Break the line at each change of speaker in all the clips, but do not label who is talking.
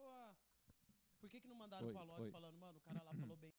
ah,
que, que não mandaram
Oi,
pro Alok
oi.
falando, mano, o cara lá falou bem.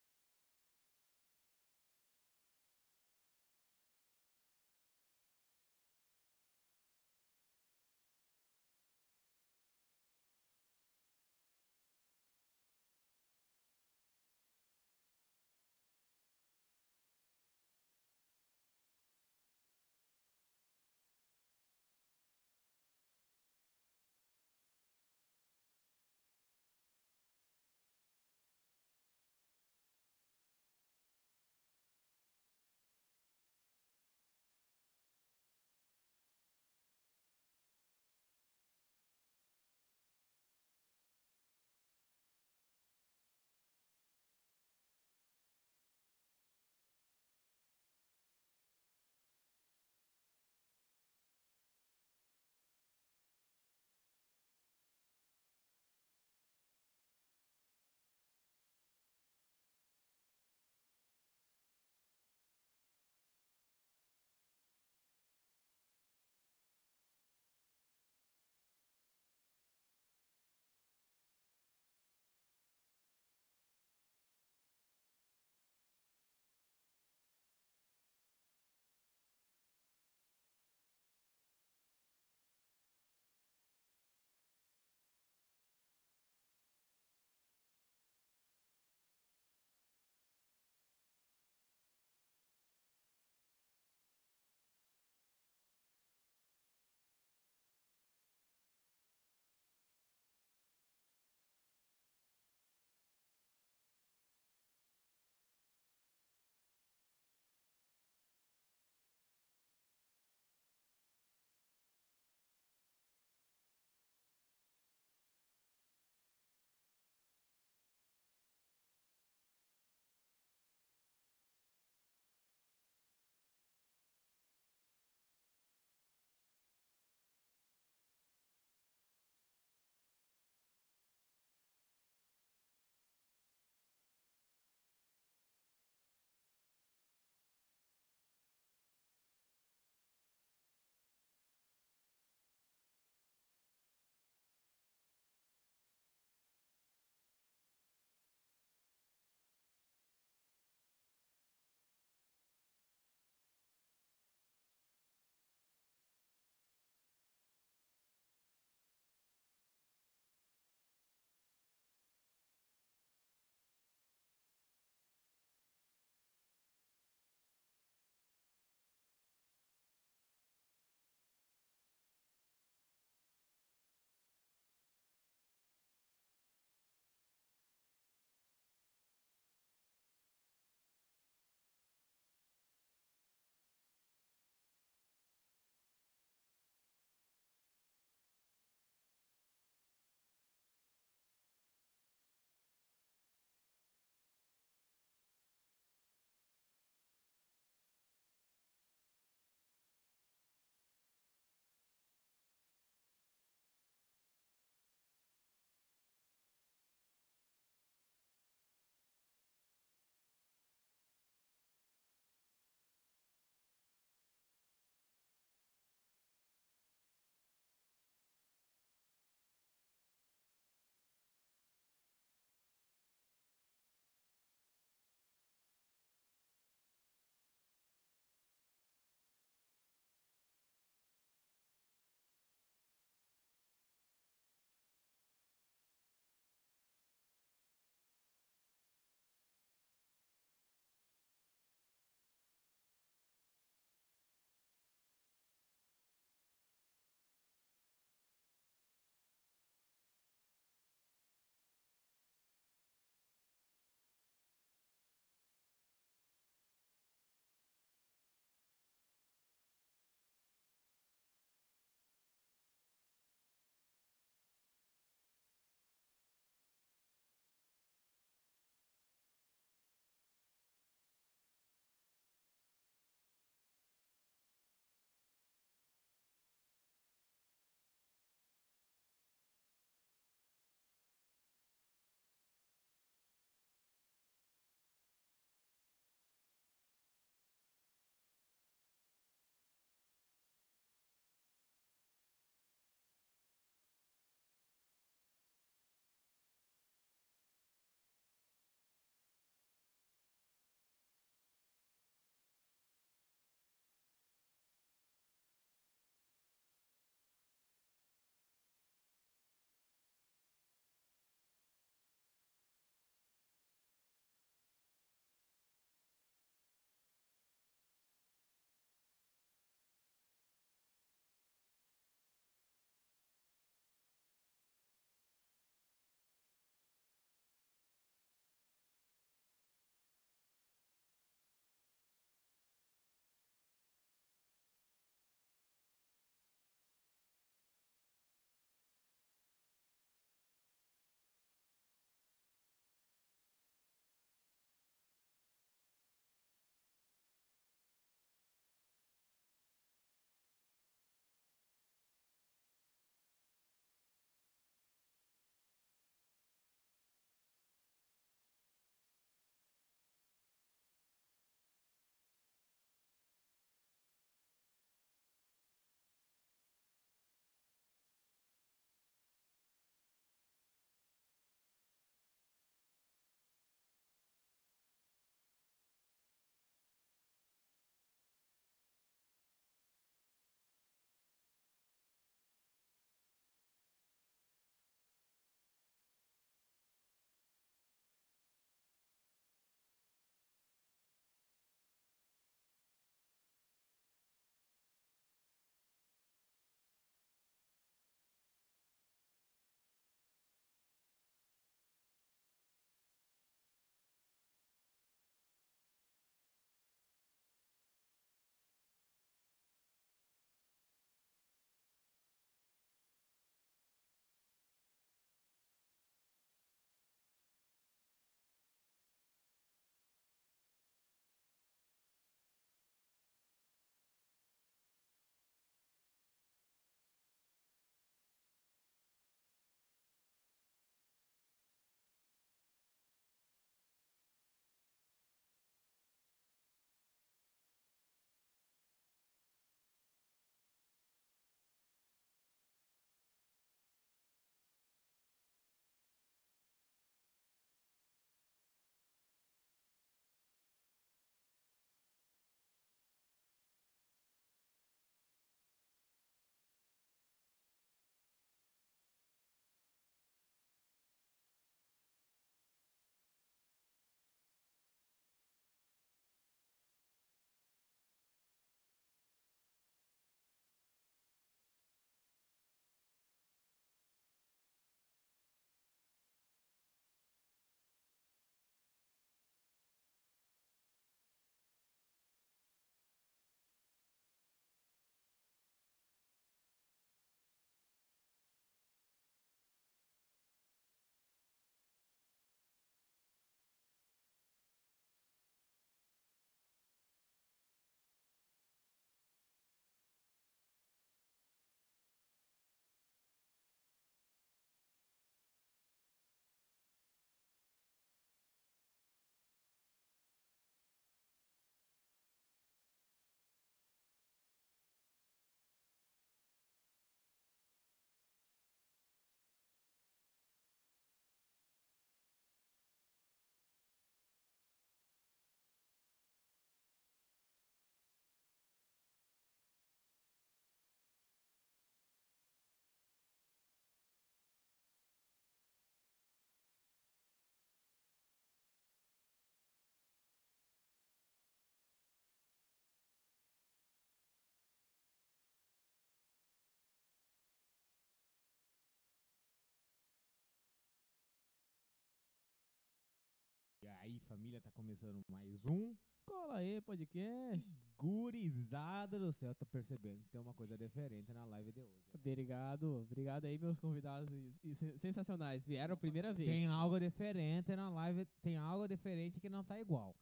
aí, família, tá começando mais um
Cola aí, podcast.
Gurizada do céu. Tô percebendo que tem uma coisa diferente na live de hoje.
Obrigado, obrigado aí, meus convidados e- e sen- sensacionais. Vieram a primeira vez.
Tem algo diferente na live, tem algo diferente que não tá igual.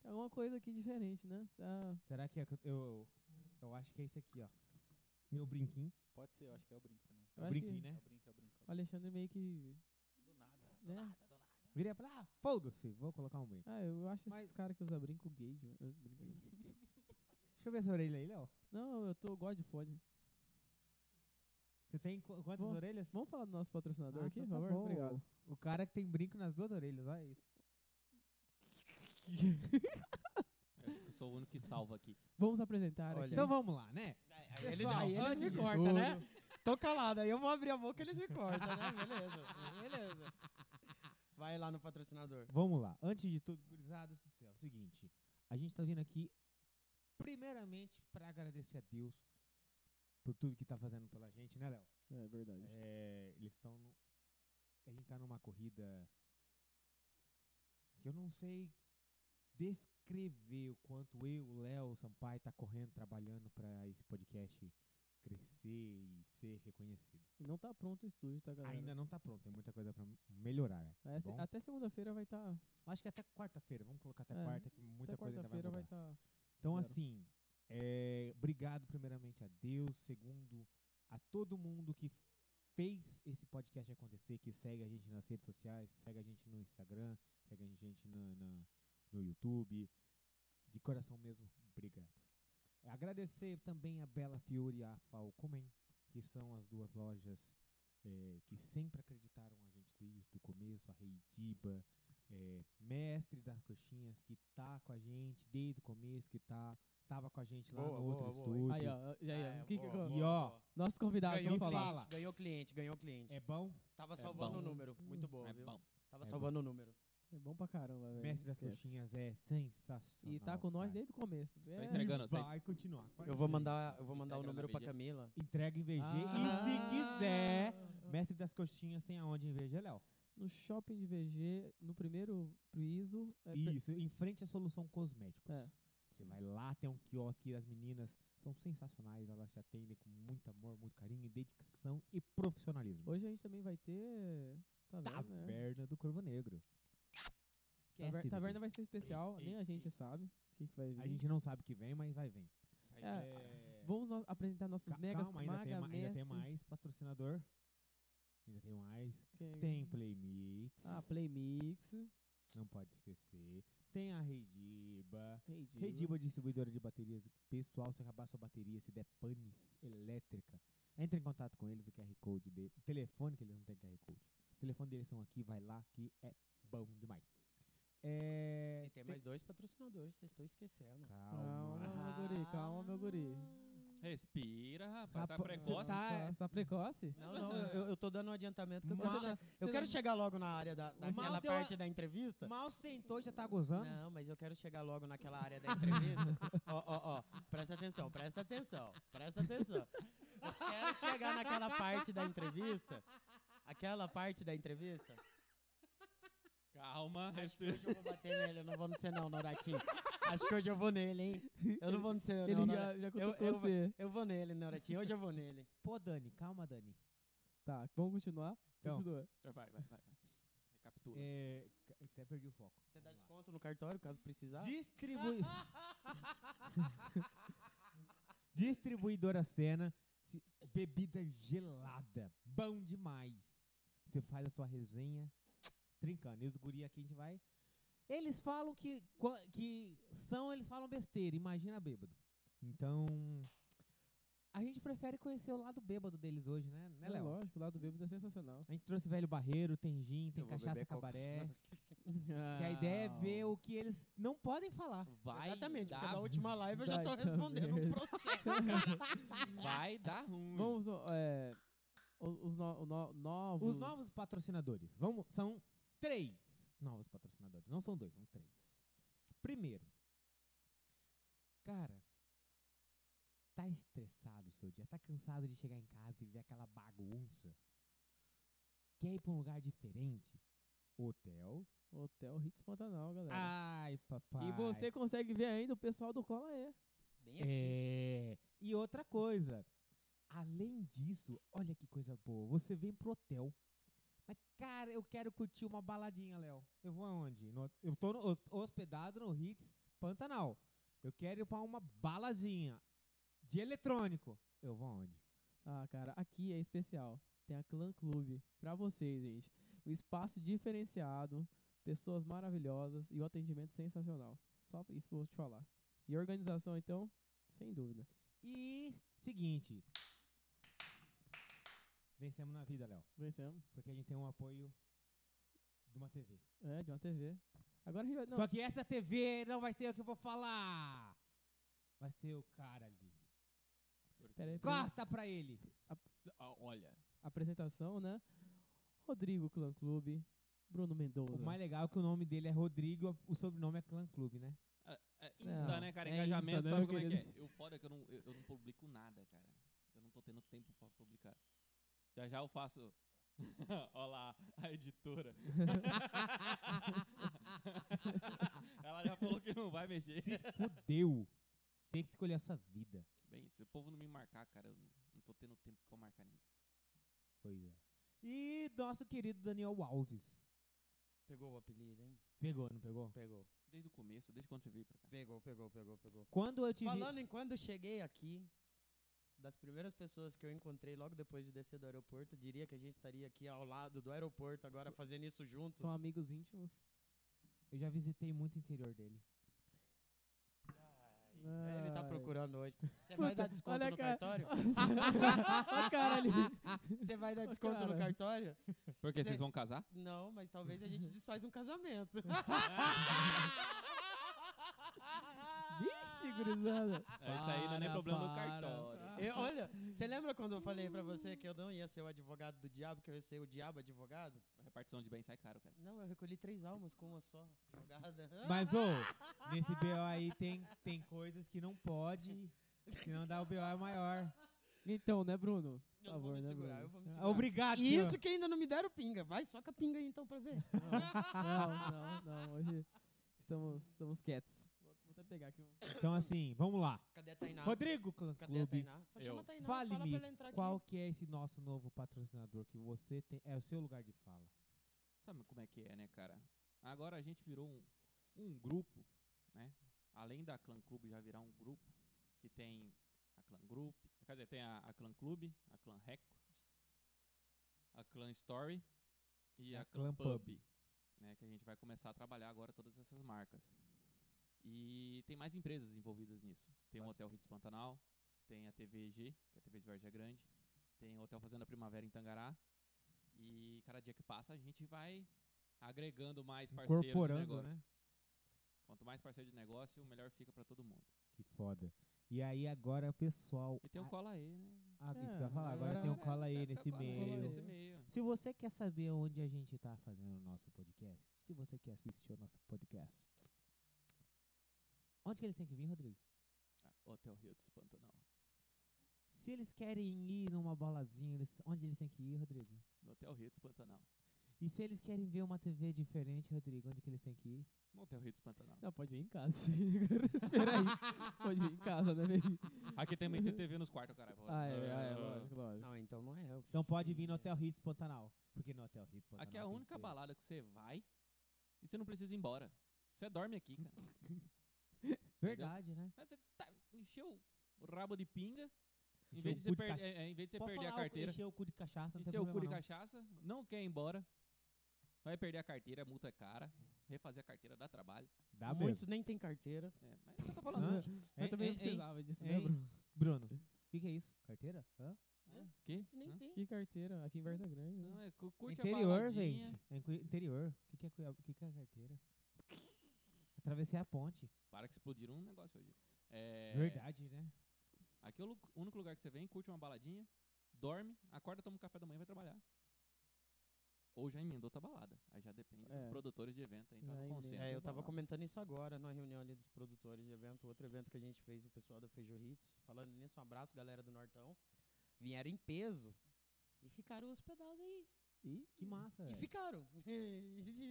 Tem alguma coisa aqui diferente, né? Tá-
Será que é que eu, eu, eu acho que é isso aqui, ó. Meu brinquinho.
Pode ser, eu acho que é o brinco também.
eu
O
acho
brinquinho,
que
É
né?
o brinco, é o brinco.
O Alexandre meio que.
Do
É.
nada, do nada, do nada.
Virei pra lá, ah, foda-se, vou colocar um brinco.
Ah, eu acho
Mas-
esses caras que usam brinco gay. de- eu brinco gay.
Deixa eu ver essa orelha aí, Léo.
Não, eu tô eu gosto de fone.
Você tem qu- quantas
Bom,
orelhas?
Vamos falar do nosso patrocinador
Ah,
aqui,
então
por
tá
favor?
bom.
Obrigado.
O cara que tem brinco nas duas orelhas, olha isso.
É, tipo,
Eu sou o único que salva aqui.
Vamos apresentar aqui.
Então vamos lá, né?
É, Aí
Pessoal, antes de né? tudo-
Tô calado, aí eu vou abrir a boca e eles me cortam, né? Beleza, beleza. Vai lá no patrocinador.
Vamos lá. Antes de tudo, gurizados do céu, é o seguinte. A gente tá vindo aqui primeiramente para agradecer a Deus por tudo que tá fazendo pela gente, né, Léo?
É verdade.
É, eles estão no... A gente tá numa corrida que eu não sei descrever o quanto eu, o Léo, o Sampaio tá correndo, trabalhando para esse podcast crescer e ser reconhecido.
E não tá pronto o estúdio, tá, galera?
Ainda não tá pronto, tem muita coisa para melhorar. tá
É, se-
bom?
até segunda-feira vai estar.
Acho que até quarta-feira, vamos colocar até
É,
quarta, que muita
até
coisa ainda vai
quarta-feira
mudar.
vai tá. estar.
Então,
Zero.
assim, é, obrigado primeiramente a Deus, segundo a todo mundo que fez esse podcast acontecer, que segue a gente nas redes sociais, segue a gente no Instagram, segue a gente na- na- no YouTube. De coração mesmo, obrigado. Agradecer também a Bela Fiore e a Falcomen, que são as duas lojas é, que sempre acreditaram a gente desde o começo, a Reidiba, é, mestre das coxinhas, que tá com a gente desde o começo, que tá, tava com a gente lá
Boa,
no outro
boa, boa.
estúdio.
Aí, ó. Já, aí, ó.
É,
Que- que-
boa,
E,
que-
boa,
ó,
boa.
Nosso convidado,
Ganhou
vamos
cliente,
falar.
um Fala.
Ah. ganhou cliente, ganhou cliente.
É bom?
Tava
é
salvando
bom.
o número, muito bom, viu? Tava
É
salvando o número.
É bom pra caramba, velho.
mestre das
Esquece.
coxinhas é sensacional.
E tá com nós
cara.
desde o começo.
Tá
É.
entregando.
E
tá-
vai continuar.
Eu vou mandar, eu vou mandar o
Entrega na
número pra
BG.
Camila.
Entrega em VG. E
Ah.
se quiser, mestre das coxinhas tem aonde em VG, Léo?
No shopping de VG, no primeiro piso. é, per-
Isso, em frente à solução cosméticos.
É.
Você vai lá, tem um quiosque, as meninas são sensacionais, elas te atendem com muito amor, muito carinho, dedicação e profissionalismo.
Hoje a gente também vai ter. Taverna. né?
Taverna do Corvo Negro. Esquece,
Taver-
Bibi.
Taverna vai ser especial,
Ei,
nem a
ei,
gente
ei.
sabe o que, que vai vir.
A gente não sabe que vem, mas vai vir.
É, Vamos no- apresentar nossos
Ca-
megas
Calma, ainda tem,
maga
ma- ainda tem
mestre-
mais patrocinador. Ainda tem mais.
quem-
Tem Playmix,
Uhum. Ah, Playmix.
não pode esquecer. Tem a Rediba.
Rediba.
Rediba é distribuidora de baterias pessoal, se acabar sua bateria, se der panes elétrica, entre em contato com eles, o QR Code dele, telefone que eles não têm QR Code. O telefone deles são aqui, vai lá que é bom demais. É,
E tem mais dois patrocinadores, vocês estão esquecendo.
Calma.
Calma, meu guri, calma, meu guri.
Ah.
Respira, rapaz.
Rapaz,
tá
você
precoce.
tá- Ah, é.
Você tá precoce?
Não, não, eu, eu tô dando um adiantamento que eu
Mas-
quero, chegar- eu
você
quero
não-
chegar logo na área da,
Mal
daquela
deu a-
parte da entrevista.
Mal sentou já tá gozando.
Não, mas eu quero chegar logo naquela área da entrevista. Ó, ó, ó, presta atenção, presta atenção, presta atenção. Eu quero chegar naquela parte da entrevista. Aquela parte da entrevista.
Calma,
Acho que
respira.
hoje eu vou bater nele, eu não vou no ser não, Noratinho. Acho que hoje eu vou nele, hein? Eu não vou no ser não,
Ele já,
Nora-
já
eu,
cutucou
eu, vou-
você.
eu vou nele, Noratinho, hoje eu vou nele.
Pô, Dani, calma, Dani.
Tá, vamos continuar?
Então,
Continua.
Vai, vai, vai. vai. Recapitula.
É, ca- até perdi o foco.
Você dá
Vamos lá.
desconto no cartório, caso precisar?
Distribui... Distribuidora Sena, se- bebida gelada, bom demais. Você faz a sua resenha trincando. E os guri aqui a gente vai. Eles falam que, qua- que são, eles falam besteira, imagina bêbado. Então, a gente prefere conhecer o lado bêbado deles hoje, né, né
É
Léo?
lógico, o lado bêbado é sensacional.
A gente trouxe velho barreiro, tem gin, tem
Eu vou
cachaça
beber coca
cabaré.
soda.
Que a ideia é ver o que eles não podem falar.
Vai
Exatamente,
dar,
porque é da última live eu já tô
Vai dar
respondendo um processo.
vai dar ruim.
Vamos, ó, é, o- os no- o no- novos.
Os novos patrocinadores. Vamos, são três novos patrocinadores. Não são dois, são três. Primeiro, cara, tá estressado o seu dia, tá cansado de chegar em casa e ver aquela bagunça. Quer ir pra um lugar diferente? Hotel.
Hotel Hits Pantanal, galera.
Ai, papai.
e você consegue ver ainda o pessoal do Cola E.
Bem aqui.
É. E outra coisa. Além disso, olha que coisa boa. Você vem pro hotel. Mas, cara, eu quero curtir uma baladinha, Léo. Eu vou aonde? No- eu tô no- hos- hospedado no Hits Pantanal. Eu quero ir pra uma baladinha de eletrônico. Eu vou aonde?
Ah, cara, aqui é especial. Tem a Clã Clube pra vocês, gente. Um espaço diferenciado, pessoas maravilhosas e o atendimento sensacional. Só isso vou te falar. E a organização, então, sem dúvida.
E, seguinte. Vencemos na vida, Léo.
Vencemos.
Porque a gente tem um apoio de uma TV.
É, de uma TV. Agora a gente vai. Não,
Só que essa TV não vai ser o que eu vou falar. Vai ser o cara ali.
peraí, peraí.
Corta pra ele.
Ah, Olha,
Apresentação, né? Rodrigo Clã Clube, Bruno Mendonça.
O mais legal é que o nome dele é Rodrigo, o sobrenome é Clã Clube, né?
é Insta,
Não,
né, cara?
é
Engajamento,
Insta, né,
sabe
meu
como é que
querido?
é? Eu, foda que eu não, eu, eu não publico nada, cara. Eu não tô tendo tempo pra publicar. Já já eu faço... Olá, a editora. Ela já falou que não vai mexer.
Fudeu. Tem que escolher a sua vida.
Bem, se o povo não me marcar, cara, eu não, não tô tendo tempo pra marcar ninguém.
Pois é. E nosso querido Daniel Alves.
Pegou o apelido, hein?
Pegou, não pegou?
Pegou.
Desde o começo, desde quando você veio pra cá.
Pegou, pegou, pegou, pegou.
Quando eu te vi...
Falando em quando eu cheguei aqui, das primeiras pessoas que eu encontrei logo depois de descer do aeroporto, diria que a gente estaria aqui ao lado do aeroporto agora
Só-
fazendo isso junto.
São amigos íntimos.
Eu já visitei muito o interior dele.
É, Ele tá
Ai.
procurando hoje. Você vai
Puta,
dar desconto
olha a
no
cara.
cartório?
Olha a cara ali.
Você vai dar desconto no
cara.
cartório?
Por que
Cê-
vocês vão casar?
Não, mas talvez a gente desfaz um casamento.
Vixe, gurizada.
É, isso aí não é nem
Para,
problema do
para.
cartório.
Eu- olha, você lembra quando eu falei pra você que eu não ia ser o advogado do diabo, que eu ia ser o diabo advogado?
A repartição de bens sai caro, cara.
Não, eu recolhi três almas com uma só jogada.
Mas, ô, nesse BO aí tem, tem coisas que não pode, se não dá o BO é maior.
Então, né, Bruno? Por
Eu vou
favor,
me
né,
segurar,
Bruno?
eu vou me
Ah,
segurar.
Obrigado, senhor.
Isso que ainda não me deram pinga. Vai, soca a pinga aí então pra ver.
Não, não, não. Hoje estamos, estamos quietos. Vou, vou até pegar aqui. um.
Então, assim, vamos lá.
Cadê a Tainá?
Rodrigo Clã
Cadê a
Clube,
Tainá?
Eu.
Chama a Tainá, fala pra
fale-me
ela entrar aqui.
qual que é esse nosso novo patrocinador que você tem, é o seu lugar de fala.
Sabe como é que é, né, cara? Agora a gente virou um, um grupo, né? Além da Clã Clube já virar um grupo, que tem a Clã Group, quer dizer, tem a, a Clã Clube, a Clã Records, a Clã Story e
E
a,
É a
Clã,
Clã
Pub, né? Que a gente vai começar a trabalhar agora todas essas marcas. E tem mais empresas envolvidas nisso. Tem o Hotel Ritz Pantanal, tem a TVG, que é a TV de Vargem Grande, tem o Hotel Fazenda Primavera em Tangará. E cada dia que passa a gente vai agregando mais parceiros de
Incorporando,
negócio.
né?
Quanto mais parceiro de negócio, melhor fica pra todo mundo.
Que foda. E aí agora, pessoal...
E tem o
a-
cola aí, né?
Ah, que
É,
isso que eu ia falar. Agora
agora-
tem um cola aí
Tem o
nesse
Cola aí
meio.
nesse meio.
Se você quer saber onde a gente tá fazendo o nosso podcast, se você quer assistir o nosso podcast, onde que eles têm que vir, Rodrigo?
Ah, Hotel Rio dos Pantanal.
Se eles querem ir numa baladinha, eles, onde eles têm que ir, Rodrigo?
No Hotel Rio dos Pantanal.
E se eles querem ver uma TV diferente, Rodrigo, onde que eles têm que ir?
No Hotel Rio dos Pantanal.
Não, pode ir em casa. Peraí. Pode ir em casa, né, velho?
Aqui também tem TV nos quartos, caralho.
Ah, é, ah, é, lógico, lógico.
Não, então não é eu.
Então pode vir no Hotel Ritz Pantanal. Porque no Hotel Ritz Pantanal.
Aqui é a
tem
única
que ter-
balada que você vai e você não precisa ir embora. Você dorme aqui, cara.
Verdade, né?
Aí Você tá, encheu o rabo de pinga. Em
Encheu
vez
o
de você,
cu de
per-
cacha-
é, é, em vez de você
Pode
perder a
falar, o-
carteira,
Encher o cu de cachaça, não tem
encher o cu de
problema não.
cachaça, não quer ir embora, vai perder a carteira, a multa é cara, refazer a carteira dá trabalho.
Dá
Muitos nem tem carteira.
É, mas eu tô falando.
Hã?
Eu
Hein,
também
hein,
não precisava disso, né,
hein?
Bruno?
Bruno, o que, que é isso? Carteira? Hã?
Hã? Quê?
Muitos nem
Hã?
tem.
Que carteira, aqui em Varza Grande. né?
Não, é, cu- curte a
interior,
baladinha.
gente. É incu- interior. O que, que, é, cui- o que, que é carteira? Atravessei a ponte.
Para que explodiram um negócio hoje. É,
Verdade, né?
Aqui é o lu- único lugar que você vem, curte uma baladinha, dorme, acorda, toma um café da manhã e vai trabalhar. Ou já emendou outra balada. Aí já depende
É.
dos produtores de evento. Aí
Já
tava
emenda.
consenso.
É, eu
Vamos
tava
lá.
comentando isso agora na reunião ali dos produtores de evento, outro evento que a gente fez, o pessoal da Feijo Hits. Falando nisso, um abraço, galera do Nortão. Vieram em peso e ficaram hospedados aí.
E
Que massa,
E
velho.
ficaram.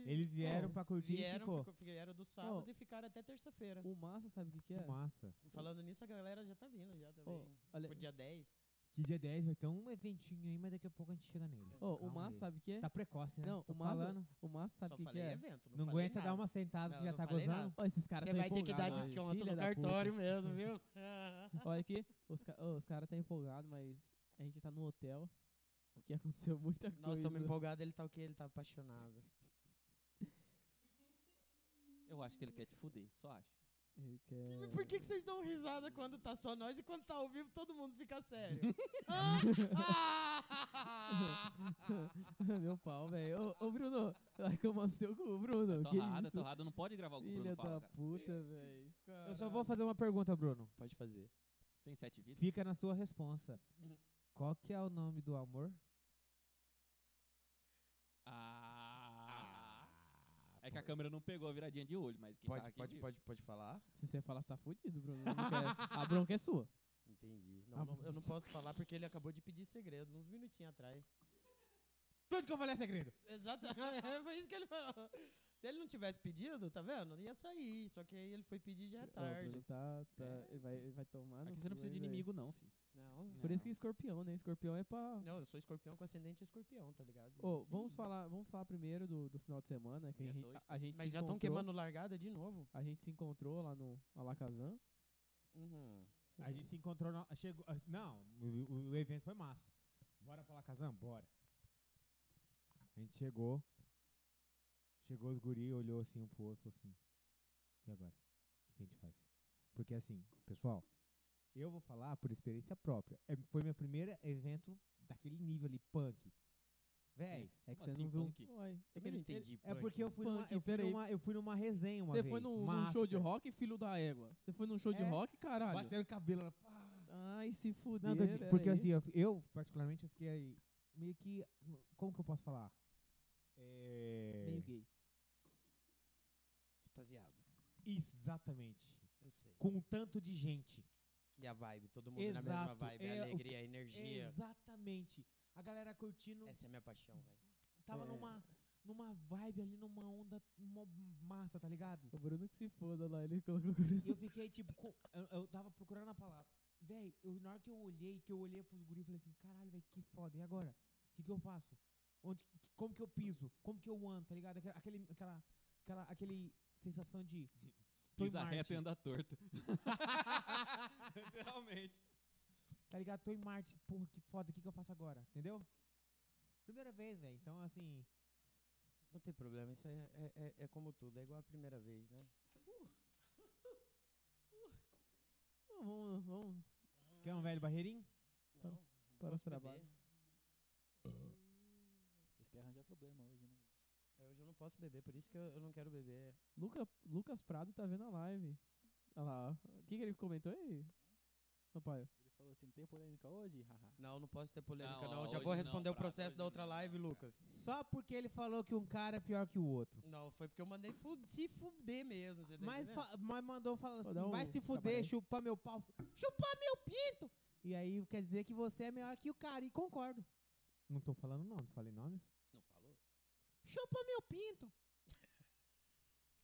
Eles vieram pra curtir e
vieram,
ficou.
ficou- vieram do sábado
Ó.
e ficaram até terça-feira.
o massa, sabe o que, que é?
Que massa.
E Falando nisso, a galera já tá vindo já também.
Ó, Olha,
Pro dia 10.
Que dia 10 vai ter um eventinho aí, mas daqui a pouco a gente chega nele.
ó, o
Calma
massa,
aí.
sabe o que é?
Tá precoce, né?
Não,
Tô
o massa-
falando.
O massa, sabe
Só
o que, que
falei
é?
evento. Não,
Não
falei
aguenta dar
nada.
uma sentada
Não,
que já
não
tá
falei
gozando.
Ó, esses caras
Você
tão
vai ter que dar
empolgados,
desconto
filha
no
da puta.
cartório mesmo, viu?
Olha aqui, os, ca ô, os caras tá empolgados, mas a gente tá num hotel que aconteceu muita coisa.
Nós estamos empolgados, ele tá o quê? Ele tá apaixonado.
É, Eu acho que ele quer te fuder, só acho.
Ele quer-
Mas Por que, que vocês dão risada quando tá só nós e quando tá ao vivo todo mundo fica sério? Ah!
Meu pau, velho. Ô, ô, Bruno, vai tomar no seu cu, Bruno. que
torrada,
isso?
torrada, não pode gravar o que o
Filha
Bruno fala,
da
cara.
puta, velho.
Eu só vou fazer uma pergunta, Bruno.
Pode fazer.
Tem sete vidas?
Fica na sua responsa. Qual que é o nome do amor?
Ah, é que a câmera não pegou a viradinha de olho, mas quem tá
Pode,
aqui
pode,
viu.
pode, pode falar?
Se você falar, você tá fudido, Bruno. Não quer- A bronca é sua.
Entendi.
Ah,
Não, não- eu não posso falar porque ele acabou de pedir segredo uns minutinhos atrás.
Tudo que eu falei é segredo.
Exatamente, é, foi isso que ele falou. Se ele não tivesse pedido, tá vendo? Ia sair, só que aí ele foi pedir já é
Ah,
Ó, o Bruno
tarde.
tá, tá, ele, vai, ele vai tomar. no
Aqui você não
cu,
precisa de
hein, véi.
inimigo, não, filho.
Não,
Por isso que é escorpião, né? Escorpião é pra.
não, eu sou escorpião com ascendente escorpião, tá ligado?
Ô,
Sim.
vamos falar, vamos falar primeiro do, do final de semana, né, que a
Dia
gente,
dois,
a- a gente
Mas
se
já estão
encontrou,
queimando largada de novo?
A gente se encontrou lá no Alakazam.
Uhum.
A gente se encontrou. na- chegou, ah, não, o, o- o evento foi massa. Bora pra lá, Kazan? Bora. A gente chegou. Chegou os guri, olhou assim um pro outro e falou assim: E agora? O que a gente faz? Porque assim, pessoal, eu vou falar por experiência própria. É, foi meu primeiro evento daquele nível ali, punk. Véi,
É que
Como
você
assim,
não viu.
punk?
Ué, é que
Também
ele-
não entendi.
é
punk.
porque eu fui, numa,
Punk,
eu, fui
peraí.
numa, eu fui numa resenha uma
Você
vez.
foi num, num
massa,
show de
cara.
rock, filho da égua. Você foi num show de
É.
rock, caralho.
Batendo cabelo. ela, pá,
Ai, se fuder.
Não, tô di- porque
peraí.
assim, eu, fi- eu, particularmente eu fiquei aí, meio que. Como que eu posso falar? É,
Meio gay.
Extasiado.
Exatamente.
Eu sei.
Com um tanto de gente.
E a vibe, todo mundo na mesma
Exato,
vibe,
é
a
o-
alegria, a energia.
Exatamente. A galera curtindo
Essa é a minha paixão, velho.
tava
É.
numa, numa vibe ali, numa onda mó massa, tá ligado?
O Bruno que se foda lá, ele colocou o Bruno.
E eu fiquei tipo, co- eu, eu tava procurando a palavra. Véi, eu, na hora que eu olhei, que eu olhei pro guri, eu falei assim, caralho, velho, que foda. E agora? O que, que eu faço? Onde, como que eu piso? Como que eu ando, tá ligado? Aquela, aquele- aquela, aquela aquele sensação de... tô em
Pisa
Marte,
reto e anda torto. Literalmente.
Tá ligado? Tô em Marte. Porra, que foda. O que, que eu faço agora? Entendeu? Primeira vez, velho. Então, assim...
Não tem problema, isso é, é, é, é como tudo, é igual a primeira vez, né?
Então, Vamos, vamos
Quer um velho barreirinho? Tá.
Não,
para os
posso
trabalhos.
beber. Ah.
Vocês querem arranjar problema hoje, né?
É, Hoje eu não posso beber, por isso que eu, eu não quero beber.
Luca, Lucas Prado tá vendo a live. Olha lá, ó. o que, que ele comentou aí? Papai,
Ele falou assim, tem polêmica hoje? Haha.
Não, não posso ter polêmica,
Não,
não.
ó, hoje
Já vou
não,
responder o
Prado,
processo
hoje
da outra
não,
live,
cara.
Lucas.
Só porque ele falou que um cara é pior que o outro.
Não, foi porque eu mandei fu se fuder mesmo, você tá
Mas,
entendendo?
fa- mas mandou falar assim,
dar
vai
um
se fuder,
cabaré.
chupa meu pau, chupa meu pinto. E aí quer dizer que você é melhor que o cara, e concordo. Não tô falando nomes, falei nomes.
Não falou?
Chupa meu pinto.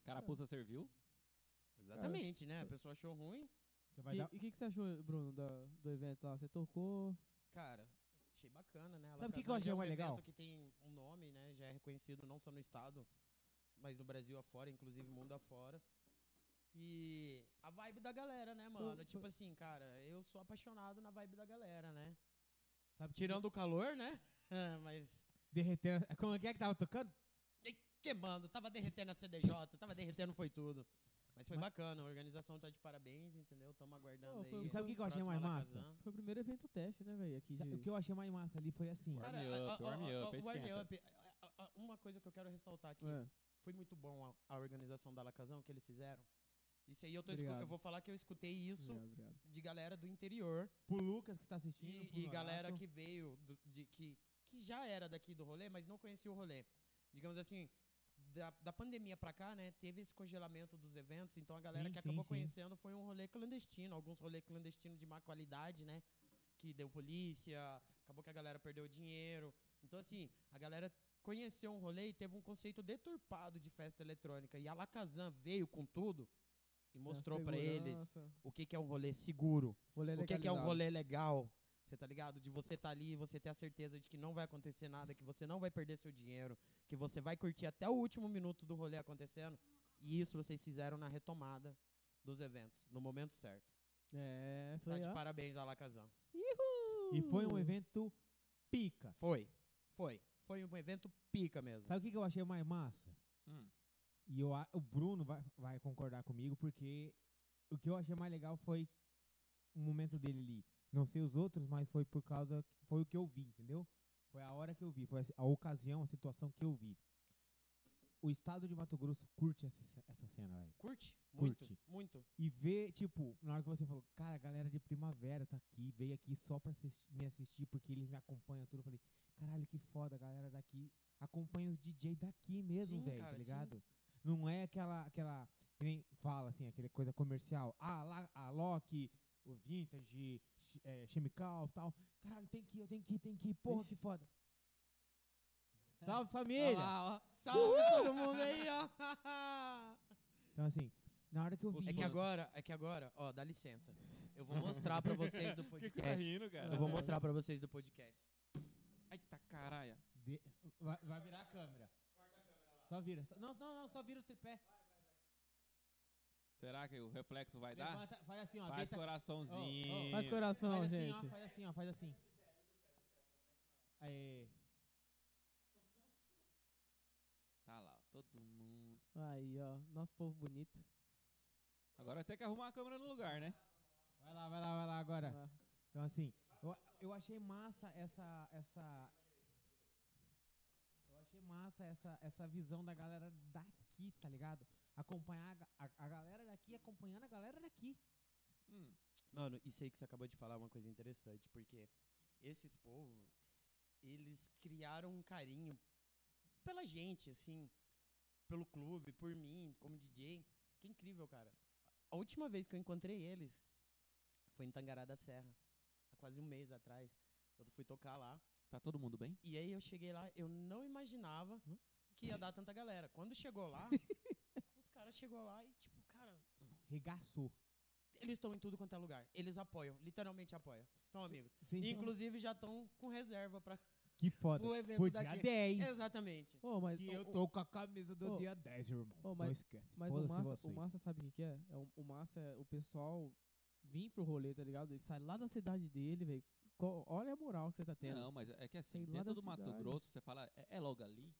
Carapuça serviu?
Exatamente, né? A pessoa achou ruim.
Você vai
e
dar...
o que, que você achou, Bruno, da- do evento lá? Você tocou?
Cara, achei bacana, né? A
Sabe o que
Lacazan
que eu achei
já é um
mais legal?
evento que tem um nome, né? Já é reconhecido não só no estado, mas no Brasil afora, inclusive mundo afora. E a vibe da galera, né,
um
mano?
foi-
Tipo assim, cara, eu sou apaixonado na vibe da galera, né?
Sabe,
Tirando o calor, né? Ah, mas
derreter... Como é que é que tava tocando?
queimando, tava derretendo a CDJ, tava derretendo foi tudo. Mas foi
Mas- um-
bacana, a organização tá de parabéns, entendeu? Tamo aguardando
Não, foi-
aí.
E sabe o que que eu achei mais
próxima
massa?
Alakazam.
Foi o primeiro evento teste, né, velho? Aqui
Sabe,
de...
o que eu achei mais massa ali foi assim.
Warm
Cara,
up,
a- a-
warm
a- a-
up, é
o warm
esquenta.
up, a- a- uma coisa que eu quero ressaltar aqui.
É.
Foi muito bom a, a organização da Lacazão que eles fizeram. Isso aí eu tô escu-
Obrigado.
eu vou falar que eu escutei isso
Obrigado, obrigado.
de galera do interior
Pro Lucas que tá assistindo,
e,
pro
e galera
Norato.
que veio do- de que que já era daqui do rolê, mas não conhecia o rolê. Digamos assim, da, da pandemia pra cá, né, teve esse congelamento dos eventos, então a galera
Sim,
que
sim,
acabou
sim.
conhecendo foi um rolê clandestino, alguns rolê clandestino de má qualidade, né? Que deu polícia, acabou que a galera perdeu dinheiro. Então, assim, a galera conheceu um rolê e teve um conceito deturpado de festa eletrônica. E a Lacazan veio com tudo e mostrou pra eles o que, que é um rolê seguro, o que, que é um rolê legal. Você tá ligado? De você tá ali, você ter a certeza de que não vai acontecer nada, que você não vai perder seu dinheiro, que você vai curtir até o último minuto do rolê acontecendo. E isso vocês fizeram na retomada dos eventos, no momento certo.
É,
Tá
foi
de
ó.
parabéns, Alacazão.
E foi um
Uh.
evento pica.
Foi. Foi. Foi um evento pica mesmo.
Sabe o que, que eu achei mais massa?
Hum.
E eu, a- o Bruno vai, vai concordar comigo, porque o que eu achei mais legal foi o momento dele ali. Não sei os outros, mas foi por causa. Foi o que eu vi, entendeu? Foi a hora que eu vi, foi a, a ocasião, a situação que eu vi. O estado de Mato Grosso curte essa, ce- essa cena, velho.
Curte? Muito.
Curte.
Muito.
E ver, tipo, na hora que você falou, cara, a galera de primavera tá aqui, veio aqui só pra assisti- me assistir, porque eles me acompanham tudo. Eu falei, caralho, que foda, a galera daqui acompanha os DJ daqui mesmo,
Sim,
velho, tá
cara, sim.
ligado? Não é aquela, aquela, que nem fala assim, aquela coisa comercial. Ah, lá, a Loki, o Vintage, chi- é, Chemical tal. Caralho, tem que ir, eu tenho que ir, tem que ir, porra, que foda. Salve família!
Salve todo mundo aí, ó!
Então assim, na hora que eu vi.
É que agora, é que agora, ó, dá licença. Eu vou mostrar pra vocês do podcast.
tá rindo, cara?
Eu vou mostrar pra vocês do podcast.
Eita caralho.
De- Vai, vai virar a câmera. Só vira. só- Não, não, não, só vira o tripé.
Será que o reflexo vai dar?
Levanta, faz assim, ó.
Faz
deita-
coraçãozinho.
Oh, oh.
Faz coração,
faz assim, ó,
gente.
faz assim, ó, faz assim. Aê.
Tá lá, ó, todo mundo.
Aí, ó. Nosso povo bonito.
Agora tem que arrumar a câmera no lugar, né?
Vai lá, vai lá, vai lá agora.
Ah.
Então assim, eu, eu achei massa essa essa eu achei massa essa essa visão da galera daqui, tá ligado? Acompanhar a ga- a, a galera daqui acompanhando a galera daqui.
Hum.
Mano, isso aí que você acabou de falar é uma coisa interessante, porque esse povo, eles criaram um carinho pela gente, assim, pelo clube, por mim, como DJ. Que incrível, cara. A última vez que eu encontrei eles foi em Tangará da Serra, há quase um mês atrás. Eu fui tocar lá.
Tá todo mundo bem?
E aí eu cheguei lá, eu não imaginava que ia dar tanta galera. Quando chegou lá, os caras chegou lá e, tipo, cara,
Regaçou.
eles estão em tudo quanto é lugar. Eles apoiam, literalmente apoiam. São amigos.
Você entende?
Inclusive já estão com reserva para
que foda.
o evento
Foi dia
daqui.
10.
Exatamente.
Ô, mas.
Que
ô,
eu
ô,
tô com a camisa do
Ô,
dia 10, irmão.
ô,
não
mas-
esquece.
Mas o
foda-se
massa, o
vocês.
massa sabe o que, que é? é o, o massa é o pessoal vir pro rolê, tá ligado? Ele sai lá da cidade dele, velho. Co- Olha a moral que você tá tendo.
Não, mas é que assim,
Sei lá
dentro
da
do Mato
cidade.
Grosso, você fala, é, é logo ali?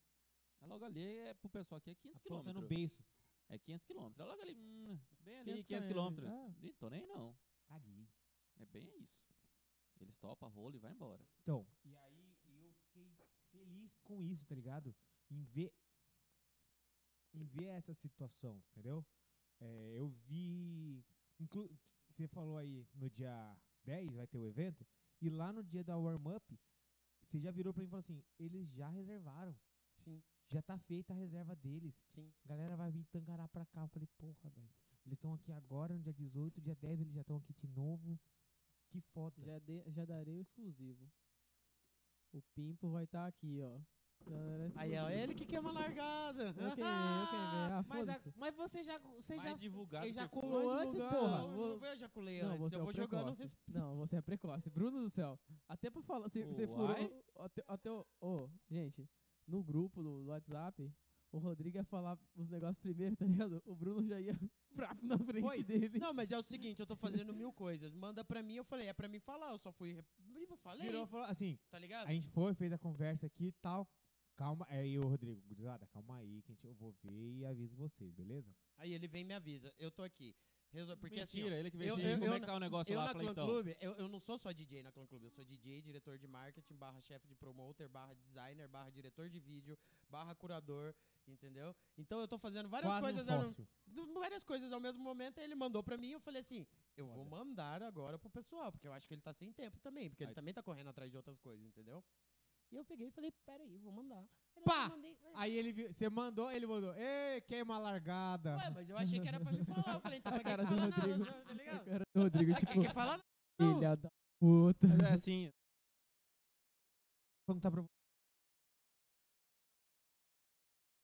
É logo ali, é pro pessoal aqui, é 500
Aponta no
quilômetros.
beiço.
É 500 quilômetros. É logo ali, hum, bem ali,
500
500
km,
quilômetros.
ah.
Ih, Tô nem aí, não.
Caguei.
É bem isso. Eles topam, rola e vai embora.
Então, e aí eu fiquei feliz com isso, tá ligado? Em ver, em ver essa situação, entendeu? É, eu vi. inclu- Você falou aí no dia 10 vai ter o evento, e lá no dia da warm-up, você já virou pra mim e falou assim: eles já reservaram,
Sim,
já tá feita a reserva deles.
sim.
Galera vai vir tangará pra cá. Eu falei: porra, velho, eles estão aqui agora, no dia 18, dia 10 eles já estão aqui de novo. Que foda.
Já, de- já darei o exclusivo. O Pimpo vai estar aqui, ó. Já darei o
Aí
exclusivo.
é ele que queima a largada.
Eu quem, eu quem ganhar,
Mas, a-
foda-se.
mas você já. Você já
Mais divulgado
ele já
que for,
colou
Vai
antes,
divulgar.
porra.
Não, eu não vou ejaculei
Não,
antes,
você
eu
é o
vou jogando.
precoce. Não, você é precoce. Bruno do céu. Até pra falar, você, você furou.
Uai.
Até, até o. Ô, gente, no grupo do, do WhatsApp, o Rodrigo ia falar os negócios primeiro, tá ligado? O Bruno já ia bravo na frente
Foi.
dele.
Não, mas é o seguinte, eu tô fazendo mil coisas. Manda pra mim, eu falei, é pra mim falar, eu só fui. rep- Eu falei,
Virou e falou assim:
tá ligado?
a gente foi, fez a conversa aqui e tal. Calma, aí o Rodrigo, gurizada, calma aí, que a gente, eu vou ver e aviso vocês, beleza?
Aí ele vem e me avisa, eu tô aqui. Resol... Porque assim, ó,
Mentira, ele que veio
eu-
assim,
eu-
como
eu
é que tá o negócio
eu
lá,
na
falei,
Clã
então.
Clube, eu, eu não sou só DJ na Clã Clube, eu sou DJ, diretor de marketing, barra chefe de promoter, barra designer, barra diretor de vídeo, barra curador, entendeu? Então eu tô fazendo várias
Quase um
coisas, ao-
sócio.
du- várias coisas ao mesmo momento, aí ele mandou pra mim, eu falei assim, eu vou
Foda.
mandar agora pro pessoal, porque eu acho que ele tá sem tempo também, porque ele
Aí-
também tá correndo atrás de outras coisas, entendeu? E eu peguei e falei, peraí, vou mandar. Aí eu
Pá!
mandei, é.
Aí ele viu, você mandou, ele mandou, ei, queima a largada.
Ué, mas eu achei que era pra me falar, eu falei, então
A
pra que
cara do
falar
Rodrigo.
nada, tá
O
ligado?
cara do Rodrigo,
Pra
tipo,
que falar
filha da puta.
Mas é assim,
perguntar pra você.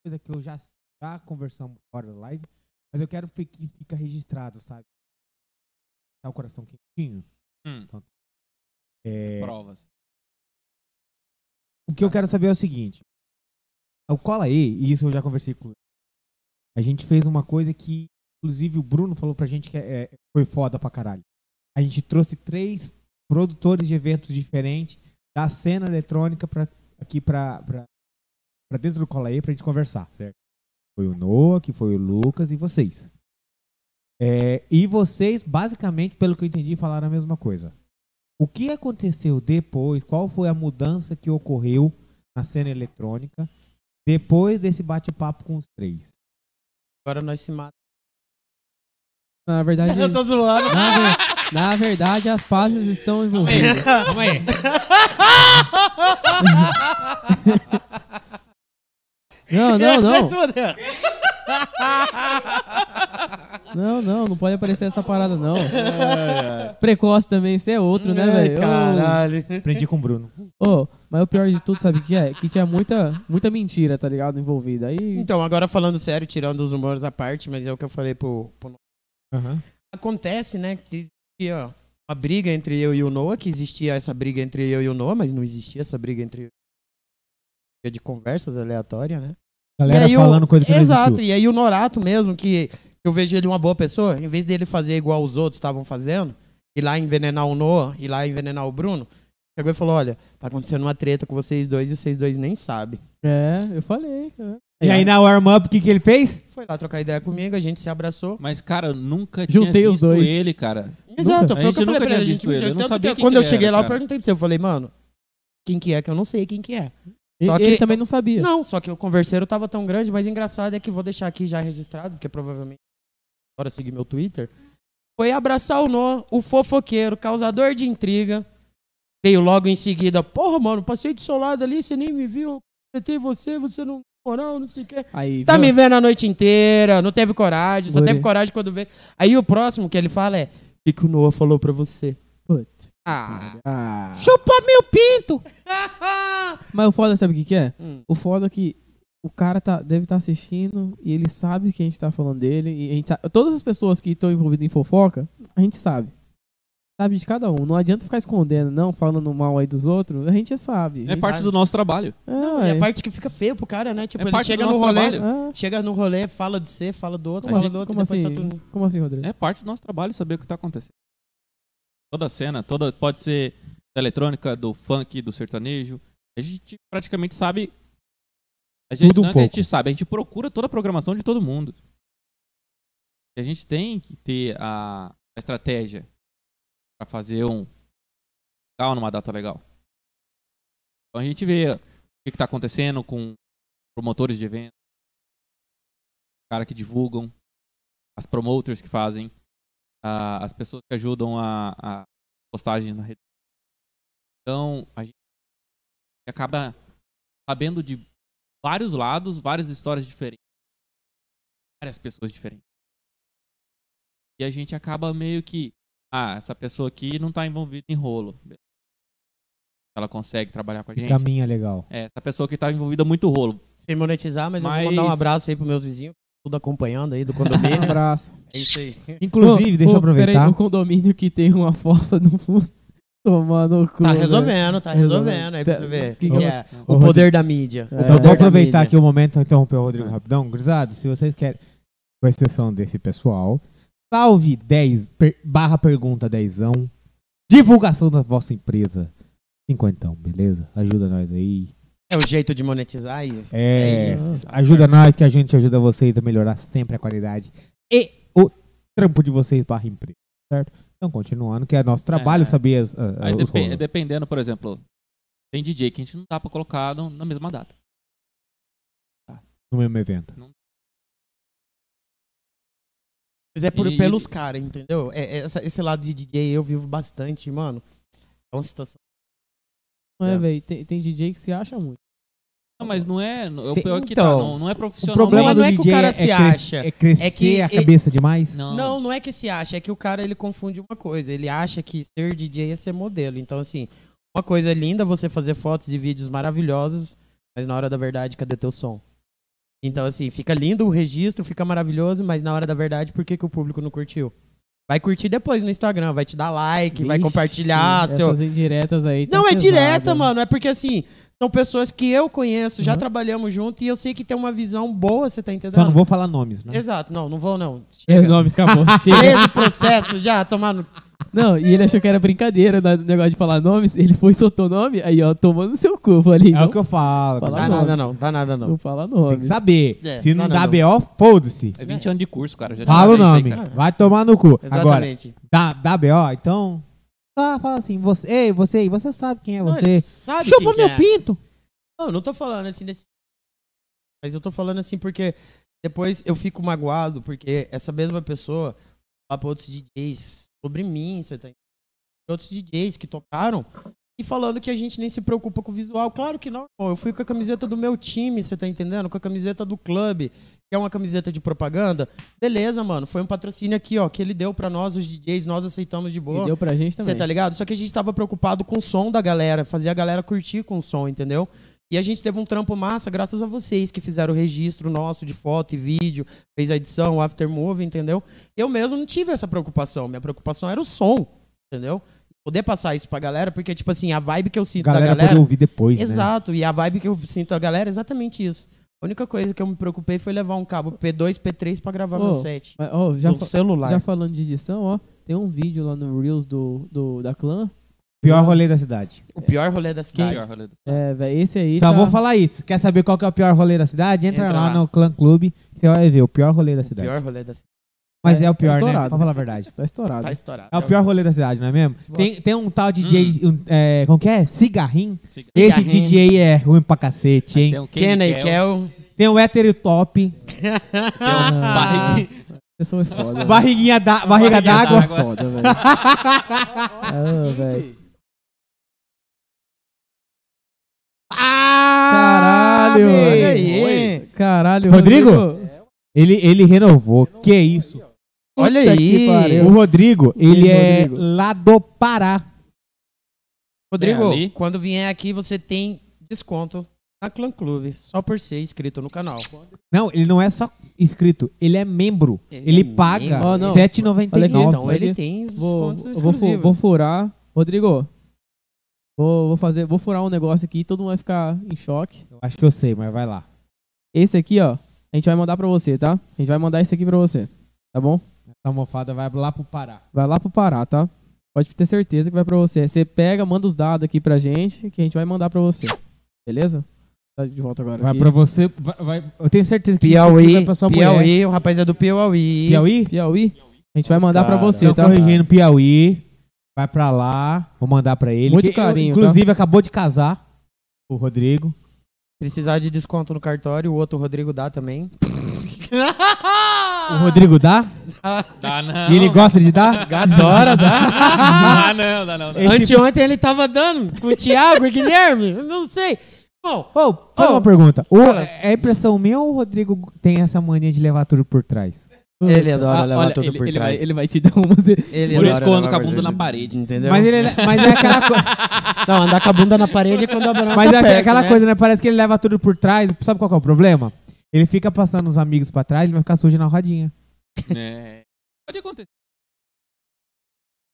Coisa que eu já, já conversamos fora da live, mas eu quero fi- que fica registrado, sabe? Tá o coração quentinho. Então,
Hum.
É,
Provas.
o que eu quero saber é o seguinte. O Cola E, e isso eu já conversei com ele, a gente fez uma coisa que, inclusive, o Bruno falou pra gente que é- é- foi foda pra caralho. A gente trouxe três produtores de eventos diferentes da cena eletrônica pra, aqui pra, pra, pra dentro do Cola E pra gente conversar, certo? Foi o Noah, que foi o Lucas e vocês. É, e vocês, basicamente, pelo que eu entendi, falaram a mesma coisa. O que aconteceu depois? Qual foi a mudança que ocorreu na cena eletrônica depois desse bate-papo com os três?
Agora nós se matamos.
Na verdade,
Eu tô zoando.
na, ver- na verdade, as pazes estão envolvidas.
Calma aí.
Não, não, não.
Esse modelo.
Não, não, não pode aparecer essa parada, não. Precoce também, isso é outro, né, velho? Ô,
Caralho.
Aprendi com o Bruno.
ô, mas o pior de tudo, sabe o que é? Que tinha muita, muita mentira, tá ligado? Envolvida. Aí.
Então, agora falando sério, tirando os humores à parte, mas é o que eu falei pro, pro acontece, né, que existia uma briga entre eu e o Noah, que existia essa briga entre eu e o Noah, mas não existia essa briga entre de conversas aleatórias, né?
Galera
aí o-
falando coisa que não
Exato,
existiu.
e aí o Norato mesmo, que eu vejo ele uma boa pessoa, em vez dele fazer igual os outros estavam fazendo, ir lá envenenar o Noah, ir lá envenenar o Bruno, chegou e falou, olha, tá acontecendo uma treta com vocês dois e vocês dois nem sabem.
É, eu falei. é.
E aí na warm-up, o que, que ele fez?
Foi lá trocar ideia comigo, a gente se abraçou.
Mas, cara, eu nunca
Juntei
tinha
os
visto
dois.
ele, cara.
Exato,
A
foi o
gente
que eu falei
nunca
pra ele. A
tinha
gente
visto ele, eu não
tanto
sabia
que
quem
quando
que
eu
era,
cheguei lá, eu
cara.
perguntei pra você, eu falei, mano, quem que é que eu não sei quem que é.
E-
Só
Ele
que-
também não sabia.
Não, só que o converseiro tava tão grande, mas engraçado é que vou deixar aqui já registrado, porque provavelmente agora seguir meu Twitter. Foi abraçar o Noah, o fofoqueiro, causador de intriga. Veio logo em seguida, porra, mano, passei do seu lado ali, você nem me viu, eu tentei você, você não moral, não sei o quê.
Aí,
Tá
viu?
me vendo a noite inteira, não teve coragem, só
Guri.
teve coragem quando vê. Aí o próximo que ele fala é, o que, que o Noah falou pra você?
Puta.
Ah,
Ah.
chupa meu pinto!
Mas o foda, sabe o que, que é?
Hum.
O foda é que o cara tá, deve estar assistindo e ele sabe que a gente tá falando dele. E a gente sa- todas as pessoas que estão envolvidas em fofoca, a gente sabe. Sabe de cada um. Não adianta ficar escondendo, não, falando mal aí dos outros. A gente já sabe.
É parte do nosso trabalho.
E a parte que fica feio pro cara, né? Tipo,
É
ele
parte do
chega no
nosso
rolê,
trabalho.
Ah,
Chega no rolê, fala de você, fala do outro,
Como
fala
assim?
do outro,
Como
depois
assim?
tá tudo...
Como assim, Rodrigo?
É parte do nosso trabalho saber o que tá acontecendo. Toda cena, toda pode ser da eletrônica, do funk, do sertanejo. A gente praticamente sabe a gente,
Tudo um
não é que a
pouco.
gente sabe, a gente procura toda a programação de todo mundo. E a gente tem que ter a a estratégia para fazer um legal numa data legal. Então a gente vê o que está acontecendo com promotores de eventos, cara que divulgam, as promoters que fazem, a- as pessoas que ajudam a, a postagem na rede. Então, a gente acaba sabendo de vários lados, várias histórias diferentes, várias pessoas diferentes. E a gente acaba meio que, ah, essa pessoa aqui não está envolvida em rolo. Ela consegue trabalhar com a gente.
Caminha legal.
É, essa pessoa que tá envolvida muito rolo.
Sem monetizar, mas, eu
Mas-
vou mandar um abraço aí pros meus vizinhos, tudo acompanhando aí do
Um
condomínio.
abraço.
é isso aí.
Inclusive,
Ô,
deixa eu
ô, Peraí,
aproveitar.
no condomínio que tem uma fossa no fundo. Tomando o cu. né?
Tá
velho.
resolvendo, tá resolvendo, aí pra você ver. O que,
que
que
eu-
é?
Ô,
O
Rodrigo,
poder da mídia.
É.
O
Só vou
poder da
aproveitar
mídia.
aqui o momento e interromper o Rodrigo
Ah.
rapidão. Grisado, se vocês querem, com exceção desse pessoal, salve 10, per- barra pergunta 10, divulgação da vossa empresa. Cinquentão, beleza? Ajuda nós aí.
É o jeito de monetizar aí.
É,
É
isso.
ajuda nós que a gente ajuda vocês a melhorar sempre a qualidade e o trampo de vocês barra empresa, certo? Então, continuando, que é nosso trabalho
É.
saber as, a- a-
Aí é
os
depen-
rolos.
dependendo, por exemplo, tem DJ que a gente não dá pra colocar no- na mesma data.
no mesmo evento.
Mas é por,
E-
pelos caras, entendeu? É, é essa- esse lado de DJ eu vivo bastante, mano. É uma situação.
Não é, velho? Tem, tem DJ que se acha muito.
Não, mas não é. não- O
Tem-
pior é que tá,
então,
não, não é
O
profissional.
problema
mas-
do
não é que o
DJ
cara
é,
se
cres-
acha,
é crescer
é que
a
ele-
cabeça demais.
Não,
Não, não é que se acha, é que o cara ele confunde uma coisa. Ele acha que ser DJ é ser modelo. Então, assim, Uma coisa linda você fazer fotos e vídeos maravilhosos, mas na hora da verdade, cadê teu som? Então, assim, fica lindo o registro, fica maravilhoso, mas na hora da verdade, por que, que o público não curtiu? Vai curtir depois no Instagram, vai te dar like, vai
Vixe,
compartilhar. Seu...
Essas indiretas aí. tá
Não, é
pesado.
direta, mano. É porque, assim, são pessoas que eu conheço, já
Uhum.
trabalhamos junto e eu sei que tem uma visão boa, você tá entendendo?
Só não vou falar nomes, né?
Exato, não, não vou, não.
É, não, me escapou. Chega.
13 processos já, tomando.
Não, e ele achou que era brincadeira né, do negócio de falar nomes. Ele foi e soltou nome, aí ó, tomou no seu cu. Eu Falei,
É
não,
o que eu falo.
Fala
cara.
Dá nada, não, dá nada, não.
não fala
Tem que
nome.
saber.
É,
Se não
não,
dá
não.
BO, foda-se.
É 20 anos de curso, cara. Já
Fala o
trabalhei isso
nome.
aí, cara.
Vai tomar no cu. Agora,
Exatamente.
dá, dá BO, então. Ah, fala assim, você, ei, você, aí, você sabe quem é
Não,
você.
ele sabe
Chupa
quem
meu
que é.
pinto.
Não, eu não tô falando assim desse. Mas eu tô falando assim porque depois eu fico magoado, porque essa mesma pessoa fala pra outros DJs sobre mim, você tá entendendo? Outros DJs que tocaram e falando que a gente nem se preocupa com o visual. Claro que não, pô. Eu fui com a camiseta do meu time, você tá entendendo? Com a camiseta do clube, que é uma camiseta de propaganda. Beleza, mano. Foi um patrocínio aqui, ó, que ele deu pra nós, os DJs, nós aceitamos de boa.
E deu pra gente
Você
também.
tá ligado? Só que a gente tava preocupado com o som da galera, fazer a galera curtir com o som, entendeu? E a gente teve um trampo massa, graças a vocês que fizeram o registro nosso de foto e vídeo, fez a edição, o after movie, entendeu? Eu mesmo não tive essa preocupação. Minha preocupação era o som, entendeu? Poder passar isso pra galera, porque, tipo assim, a vibe que eu sinto
Galera,
da
poder
galera.
ouvir depois, né?
Exato, e a vibe que eu sinto da galera é exatamente isso. A única coisa que eu me preocupei foi levar um cabo P2, P3 pra gravar meu
Ô,
set.
Mas, ó, já,
no
fa-
celular.
já falando de edição, ó, tem um vídeo lá no Reels do, do, da Clã.
Pior rolê da cidade.
O pior rolê da cidade.
Pior rolê do-
É, velho, esse aí.
Só
tá-
vou falar isso. Quer saber qual que é o pior rolê da cidade? Entra,
Entra
lá,
lá.
no Clã Clube, você vai ver o pior rolê da
O
cidade.
pior rolê da cidade.
Mas
É,
é, o
tá
pior, né?
estourado.
Pra falar a verdade.
Tá estourado.
Tá estourado.
É o pior rolê da cidade, não é mesmo? Tem, tem um tal
Hum.
DJ, um, é, como que é? Cigarrinho.
Siga-
Esse
Cigarrinho.
DJ é ruim pra cacete, hein?
Tem um
Kenny Kel.
Tem um hétero top,
Ah, Pessoa é foda. velho.
barriguinha da,
Barriga
barriga d'água.
d'água.
Foda, velho. Ah, velho.
Ah,
Caralho.
meu.
Olha aí.
Caralho,
Rodrigo? Ele, ele renovou. Que isso?
Olha
Puta
aí.
que pariu.
O Rodrigo, ele
Beijo,
é
Rodrigo.
lá do Pará.
É,
Rodrigo,
ali.
quando vier aqui, você tem desconto na Clã Clube. Só por ser inscrito no canal.
Não, ele não é só inscrito, ele é membro.
Ele
Ele
é
paga
membro.
Ó, não. Olha aqui,
7,99.
Então
Olha
ele
aqui.
tem os
Vou,
descontos
vou, fu-
exclusivos.
vou furar. Rodrigo, vou, vou fazer, vou furar um negócio aqui, todo mundo vai ficar em choque.
Eu Acho que eu sei, mas vai lá.
Esse aqui, ó, a gente vai mandar pra você, tá? A gente vai mandar esse aqui pra você, tá bom?
Essa mofada vai lá pro Pará.
Vai lá pro Pará, tá? Pode ter certeza que vai pra você. Você pega, manda os dados aqui pra gente, que a gente vai mandar pra você. Beleza? Tá de volta agora.
Vai
aqui.
pra você. vai- vai- eu tenho certeza que isso aqui vai
Piauí,
pra sua mulher.
Piauí, o rapaz é do Piauí.
Piauí?
Piauí? A gente vai mandar pra
cara,
você,
Tô
tá?
Então corrigindo Piauí. Vai pra lá. Vou mandar pra ele.
Muito
que eu-
carinho,
inclusive, acabou de casar. O Rodrigo.
Precisar de desconto no cartório, o outro Rodrigo dá também. Ah.
O Rodrigo dá?
Dá não.
E ele gosta de dar?
Adora dá.
Dá não, dá não. Dá.
Esse-
Anteontem ele tava dando com o Thiago e Guilherme. eu Não sei. Bom,
Ô, faz
Ô,
uma pergunta. Ô,
fala.
é impressão minha ou o Rodrigo tem essa mania de levar tudo por trás?
ele adora
Ah,
levar
olha,
tudo
ele,
por
ele
trás.
Vai, ele vai te dar umas. de-
Ele
Por isso
adora
que eu ando
levar
com a
por
bunda
trás.
na parede.
Entendeu?
Mas, ele, mas é aquela, co-
Não, andar com a bunda na parede é quando a bunda
mas
tá
é
perto,
aquela
né?
coisa, né? Parece que ele leva tudo por trás. Sabe qual que é o problema? Ele fica passando os amigos pra trás e vai ficar sujo na rodinha.
É. Pode acontecer.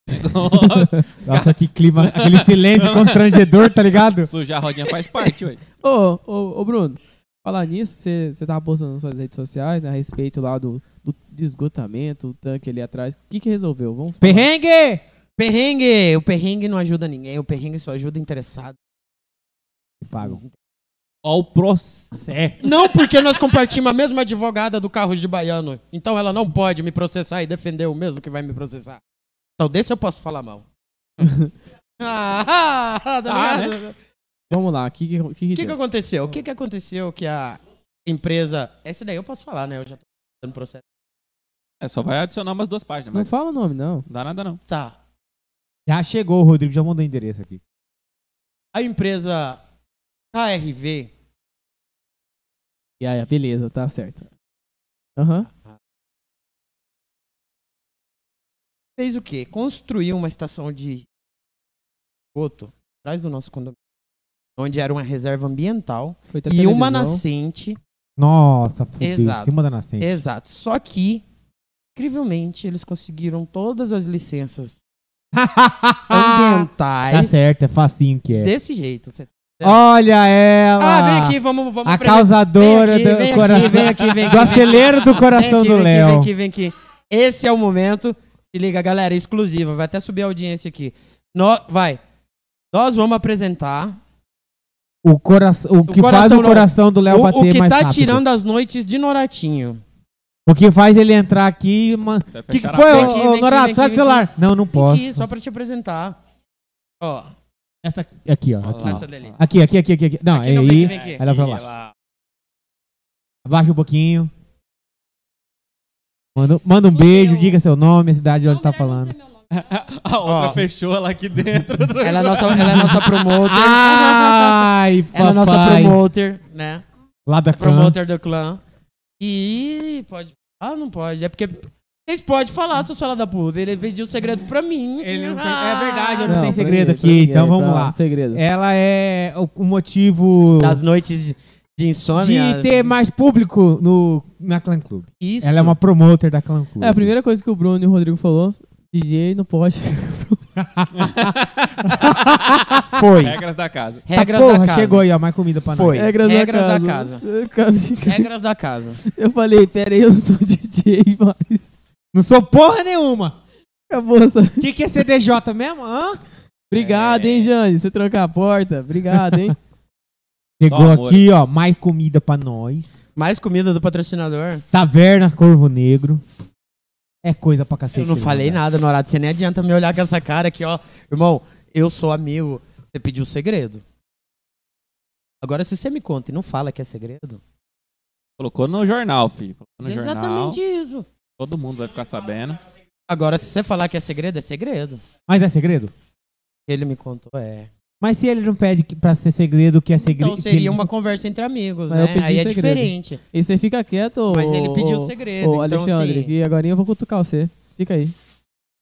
Negócio.
Nossa, que clima, aquele silêncio constrangedor, tá ligado?
Sujar a rodinha faz parte, ué.
Ô, ô, ô, Bruno, falar nisso, você você tava postando nas suas redes sociais, né, a respeito lá do, do desgotamento, o tanque ali atrás. O que que resolveu? Vamos falar.
Perrengue!
Perrengue! O perrengue não ajuda ninguém, o perrengue só ajuda interessado.
E pagam.
Ó o processo.
Não porque nós compartimos a mesma advogada do Carros de Baiano. Então ela não pode me processar e defender o mesmo que vai me processar. Então desse eu posso falar mal. ah, ah, tá
Ah,
ligado?
Vamos lá, o que que, que,
O
que
que, que
deu?
aconteceu? O que, que aconteceu que a empresa... Essa daí eu posso falar, né? Eu já tô dando processo.
É, só vai adicionar umas duas páginas,
Não
mas não
fala o nome, não.
dá nada não.
Tá.
Já chegou o Rodrigo, já mandou o endereço aqui.
A empresa KRV
E aí, beleza, tá certo. Aham.
fez o quê? Construiu uma estação de esgoto atrás do nosso condomínio, onde era uma reserva ambiental
Foi
e uma nascente.
Nossa, fudeu. Em
Exato. É,
cima da nascente.
Exato. Só que, incrivelmente, eles conseguiram todas as licenças Ah,
Tá
ambientais
certo, é facinho que é.
desse jeito. Você-
Olha ela!
Ah, vem aqui, vamos, vamos
a
apresentar.
causadora
Vem aqui, vem
do
aqui,
coração.
vem aqui, vem
do
aqui, vem
acelero do coração
aqui,
do
vem aqui, Vem
Léo.
aqui, vem aqui. Esse é o momento. Se liga, galera, é exclusiva. Vai até subir a audiência aqui. Nó- vai. Nós vamos apresentar
O, coração, o que faz
coração
o
não.
coração do
o,
Léo bater
o que
mais
tá
rápido.
tirando as noites de Noratinho.
O que faz ele entrar aqui e... man-
Até
O que, que
fechar a
foi,
porta.
Vem
ô,
aqui,
ô,
vem
Norato?
aqui,
Sai do
vem
celular. Não, não
Vem
posso.
Aqui, só pra te apresentar. Ó,
Essa aqui, ó.
Olha
Aqui,
lá,
ó.
essa dele.
olha lá.
Aqui, aqui, aqui, aqui, aqui. Não,
Aqui
é
não,
aí.
vem aqui.
Ela vai lá.
Ela-
Abaixa um pouquinho. Manda, manda um beijo, diga seu nome, a cidade onde tá falando.
A outra
Ó.
fechou ela aqui dentro.
Ela é nossa, ela é nossa promoter.
Ai, papai.
ela é nossa promoter, né?
Lá da clã.
Promoter do clã. E pode. Ah, não pode. É porque. Vocês podem falar, seus filha da puta. Ele pediu o segredo pra mim.
Ele não tem-
Ah!
é verdade, eu não tem segredo aqui, então vamos lá.
um Segredo.
Ela é o, o motivo
Das noites de- de insônia.
de ter mais público no, na Clan Club.
Isso.
Ela é uma promoter da Clan Club.
É, a primeira coisa que o Bruno e o Rodrigo falou, DJ não pode.
Foi.
Regras da casa.
Tá,
Regras
porra,
da casa.
chegou aí, ó, mais comida pra
Foi.
nós. É,
Regras,
Regras
da
da É.
casa. casa.
Regras da casa.
Eu falei, pera aí, eu não sou DJ, mas
Não sou porra nenhuma.
acabou essa...
O que, que é CDJ mesmo? Hã?
Obrigado,
É.
hein, Jane, você trocar a porta. Obrigado, hein.
Chegou
amor.
aqui, ó, mais comida pra nós.
Mais comida do patrocinador.
Taverna Corvo Negro. É coisa pra cacete.
Eu não
né,
falei
cara?
nada, Norato. Você nem adianta me olhar com essa cara aqui, ó. Irmão, eu sou amigo. Você pediu segredo. Agora, se você me conta e não fala que é segredo.
Colocou no jornal, filho. Colocou no
é
jornal.
exatamente isso.
Todo mundo vai ficar sabendo.
Agora, se você falar que é segredo, é segredo.
Mas é segredo?
Ele me contou, é.
Mas se ele não pede que, pra ser segredo, o que é segredo.
Então seria uma conversa entre amigos,
Mas eu
né?
pedi
Aí é
segredo.
diferente.
E você fica quieto,
Mas ele pediu
ô,
segredo.
ô,
então,
Alexandre,
assim,
que agora eu vou cutucar você. Fica aí.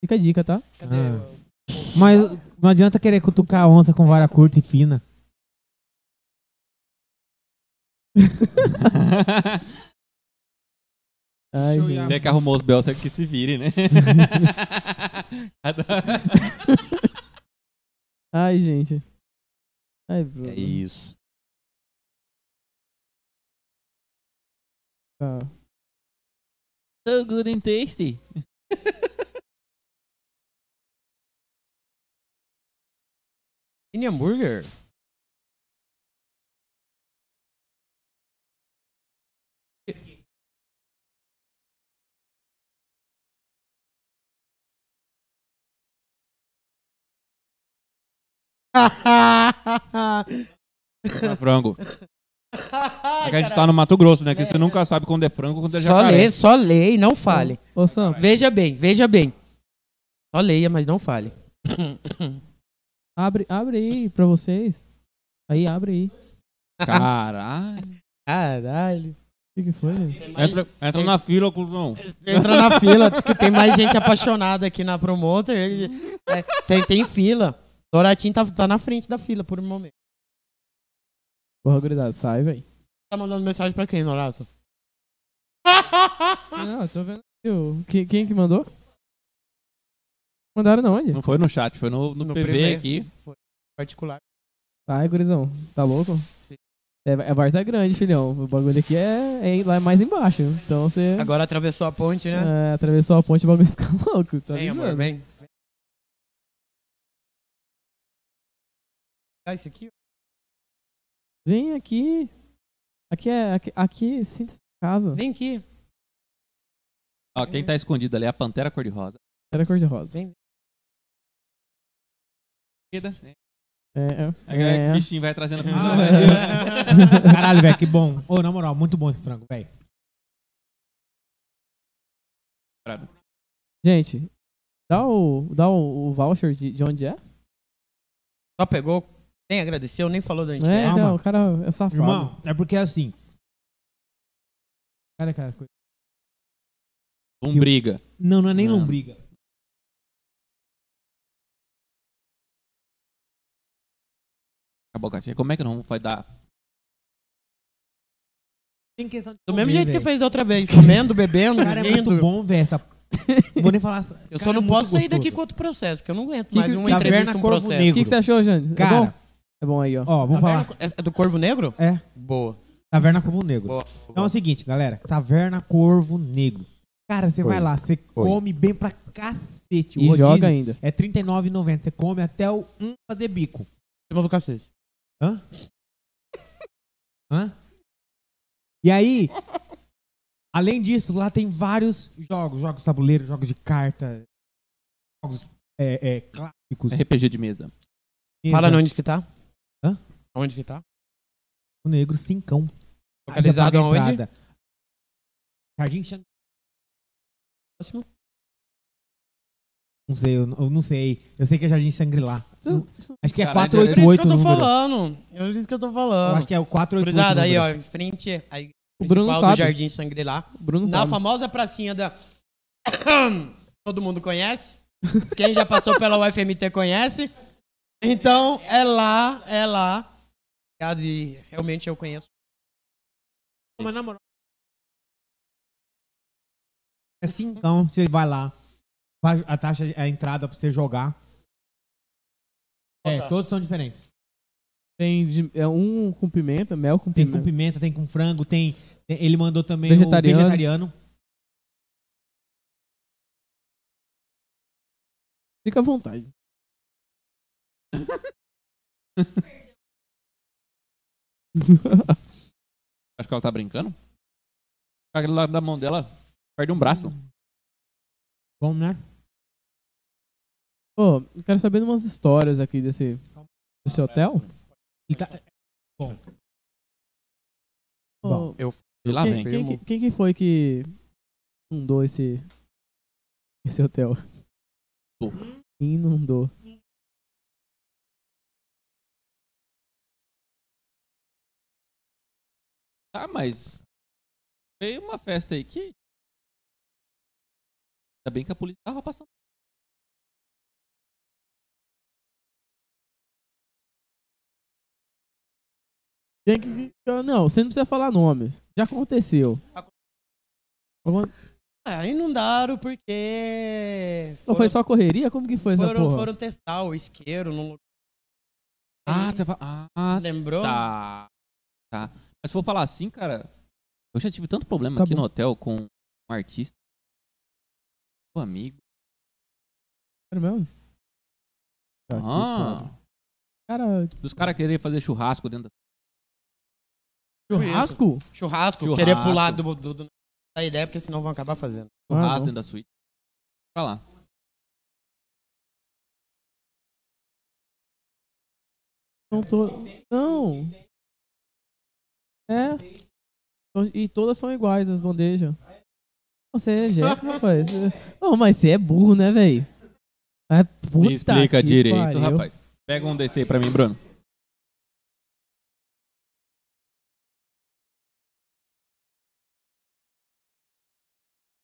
Fica a dica, tá?
cadê
Ah.
o-
Mas não adianta querer cutucar a onça com vara curta e fina.
Ai,
Show,
gente.
Iago.
Você que arrumou os Bel, você que se vire, né? Cada-
Ai, gente. Ai, Bruno.
É isso.
Ah.
So good and tasty.
Mini hambúrguer?
Pra frango. É que a gente
Caralho.
tá no Mato Grosso, né? Que você nunca sabe quando é frango quando é
Só
jacaré.
lê, só lê e não fale.
Ô, Sam,
Veja bem, veja bem. Só leia, mas não fale.
abre, abre aí pra vocês. Aí, abre aí.
Caralho.
Caralho.
O que, que foi, né? gente?
Entra, entra na fila, cuzão.
Entra na fila, diz que tem mais gente apaixonada aqui na promoter. É, tem, tem fila. Doratinho tá, tá na frente da fila por um momento.
Porra, gurizada, sai, velho.
Tá mandando mensagem pra quem, Norato?
Não, eu Ah, tô vendo aqui. o- que- Quem que mandou? Mandaram na onde?
Não foi no chat, foi no, no,
No
PV
PV.
aqui.
Particular.
Ai, gurizão. Tá louco?
Sim.
É, é Varza Grande, filhão. O bagulho aqui é, é lá mais embaixo. Então você
É.
Agora atravessou a ponte, né?
é, atravessou a ponte, o bagulho fica louco. Tá
vem, amor,
avisando.
vem. Ah, isso aqui?
Vem aqui. Aqui é. Aqui, aqui sinta-se em casa.
Vem aqui.
Ó, quem tá escondido ali é a Pantera Cor-de-Rosa.
Era cor-de-rosa.
Vem.
É, é.
Aí O
é.
bichinho vai trazendo comida.
Ah,
vai.
Caralho, velho, que bom. Ô, na moral, muito bom esse frango, velho.
Gente, dá o, dá o, o voucher de, de onde é?
Só pegou, nem agradeceu, nem falou de onde
É,
é.
calma.
então, o cara é safado.
Irmão, é porque assim. Cara, cara, coisa-
é. Um Lombriga.
Não, não é nem
Não.
lombriga.
acabar o cachê. Como é que não vai dar?
Tem questão de
Do mesmo
comer,
jeito que
velho.
fez da outra vez, comendo, bebendo,
Cara, é muito
rindo.
bom, velho. Essa... Vou nem falar.
Eu
cara,
só não
é muito
posso sair daqui
gostoso.
com outro processo, porque eu não aguento
Que
mais
que-
uma
Caverna
entrevista com um
Corvo
processo.
O que, que você achou, Janes? é bom?
Cara,
É bom aí, ó.
ó, vamos falar.
Taverna- É do Corvo Negro?
É.
Boa.
Taverna Corvo Negro.
boa.
Então é o seguinte, galera. Taverna Corvo Negro. Cara, você
Oi.
vai lá, você come bem pra cacete. O
E
rodízio
joga ainda.
É R$39,90. Você come até o 1 fazer bico.
Você falou cacete.
Hã? Hã? E aí, além disso, lá tem vários jogos. Jogos de tabuleiro, jogos de carta, jogos é, é, clássicos.
RPG de mesa.
Mesa.
Fala onde que tá.
Hã? Ah,
Onde que tá?
O Negro Cincão.
Localizado
Você paga a
aonde?
entrada. Jardim Xan...
Próximo.
Não sei, eu, n- eu não sei. Eu sei que é Jardim Xangri-Lá.
Isso- isso-
Acho que é
Caralho,
Por isso que
488
eu
o
tô
número.
falando. Eu disse que eu tô
Eu acho
falando.
que é o 488
Cruzada aí,
número.
ó, em frente aí,
O Bruno
principal do
sabe.
Jardim Sangre lá.
O Bruno
Na
sabe.
famosa pracinha da. Todo mundo conhece. Quem já passou pela UFMT conhece. Então, é lá, é lá. Obrigado, E realmente eu conheço.
Mas na moral. É cincão, você vai lá. faz A taxa, a entrada pra você jogar. É,
Tá.
todos são diferentes.
Tem de- é um com pimenta, mel com
Tem com
pimenta.
pimenta, tem com frango, tem. tem- Ele mandou também
Vegetariano.
o vegetariano.
Fica à vontade.
Acho que ela tá brincando. Aquele lado da mão dela perde um braço.
Bom, né?
Ô, eu quero saber de umas histórias aqui desse, desse hotel.
Ele tá-
Ô,
Bom,
Eu
E lá vem.
quem, quem, que- quem que foi que fundou esse, esse hotel?
Tu.
Inundou.
Tá, mas. Veio uma festa aí que. Ainda bem que a polícia tava passando.
Quem que- não, você não precisa falar nomes. Já aconteceu.
Acon-
Alguma-
Ah, inundaram porque.
Não, foi só correria? Como que foi essa
foram,
porra?
foram testar o isqueiro num lugar.
Ah, você fala- Ah,
Lembrou?
tá. Tá. Mas se for falar assim, cara. Eu já tive tanto problema
Tá
aqui
bom.
no hotel com um artista. Um amigo.
Sério mesmo? Tá aqui,
Ah,
Cara, Cara,
dos caras querer fazer churrasco dentro da.
churrasco?
Churrasco,
Churrasco.
querer pular do, do, do- da ideia, porque senão vão acabar fazendo.
Churrasco
não.
dentro da suíte. Pra lá.
Não tô. Não! É. To- E todas são iguais as bandejas. Você é jeca, rapaz. Ô, mas você é burro, né, velho? É puta
Me explica
que
direito,
pariu.
rapaz. Pega um desse aí pra mim, Bruno.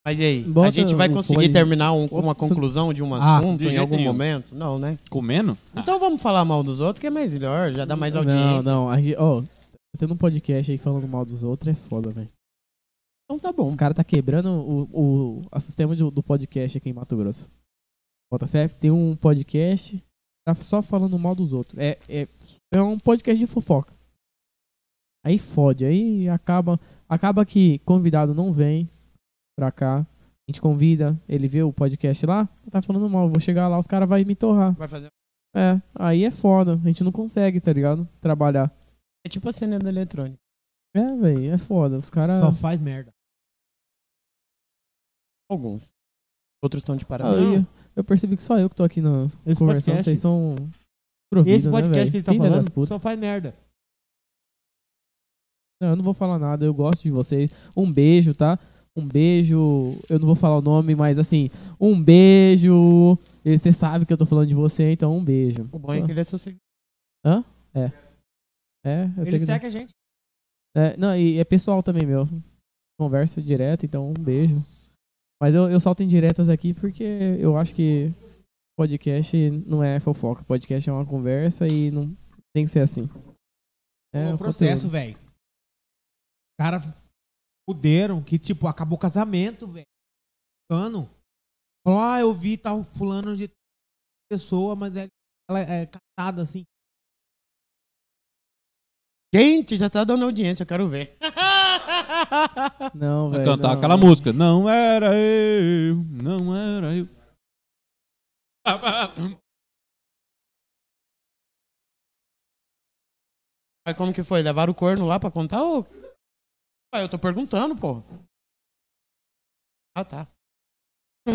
Mas e aí?
Bota
a gente vai
o
conseguir
fone.
terminar um- com
Opa,
uma conclusão de um
Ah,
assunto
de
em
jeito
algum
nenhum.
momento? Não, né?
Comendo? Ah,
Então vamos falar mal dos outros, que é mais melhor, já dá mais
Não,
audiência.
não. A gente, ó, tendo um podcast aí falando mal dos outros é foda, velho.
Então tá
Os
bom.
caras tá quebrando o, o, a sistema de- do podcast aqui em Mato Grosso. Bota fé, tem um podcast, tá só falando mal dos outros. É, é, é um podcast de fofoca. Aí fode, aí acaba, acaba que convidado não vem pra cá. A gente convida, ele vê o podcast lá, tá falando mal, vou chegar lá, os caras vão me torrar.
Vai fazer.
É, aí é foda, a gente não consegue, tá ligado? Trabalhar.
É tipo a cena da eletrônica.
É, velho, é foda, os caras...
Só faz merda.
Alguns. Outros estão
Ah,
de
eu,
parabéns.
ia- eu percebi que só eu que tô aqui na
Esse
conversando,
podcast,
vocês são providos,
esse podcast
né,
que
velho?
ele tá
Filha das
falando
putas.
só faz merda.
Não, eu não vou falar nada, eu gosto de vocês. Um beijo, tá? Um beijo, eu não vou falar o nome, mas assim, um beijo. E Você sabe que eu tô falando de você, então um beijo.
O bom é que ele é seu seguidor.
É, eu sei
Ele
que-
segue a gente.
É, não, e é pessoal também, meu. Conversa direta, então um beijo. Mas eu, eu solto indiretas aqui porque eu acho que podcast não é fofoca. Podcast é uma conversa e não, Tem que ser assim. um
É,
o
o processo,
conteúdo.
velho. Cara, fuderam que, tipo, acabou o casamento, velho. Cano. Falou, ah, eu vi tal fulano de pessoa, mas é- ela é casada, assim.
Gente, já tá dando audiência, eu quero ver.
Não, velho.
Ah, Cantar
não.
aquela música. Não era eu, não era eu.
Mas como que foi? Levaram o corno lá pra contar ou... Ué, eu tô perguntando, pô. Ah, tá. eu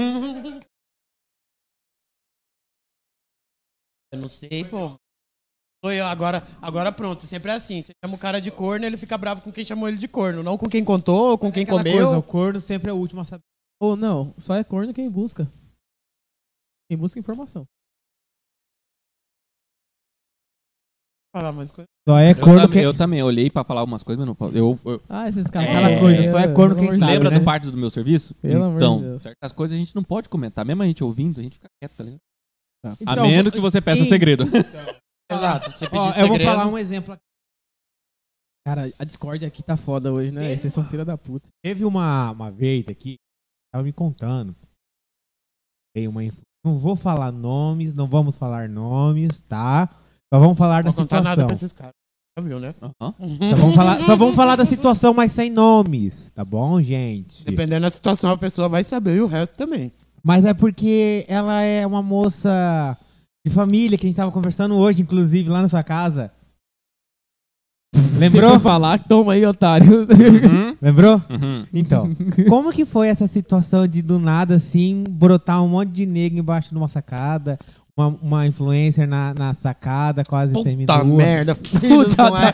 não sei, pô. Foi eu, agora, agora pronto, sempre é assim. Você chama o cara de corno, ele fica bravo com quem chamou ele de corno, não com quem contou, com quem
Aquela
comeu.
coisa, o corno sempre é o último a saber.
Ou não, só é corno quem busca. Quem busca informação.
Falar mais coisa.
Só é
Eu, tam- eu também olhei pra falar algumas coisas, mas não posso. Eu, eu-
Ah, esses caras.
Aquela coisa,
só é corno quem
pelo amor de
sabe,
lembra
Deus,
do
né?
parte do meu serviço?
Pelo amor de
então,
Deus.
certas coisas a gente não pode comentar. Mesmo a gente ouvindo, a gente fica quieto, tá ligado?
Então,
a menos que você peça o
e-
segredo.
Exato, você pediu
Ó, eu vou falar um exemplo aqui.
Cara, a Discord aqui tá foda hoje, né? Vocês são filha da puta.
Teve uma, uma vez aqui, tava me contando. Tem uma. influ- Não vou falar nomes, não vamos falar nomes, tá? Só vamos falar
Não
da
vou contar nada
situação.
pra esses caras. Já viu, né?
Aham.
Só vamos, falar, só vamos falar da situação, mas sem nomes, tá bom, gente?
Dependendo da situação, a pessoa vai saber e o resto também.
Mas é porque ela é uma moça de família que a gente tava conversando hoje, inclusive, lá na sua casa.
Se
Lembrou?
for falar, toma aí, otário.
Lembrou?
Uhum.
Então, como que foi essa situação de do nada assim brotar um monte de negro embaixo de uma sacada, uma, uma influencer na, na sacada, quase
Puta
seminua?
merda, filho,
Puta
não é?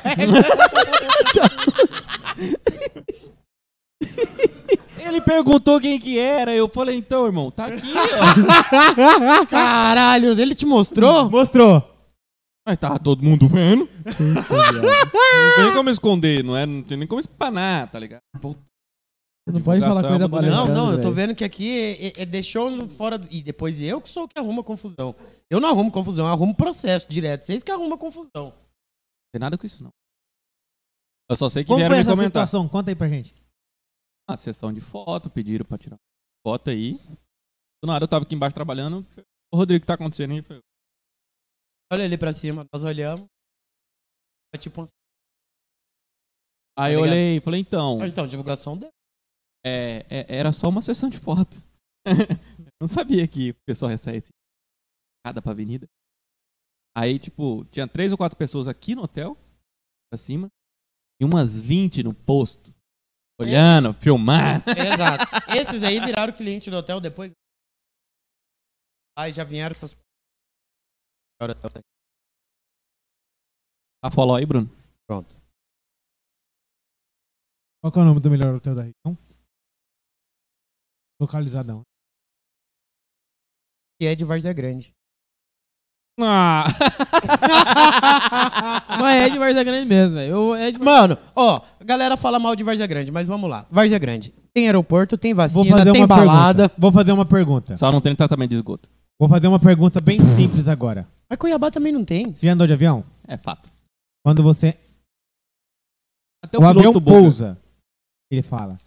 Ele perguntou quem que era, eu falei, então, irmão, tá aqui, ó.
Caralho, ele te mostrou?
Mostrou.
Mas tava todo mundo vendo. não tem nem como esconder, não, é, não tem nem como espanar, tá ligado?
Não pode falar
Divulgação
coisa
do-
Não,
balançada.
não, eu tô vendo que aqui é, é- é deixou no fora. do- E depois eu que sou o que arruma confusão. Eu não arrumo confusão, eu arrumo processo direto. Vocês que arrumam confusão.
Não tem nada com isso, não. Eu só sei que
Como
vieram me
foi essa
comentar.
situação? Conta aí pra gente.
Uma sessão de foto, pediram pra tirar foto aí. Do nada eu tava aqui embaixo trabalhando. Ô, Rodrigo, o que tá acontecendo aí? Eu falei,
Olha ali pra cima, nós olhamos. É tipo um-
Aí eu
Tá
ligado?
olhei e falei, então,
Ah, Então, divulgação dela.
é, é- era só uma sessão de foto. não sabia que o pessoal recebe esse cada pra avenida. Aí, tipo, tinha três ou quatro pessoas aqui no hotel, pra cima, e umas 20 no posto, olhando, filmando.
Exato. Esses aí viraram cliente do hotel depois. Aí já vieram pras. Agora tá-
A follow aí, Bruno?
Qual que é o nome do melhor hotel da região? Localizadão.
Que é de Várzea Grande.
Ah!
Mas é de Varza Grande mesmo, velho. Eu- É de
Mano, ó, a galera fala mal de Várzea Grande, mas vamos lá. Várzea Grande. Tem aeroporto, tem vacina,
Vou fazer
tem
uma
balada.
pergunta. Vou fazer uma pergunta.
Só não tem tratamento de esgoto.
Vou fazer uma pergunta bem simples agora.
Mas Cuiabá também não tem.
Você já andou de avião?
É fato.
Quando você.
Até
É
o avião
Boca-
pousa. Ele fala.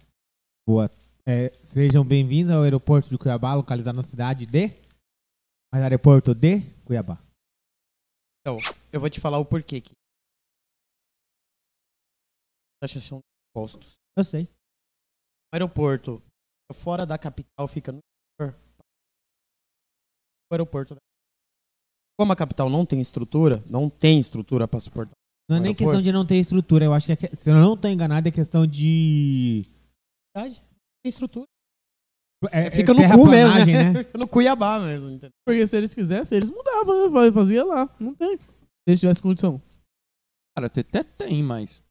Boa. é, sejam bem-vindos ao aeroporto de Cuiabá, localizado na cidade de. Mas aeroporto de Cuiabá.
Eu vou te falar o porquê que. Taxação de impostos.
Eu sei.
O aeroporto fora da capital fica no interior. O aeroporto. Como a capital não tem estrutura, não tem estrutura para suportar.
Não é
O
nem
aeroporto?
questão de não ter estrutura. Eu acho que, é que- se eu não tô enganado, é questão de.
Verdade? Tem estrutura.
é- é
fica no cu mesmo,
terraplanagem,
né? Fica no Cuiabá mesmo. entendeu?
Porque se eles quisessem, eles mudavam, né? Fa- Fazia lá. Não tem. Se eles tivessem condição.
Cara, até, até tem, mas.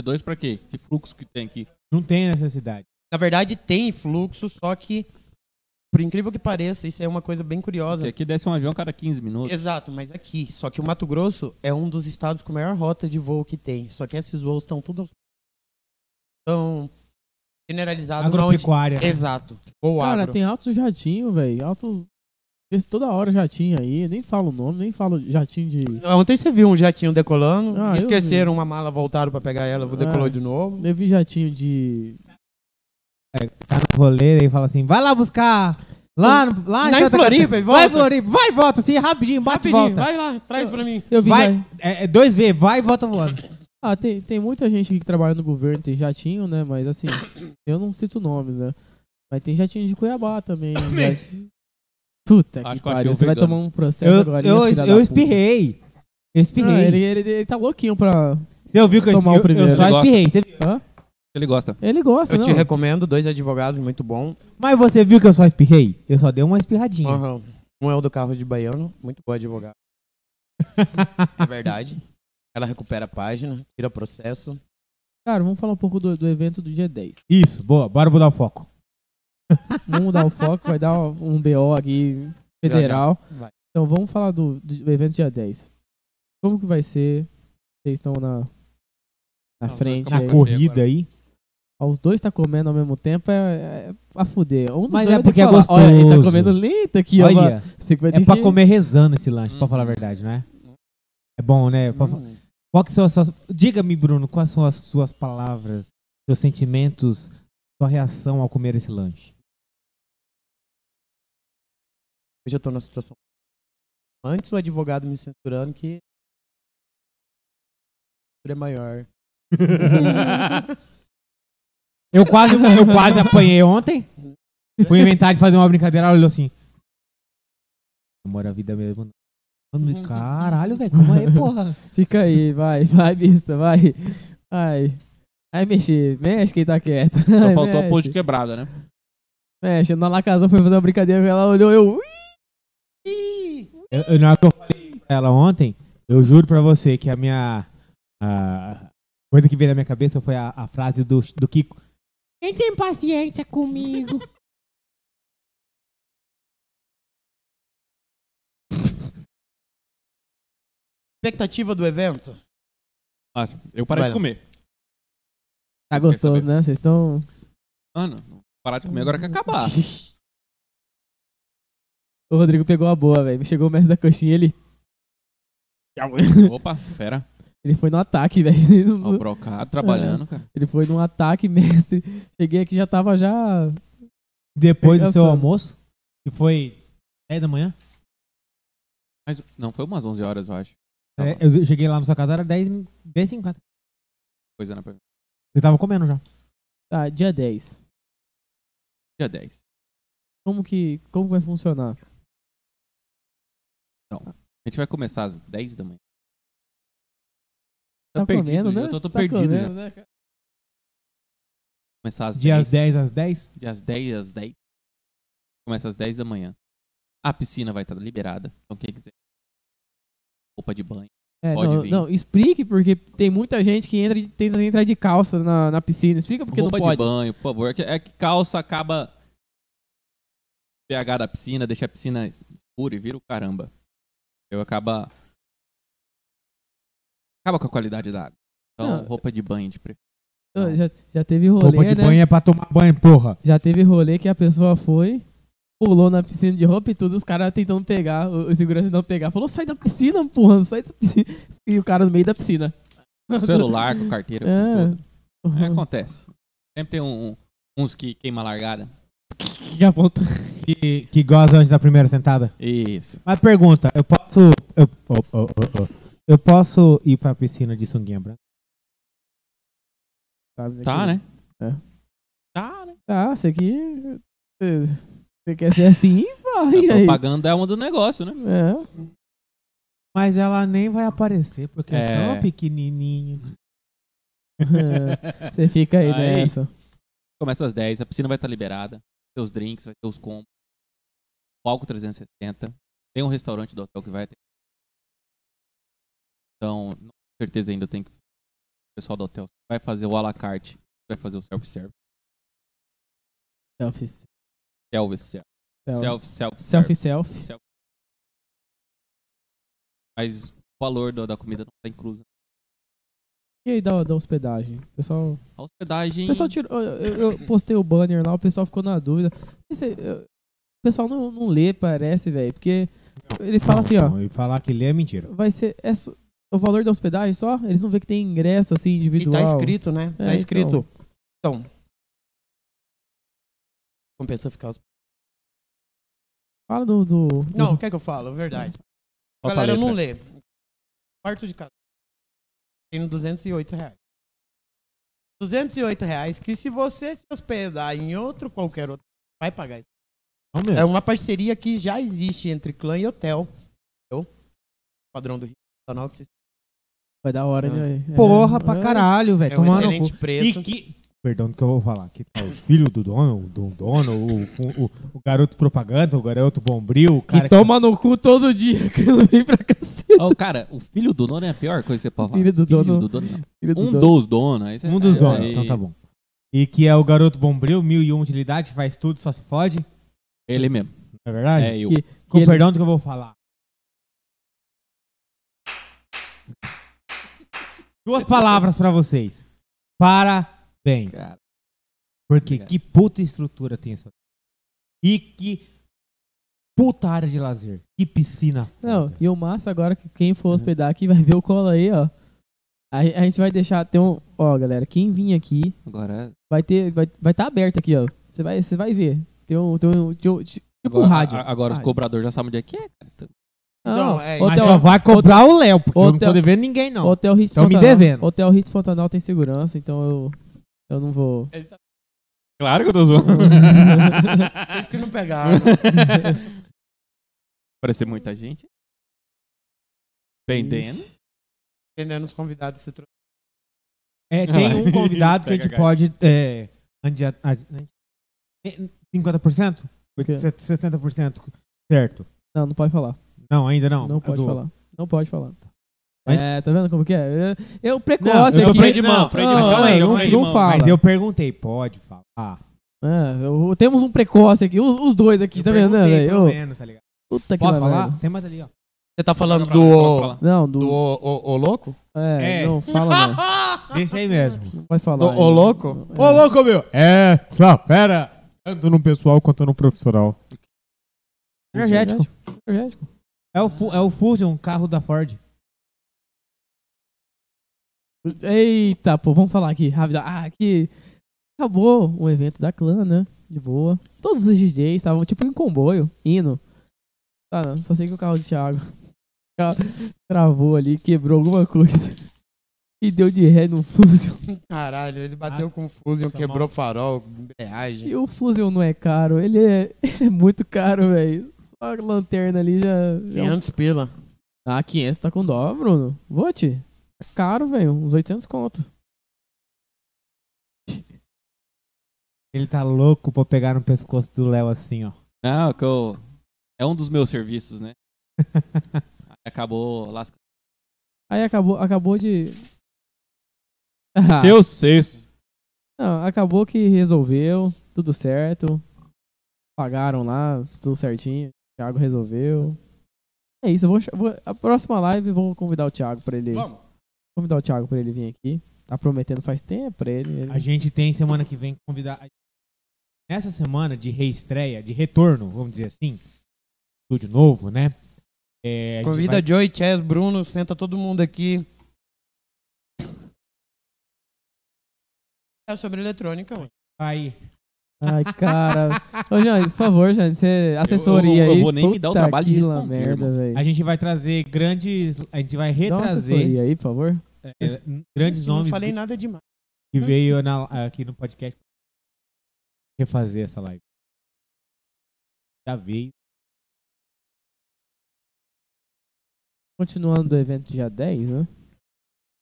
T2 pra quê? Que fluxo que tem aqui?
Não tem necessidade.
Na verdade, tem fluxo, só que, por incrível que pareça, isso é uma coisa bem curiosa.
Porque aqui desce um avião a cada 15 minutos.
Exato, mas aqui. Só que o Mato Grosso é um dos estados com maior rota de voo que tem. Só que esses voos estão tudo. Estão generalizados na onde.
Agropecuária.
Exato. Ou
Cara,
agro.
tem alto jatinho, velho. Alto Esse toda hora jatinho aí, nem falo o nome, nem falo jatinho de.
Ontem você viu um jatinho decolando,
Ah, eu
esqueceram uma mala, voltaram pra pegar ela, decolou
Ah.
de novo.
Eu vi jatinho de.
Tá no rolê e fala assim, vai lá buscar. Lá, no- lá em
Lá em
Santa
Floripa,
Catarina.
e volta.
então tá Vai, Floripa, vai e volta, assim, rapidinho, bate e
Rapidinho,
volta.
vai lá, traz pra mim.
Eu vi
Vai,
ja-
é, é dois V, vai e volta voando.
Ah, tem, tem muita gente aqui que trabalha no governo, tem jatinho, né? Mas assim, eu não cito nomes, né? Mas tem jatinho de Cuiabá também. jati- Puta
Acho
que
que eu achei
pariu,
o
você vai
vegano.
tomar um processo
Eu,
agora.
eu,
filha da
eu
puta.
espirrei. Eu espirrei.
Ah, ele, ele, ele tá louquinho pra.
Você ouviu que eu,
Tomar o
eu,
primeiro.
eu só
Ele gosta.
espirrei. Você viu?
Ele gosta.
Ele gosta,
Eu
não.
te recomendo, dois advogados, muito bom.
Mas você viu que eu só espirrei? Eu só dei uma espirradinha.
Aham. Um é o do carro de baiano, muito bom advogado. é verdade. Ela recupera a página, tira processo.
Cara, vamos falar um pouco do, do evento do dia 10.
Isso, boa. Bora mudar o foco.
Vamos dar o foco, vai dar um BO aqui
Já, já.
federal.
Vai.
Então vamos falar do, do evento dia 10. Como que vai ser? Vocês estão na,
Ah,
na
Não,
frente
vai Achei
Na
aí.
acabar.
corrida
agora.
aí.
Ah, Os dois tá comendo ao mesmo tempo é, é a fuder. Um dos
Mas
dois
é
vai ter
porque
que
é
falar, Olha, ele tá
gostoso.
comendo lento aqui, ó.
Olha,
Você que vai
é
ter
pra
que-
comer rezando esse lanche, pra
Uhum.
falar a verdade, não é? É bom, né? Pra
Uhum.
fa-
Hum.
Qual que são as suas... Diga-me, Bruno, quais são as suas palavras, seus sentimentos, sua reação ao comer esse lanche?
Hoje eu tô na situação. Antes o advogado me censurando que é maior.
Eu quase, eu quase apanhei ontem. Fui inventar de fazer uma brincadeira, ela olhou assim. Amor, a vida é mesmo. Mano, caralho, velho, calma aí, porra.
Fica aí, vai, vai, bista, vai. Ai. Ai, mexer, mexe quem tá quieto.
Só
Ai,
faltou a
mexe.
pose de quebrada, né?
Mexe, É, na Lacazão foi fazer uma brincadeira com ela, olhou eu. tá
Eu, eu, na hora que eu falei pra ela ontem, eu juro pra você que a minha. A coisa que veio na minha cabeça foi a, a frase do, do Kiko. Quem tem paciência comigo?
Expectativa do evento?
Ah, eu parei
Vai
de
lá.
comer.
Tá
Vocês querem
gostoso,
saber?
né? Vocês estão.
Mano, vou parar de comer agora que acabar.
O Rodrigo pegou a boa, velho. Chegou o mestre da coxinha, ele.
Opa, fera.
Ele foi no ataque, velho.
Ó, o brocado trabalhando, cara.
Ele foi num ataque, mestre. Cheguei aqui, já tava já.
Depois do seu
Engraçado.
almoço, que foi 10 da manhã.
Mas não, foi umas 11 horas, eu acho. Tá
É,
bom.
eu cheguei lá na sua casa, era 10 e 10 e 50.
Coisa na pergunta.
Eu tava comendo já.
Tá, dia 10.
Dia 10.
Como que. Como vai funcionar?
A gente vai começar às 10 da manhã.
Tá,
perdido,
comendo,
já.
né?
Eu tô, tô
Tá
perdido já.
comendo, né, cara?
Começar às 10.
Dias 10 às 10.
Dia às 10, às 10. Começa às 10 da manhã. A piscina vai estar liberada. Então quem quiser. Roupa de banho.
É,
Pode
não,
vir.
não, explique, porque tem muita gente que entra, e tenta entrar de calça na, na piscina. Explica porque
roupa
não pode.
de banho, por favor. É que- É que calça acaba. pH da piscina, deixa a piscina escura e vira o caramba. Eu acaba. Acaba com a qualidade da água. Então,
Não.
roupa de banho de preferência.
Então, já, já teve rolê,
Roupa de
né?
banho é pra tomar banho, porra.
Já teve rolê que a pessoa foi, pulou na piscina de roupa e tudo, os caras tentando pegar, o, o segurança não pegar. Falou, sai da piscina, porra, sai da piscina. E o cara no meio da piscina.
Celular, com carteira, com
É.
tudo. É, acontece. Sempre tem um- um- uns que queima a largada.
Que aponta.
Que, que goza antes da primeira sentada.
Isso.
Mas pergunta, eu posso. Eu, oh, oh, oh, oh. eu posso ir pra piscina de sunguinha branca?
Tá, né?
É.
Tá, né?
Tá, você aqui. Você quer ser assim? Vai,
A
aí.
propaganda é uma do negócio, né?
É.
Mas ela nem vai aparecer, porque é,
É.
tão pequenininho.
É. Você fica aí,
Aí.
nessa.
Começa às 10, a piscina vai estar liberada. Tem os drinks, vai ter os combos. Palco 360. Tem um restaurante do hotel que vai ter. Então, não tenho certeza ainda tem que. O pessoal do hotel vai fazer o à la carte, vai fazer o self-service.
Selfie.
Self-service. Self-self.
Self-self.
Mas o valor do- da comida não tá está incluso.
E aí da, da hospedagem? O Pessoal.
A
O
hospedagem.
pessoal tirou. eh, Eu, eu- eu postei o banner lá, o pessoal ficou na dúvida. Esse- eu- o pessoal não, não lê, parece, velho. Porque ele fala assim, ó.
Não, E falar que lê é mentira.
Vai ser. É só- o valor da hospedagem só? Eles não vê que tem ingresso assim
E
individual.
tá escrito, né?
É,
tá escrito. Então. Compensou ficar os.
Fala do. do, do-
Não, o que é que eu falo? Verdade.
Ó tá
Galera,
a
eu não
letra.
lê. Quarto de casa. Tem 208 reais. 208 reais que se você se hospedar em outro qualquer outro, vai pagar isso.
Não mesmo.
É uma parceria que já existe entre clã e hotel. Entendeu? Padrão do Rio Nacional que vocês
Vai dar hora,
É.
né? véi?
Porra
É.
pra caralho, velho.
é um
Tomando
excelente preço.
E que... Perdão do que eu vou falar. Que tá o filho do dono, do dono, o, o- o garoto propaganda, o garoto bombril, o cara
Que toma no cu todo dia, que não vem pra cacete.
Ó, cara, o filho do dono é a pior coisa que você pode falar.
Filho do dono.
do dono, não.
Filho do
Um
dono.
dos donos. aí você-
Um dos
é,
donos,
aí-
então tá bom. E que é o garoto bombril, mil e um utilidade, faz tudo, só se fode.
Ele mesmo.
Não é verdade?
É eu.
Que-
Com
que ele-
perdão do que eu vou falar. Duas palavras pra vocês. Parabéns.
Cara,
Porque
obrigado.
que puta estrutura tem isso. E que puta área de lazer. Que piscina
Não,
foda.
e o massa agora é que quem for hospedar aqui vai ver o colo aí, ó. A, a gente vai deixar tem um, ó, galera, quem vir aqui
Agora,
vai ter vai vai tá aberto aqui, ó. Você vai você vai ver. Tem um tem um, tem um- ti- tipo um
agora,
rádio.
a- agora os
Rádio.
cobradores já sabem onde é que é.
Então, é,
Mas
hotel,
só vai cobrar o Léo, porque eu não tô
hotel-
devendo ninguém, não.
hotel Ritz
Tão me
Pantanal.
devendo.
Hotel Ritz Pantanal tem segurança, então eu eu não vou.
Ele tá-
Claro que eu tô zoando.
Por isso que não pegaram.
Parecer muita gente. Pendendo.
Ixi.
Entendendo os convidados que você trouxe.
É, tem um convidado que a
Pega
gente
a
pode. É, andi- adi- né? 50%?
quê?
60%, certo?
Não, não pode falar.
Não, ainda não.
Não, pode
Do-
falar. Não pode falar.
Mas-
É, tá vendo como que é? Eu, eu precoce
eu tô
aqui.
freio de mão,
Não,
freio de mão,
não,
calma aí,
não,
calma aí,
não
mão.
fala.
Mas eu perguntei, pode falar.
Ah, eu- temos um precoce aqui, o- os dois aqui,
Eu
tá vendo?
perguntei,
velho?
pelo
Ô,
menos, tá ligado?
puta que
Posso
lá,
falar?
velho.
Tem mais ali, ó.
Você tá falando
Pra lá, pra
do.
lá.
Não, do.
Do o, o, o louco?
É,
É.
não, fala não.
Deixa aí mesmo.
Não vai falar.
Do
ainda.
o louco?
É.
Ô, louco, meu! É, só, pera. Tanto no pessoal quanto no profissional. Energético.
Energético.
É o, Fu- é o Fusion, um carro da Ford.
Eita, pô, vamos falar aqui, rápido. Ah, aqui. Acabou o evento da clã, né? De boa. Todos os DJs estavam tipo em comboio, indo. Ah, não, só sei que o carro do Thiago tra- travou ali, quebrou alguma coisa. E deu de ré no Fusion.
Caralho, ele bateu
Ah,
com o Fusion,
nossa,
quebrou farol, embreagem.
E o Fusion não é caro, ele é, ele é muito caro, velho. Só a lanterna ali já. já é um-
500 pila.
Ah, 500 tá com dó, Bruno. Vou te. É caro, velho. Uns 800 conto.
Ele tá louco pra pegar no pescoço do Léo assim, ó.
Não, que eu... É um dos meus serviços, né? Acabou lascando.
Aí acabou, acabou de. Ah,
Seu sexto.
não, acabou que resolveu, tudo certo. Pagaram lá, tudo certinho. O Thiago resolveu. É isso, eu vou, cha- vou- a próxima live eu vou convidar o Thiago pra ele.
Vamos.
Convidar o Thiago pra ele vir aqui. Tá prometendo faz tempo pra ele. ele-
A gente tem semana que vem convidar. Nessa semana de reestreia, de retorno, vamos dizer assim, estúdio novo, né? É, a gente
Convida
vai-
Joey, Chess, Bruno, senta todo mundo aqui. É sobre eletrônica, mano.
vai.
Ai, cara. Ô, Jane, por favor, Jane, você
eu-
assessoria
eu
aí.
vou nem me dar o
Puta
trabalho de
que lá
responder,
merda,
irmão.
velho.
A gente vai trazer grandes. A gente vai
Dá uma
retrazer
assessoria aí, por favor.
é, grandes
Não
nomes
falei
do-
nada demais.
que veio na- aqui no podcast refazer essa live. Já veio.
Continuando do evento dia 10, né?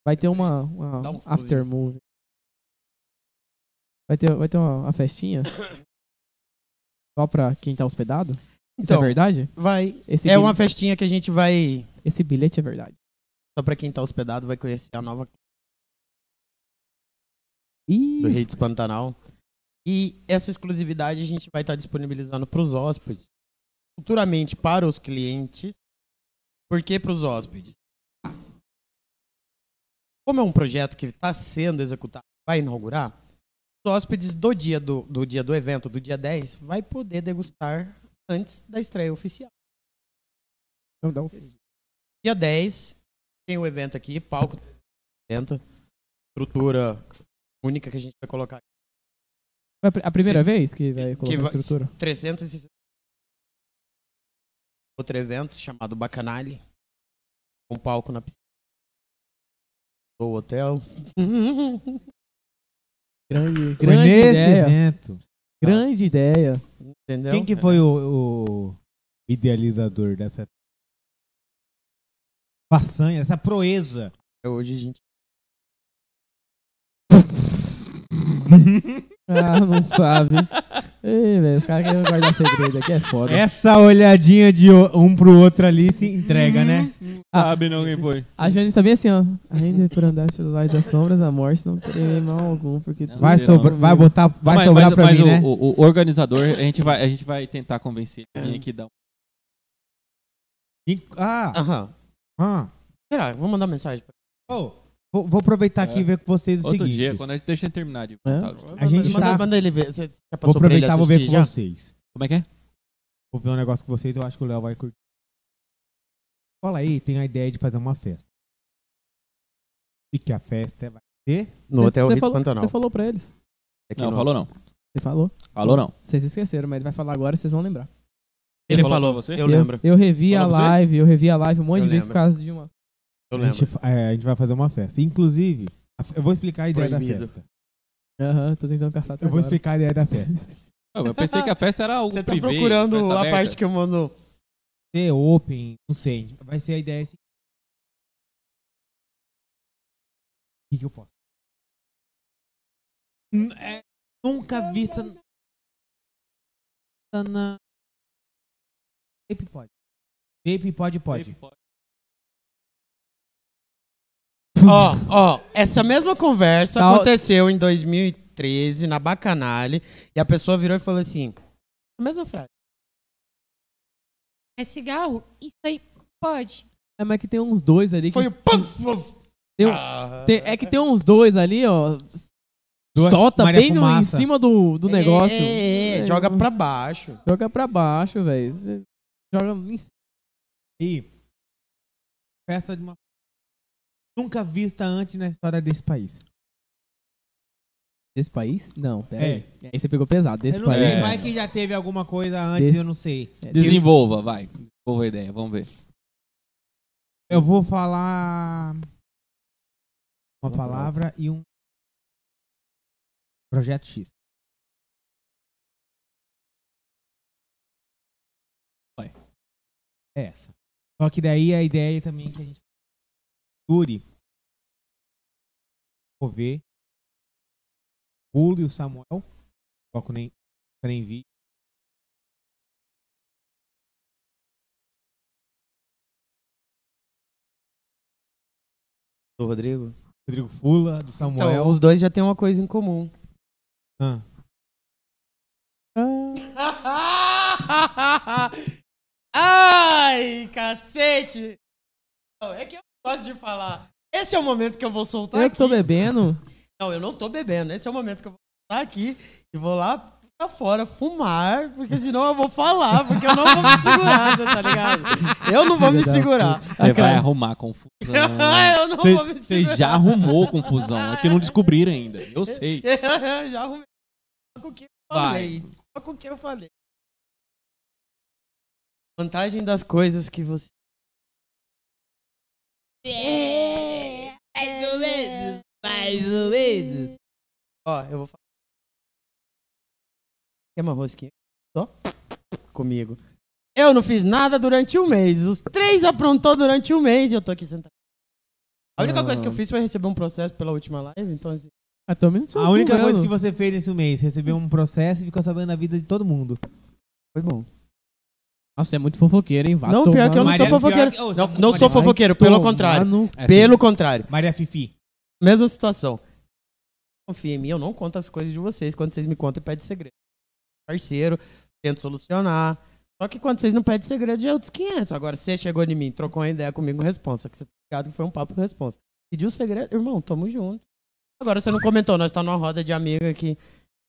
Vai ter uma, uma
Dá um fuso
after movie. Vai ter, vai ter uma, uma festinha? Só pra quem tá hospedado? Isso
Então,
é verdade?
vai.
Esse,
É
bil-
uma festinha que a gente vai.
esse bilhete é verdade.
Só pra quem tá hospedado vai conhecer a nova do
Isso.
Hits Pantanal. E essa exclusividade a gente vai estar disponibilizando para os hóspedes. Futuramente para os clientes. Por que para os hóspedes? Ah. Como é um projeto que está sendo executado, vai inaugurar, os hóspedes do dia do, do dia do evento, do dia 10, vai poder degustar antes da estreia oficial.
Não, dá um
Dia 10, tem o evento aqui, palco evento, estrutura única que a gente vai colocar.
Vai pri- A primeira
Vocês-
vez que vai colocar
vai-
a estrutura?
360. Outro evento chamado Bacanale, um palco na piscina. Ou hotel.
Grande,
Foi
grande
nesse
ideia.
evento.
Grande ideia.
Entendeu?
Quem que foi o, o idealizador dessa façanha, dessa proeza?
É, Hoje a gente tá.
Ah, não sabe. Ei, velho, os caras querem guardar segredo aqui é foda.
Essa olhadinha de o- um pro outro ali se entrega, né?
Sabe não quem foi.
A Jane tá bem assim, ó. Ainda por andar pelo lado das sombras, a morte não terei mal algum, porque
Não,
tu-
Vai,
Não,
sobra-
não.
vai botar,
Uhum.
vai
mas,
sobrar
mas-
pra
mas
mim,
o,
né?
o- o organizador, a gente vai, a gente vai tentar convencer ele que dá um
E- Ah,
Aham.
ah.
Será? Vou mandar mensagem. pra-
Ô, vou, vou aproveitar aqui
É.
e ver com vocês o
outro
seguinte.
dia, quando a gente deixa ele terminar de
É?
contar. o-
A gente
manda,
tá-
manda ele ver. Você você já
Vou
passou pra ele
aproveitar, vou ver
assistir
com
já?
vocês.
Como é que é?
Vou ver um negócio com vocês, eu acho que o Léo vai curtir. Fala aí, tem a ideia de fazer uma festa. E que a festa vai ser
No
Cê-
Hotel
cê
Ritz
falou-
Pantanal.
Você falou pra eles.
Aqui
Não,
no-
falou não.
Você falou.
Falou não.
Vocês esqueceram, mas ele vai falar agora e vocês vão lembrar.
Ele
falou
falou,
pra você?
eu lembro.
Eu, revi
Falou
a
pra você?
live, eu revi a live um monte
Eu
de vezes por
lembro.
causa de uma.
Eu
a gente,
lembro.
fa- é, a gente vai fazer uma festa. Inclusive, a f- eu vou explicar a ideia
Proibido.
da festa.
Aham, tô tentando caçar até
Eu vou
agora.
explicar a ideia da festa.
Eu pensei que a festa era algo
Você tá
privê,
procurando
festa
a
aberta.
parte que eu mando.
Ser open, não sei. Vai ser a ideia assim. O que, que eu posso? N- é, nunca vi essa. essa na- Vape pode. Vape pode, pode.
Ó, ó, essa mesma conversa
Tal-
aconteceu em 2013 na Bacanale e a pessoa virou e falou assim: a mesma frase. É cigarro? Isso aí pode.
É, mas que tem uns dois ali.
Foi
que
o puff, puff.
Tem um-
Ah.
tem- é que tem uns dois ali, ó.
Duas
solta
Maria
bem no- em
Fumaça.
cima do, do negócio.
É, é, é, joga pra baixo.
Joga pra baixo, velho. Joga em cima.
E festa de uma nunca vista antes na história desse país.
Desse país? Não, pera
É.
aí. Aí você pegou pesado. Desse
eu não
país.
sei,
É.
vai que já teve alguma coisa antes,
Desse-
eu não sei.
É, desse-
Desenvolva, vai. Desenvolva a ideia, vamos ver.
Eu vou falar uma palavra e um projeto X.
Vai.
É Essa. Só que daí a ideia também é que a gente dure. Vou ver. Pulo e o Samuel. Foco nem, nem vi.
Do Rodrigo?
Rodrigo Fula, do
Então,
Samuel.
os dois já têm uma coisa em comum.
Ah,
Ah,
Ai, cacete! Não, É que eu gosto de falar. Esse é o momento que eu vou soltar.
Ah, eu que tô
aqui.
bebendo.
Não, eu não tô bebendo. Esse é o momento que eu vou soltar aqui e vou lá pra fora fumar, porque senão eu vou falar, porque eu não vou me segurar, tá ligado? Eu não vou me segurar.
Você
cara.
é.
vai arrumar confusão.
eu não vou me
Você
segurar.
já arrumou confusão, é que não descobriram ainda. Eu sei.
Eu já arrumei. Só com o que eu
Vai.
falei. Só com o que eu falei. Vantagem das coisas que você. É, mais ou menos. Mais ou menos. Ó, eu vou falar. Quer uma rosquinha? Só? Comigo. Eu não fiz nada durante um mês. Os três aprontou durante um mês e eu tô aqui sentado. A única coisa que eu
Ah.
fiz foi receber um processo pela última live, então assim.
Ah, tô me
A única coisa que você fez nesse mês, recebeu um processo e ficou sabendo a vida de todo mundo.
Foi bom.
Nossa, você é muito fofoqueiro, hein? Vá
Não, pior
tomar
que eu
no cu.
não sou fofoqueiro.
pior que- Ô,
Não,
Samuel,
não
Maria-
sou fofoqueiro,
Vai
pelo
tomar
contrário.
no
É assim.
Pelo contrário.
Maria Fifi.
Mesma situação. Confia em mim, eu não conto as coisas de vocês. Quando vocês me contam, eu pede segredo. Parceiro, tento solucionar. Só que quando vocês não pedem segredo, já é outros 500. Agora, você chegou em mim, trocou uma ideia comigo, responsa. Que você tá ligado que foi um papo com responsa. Pediu o segredo, irmão, tamo junto. Agora, você não comentou, nós tá numa roda de amigo aqui.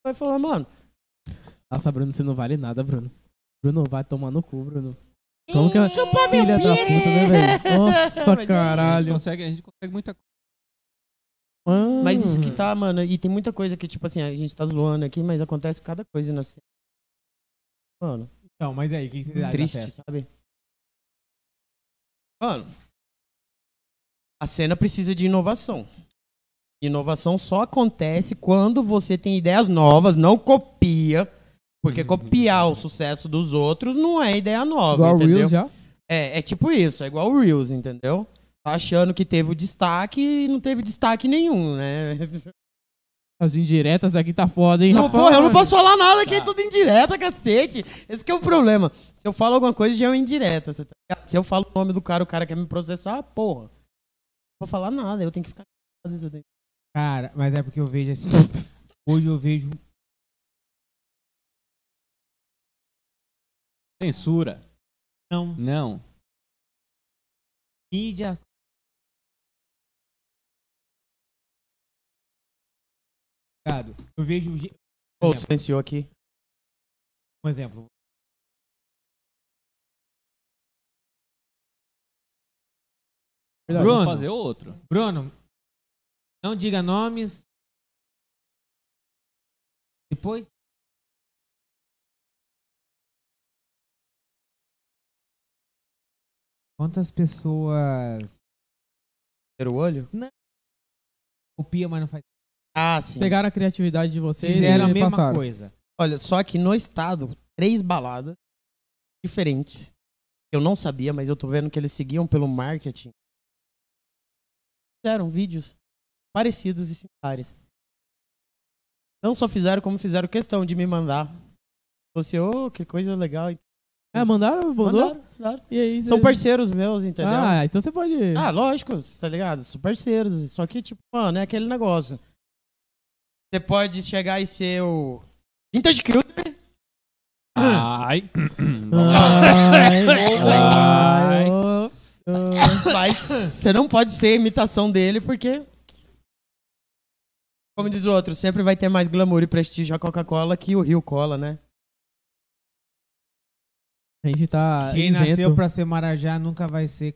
Vai falar, mano,
Nossa, Bruno, você não vale nada, Bruno. Bruno, vai tomar no cu, Bruno. Como que é?
Chupa meu
Filha da puta, né, velho? Nossa,
Mas-
A gente
caralho. Ah,
consegue, a gente consegue muita coisa.
Mano.
Mas isso que tá, mano, e tem muita coisa que, tipo assim, a gente tá zoando aqui, mas acontece cada coisa na cena. Mano,
Então, mas aí, o que vocês acham da
triste,
festa?
sabe? Mano, a cena precisa de inovação. Inovação só acontece quando você tem ideias novas, não copia. Porque
Uhum.
copiar o sucesso dos outros não é ideia nova,
Igual o
entendeu?
Reels já?
É, é tipo isso, é igual o Reels, entendeu? Tá achando que teve o destaque e não teve destaque nenhum, né?
As indiretas aqui tá foda, hein,
Não,
rapaz?
porra, eu não posso falar nada aqui,
Tá.
é tudo indireta, cacete. Esse que é o problema. Se eu falo alguma coisa, já é uma indireta, você tá ligado? Se eu falo o nome do cara, o cara quer me processar, ah, porra. Não vou falar nada, eu tenho que ficar... Às vezes eu tenho-
Cara, mas é porque eu vejo assim. hoje eu vejo.
Censura.
Não,
Não.
mídias. Obrigado. Eu vejo. ge-
Pô, silenciou aqui.
Um exemplo.
Verdade.
Bruno.
Vamos fazer outro.
Bruno, não diga nomes. Depois. Quantas pessoas
Era o olho?
copiam, mas não fazem?
Ah, sim.
um. Pegaram a criatividade de vocês
Fizeram a
e
mesma
passaram.
coisa.
Olha, só que no estado, três baladas diferentes. Eu não sabia, mas eu tô vendo que eles seguiam pelo marketing. Fizeram vídeos parecidos e similares. Não só fizeram, como fizeram questão de me mandar. Você, ô, que coisa legal.
É, mandaram, mandou?
Mandaram, mandaram.
E é aí,
São
cê-
parceiros meus, entendeu? Ah,
Ah, então você pode.
lógico, cê tá ligado? São parceiros. Só que, tipo, mano, é aquele negócio. Você pode chegar e ser o Vintage Crew Ah.
Ai.
Ai,
É,
Ai.
ai, ô, ô.
Mas você não pode ser a imitação dele, porque. Como diz o outro, sempre vai ter mais glamour e prestígio a Coca-Cola que o Rio Cola, né?
A gente tá
Quem
isento.
nasceu pra ser Marajá nunca vai ser.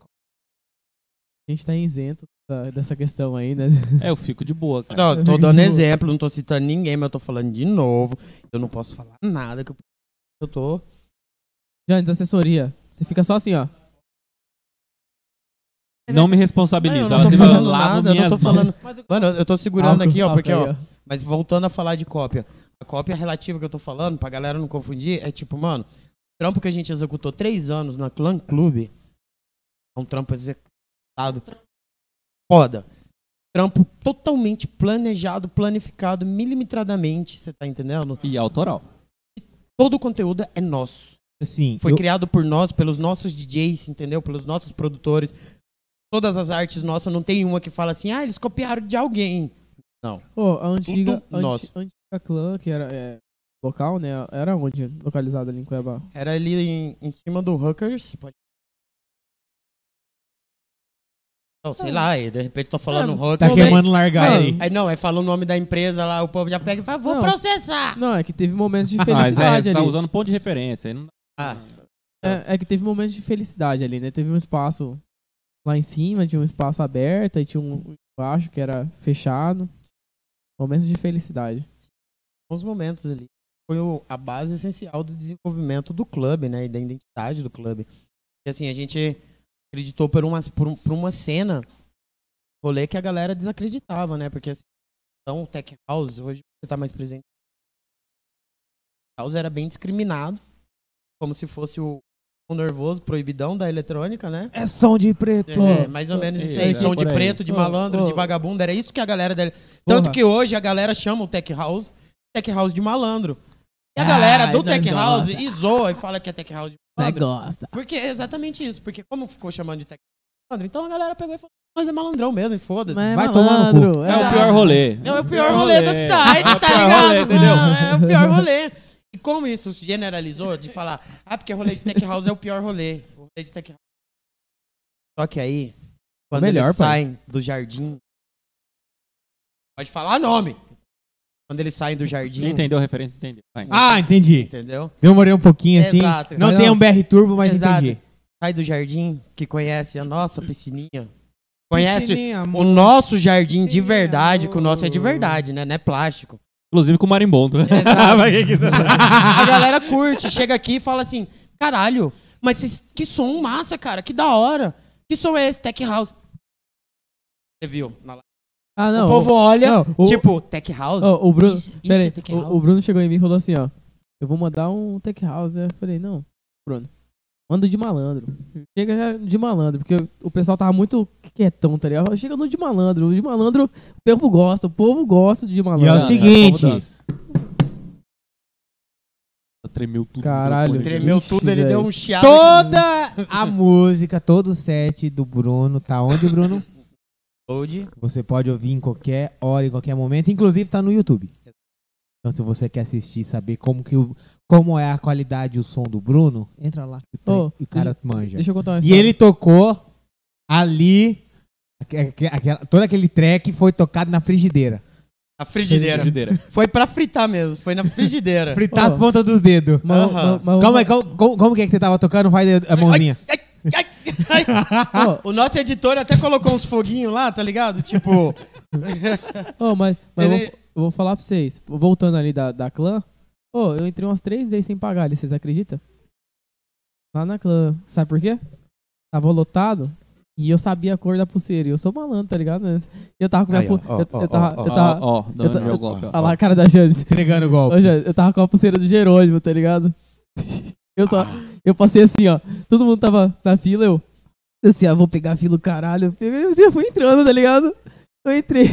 A gente tá isento da- dessa questão aí, né?
É, eu fico de boa, cara.
Não, tô
Mas
dando
o-
exemplo, não tô citando ninguém, mas eu tô falando de novo. Eu não posso falar nada que eu, eu tô.
Jantes, assessoria. Você fica só assim, ó.
Não me responsabiliza.
Não, eu
ela
não tô
se fala,
falando
lavo
nada, eu não
minhas
tô
mãos.
falando. Mano, eu- eu tô segurando
Álcool,
aqui, ó,
álcool
porque, ó,
aí,
Mas voltando a falar de cópia, a cópia relativa que eu tô falando, pra galera não confundir, é tipo, mano, o trampo que a gente executou três anos na Clã Clube é um trampo executado foda. Trampo totalmente planejado, planificado, milimetradamente, você tá entendendo?
E autoral.
Todo o conteúdo é nosso.
Assim,
Foi
eu-
criado por nós, pelos nossos DJs, entendeu? Pelos nossos produtores. Todas as artes nossas, não tem uma que fala assim, ah, eles copiaram de alguém.
Ô, a antiga,
Tudo
anti-
nosso.
antiga clã, que era é, local, né? Era onde? Localizada ali em Cuiabá.
Era ali em, em cima do Hookers. Pode... Não, sei lá, aí, de repente tô falando
Ah,
Hookers.
Tá
Pô,
mas-
queimando largar
Mano,
ele.
Aí não, aí fala o nome da empresa lá, o povo já pega e fala, vou
Não.
processar.
Não, é que teve momentos de
Mas é,
felicidade
você tá
ali.
usando ponto de referência. aí não-
Ah,
É, é que teve momentos de felicidade ali, né? Teve um espaço lá em cima, tinha um espaço aberto, e tinha um embaixo que era fechado. Momentos de felicidade.
uns momentos ali. Foi o- a base essencial do desenvolvimento do clube, né? E da identidade do clube. E assim, a gente acreditou por uma, por, um- por uma cena rolê que a galera desacreditava, né? Porque assim, então o Tech House, hoje você tá mais presente. House era bem discriminado, como se fosse o o nervoso, proibidão da eletrônica, né?
É som de preto.
É, mais ou menos
é,
isso aí,
é,
som de
por aí.
preto, de
Ô,
malandro, de
ô.
vagabundo, era isso que a galera da tanto
Porra.
que hoje a galera chama o Tech House Tech House de malandro. E a
Ah,
galera do
e nós
Tech House
gosta.
e zoa e fala que é Tech House de
Mas
malandro.
gosta.
Porque é exatamente isso. Porque como ficou chamando de Tech House de malandro, então a galera pegou e falou, nós é malandrão mesmo, e foda-se.
Mas é
Vai tomar no
malandro,
É
exato.
o pior rolê.
É o pior rolê da cidade,
É o
tá
pior
ligado?
rolê, entendeu?
Não, é o pior rolê. E como isso se generalizou de falar, ah, porque rolê de Tech House é o pior rolê. O rolê de Tech House. Só que aí, quando
Melhor,
eles
pai.
saem do jardim, pode falar nome. Quando eles saem do jardim.
Quem entendeu a referência entendeu. Vai.
Ah, entendi.
Entendeu?
Demorei um pouquinho assim.
Exato.
Não
Mas
tem
não.
um BR Turbo, mas
Exato.
entendi.
Sai do jardim, que conhece a nossa piscininha. Conhece
Piscininha,
o
amor.
nosso jardim de
Piscininha,
verdade, que o nosso é de
amor.
verdade, né? Não é plástico.
Inclusive com o marimbondo.
Exato.
Vai que é que isso-
A galera curte, chega aqui e fala assim: caralho, mas cês- que som massa, cara, que da hora. Que som é esse? Tech House. Você viu? na live.
Ah, não.
o povo olha,
não, o-
tipo, Tech House.
Ó, o Bruno,
Isso- isso
pera
é
aí,
tech
o- o,
house?
Bruno chegou em mim e falou assim, ó, eu vou mandar um tech house, né? Eu falei, não, Bruno, manda de malandro. Chega já de malandro, porque o pessoal tava muito quietão, tá ligado? Chega no de malandro, o de malandro, o povo gosta, o povo gosta de
E é
malandro.
o
Tá,
seguinte.
Tremeu tudo. no
Caralho.
microfone.
Tremeu
Ixi,
tudo, ele
velho.
deu um chiado.
Toda a música, todo o set do Bruno tá onde, Bruno?
Load.
Você pode ouvir em qualquer hora, em qualquer momento. Inclusive tá no YouTube. Então se você quer assistir, saber como que o, como é a qualidade e o som do Bruno, entra lá. que o trem-
Ô,
e o cara manja.
Deixa eu contar uma
E
história.
ele tocou ali. aque- aque- aquela- todo aquele track foi tocado na frigideira.
A frigideira.
Frigideira.
Foi pra fritar mesmo, foi na frigideira.
Fritar
Ó.
as pontas dos dedos.
Mas-
Aham.
mas- mas-
Calma aí, como, como, como que é que você tava tocando? Faz a- a mãozinha.
Ai, ai.
Ó,
O nosso editor até colocou uns foguinhos lá, tá ligado? Tipo,
ó, mas, mas eu,
ele...
vou, eu vou falar pra vocês, voltando ali da, da clã, ô, eu entrei umas três vezes sem pagar ali, vocês acreditam? Lá na clã, sabe por quê? Tava lotado e eu sabia a cor da pulseira, e eu sou malandro, tá ligado? Eu tava com minha
Aí, ó,
pulseira,
ó,
eu, eu tava,
ó,
eu
Ó,
tava,
ó, dando
eu ta-
meu golpe, ó.
olha lá a cara da Janice.
Entregando o golpe.
Ô, Jânio, eu tava com a pulseira do Jerônimo, tá ligado? Eu, só,
Ah.
eu passei assim, ó. Todo mundo tava na fila, eu. Assim, ó, vou pegar a fila, o caralho. Eu peguei, Eu já fui entrando, tá ligado? Eu entrei.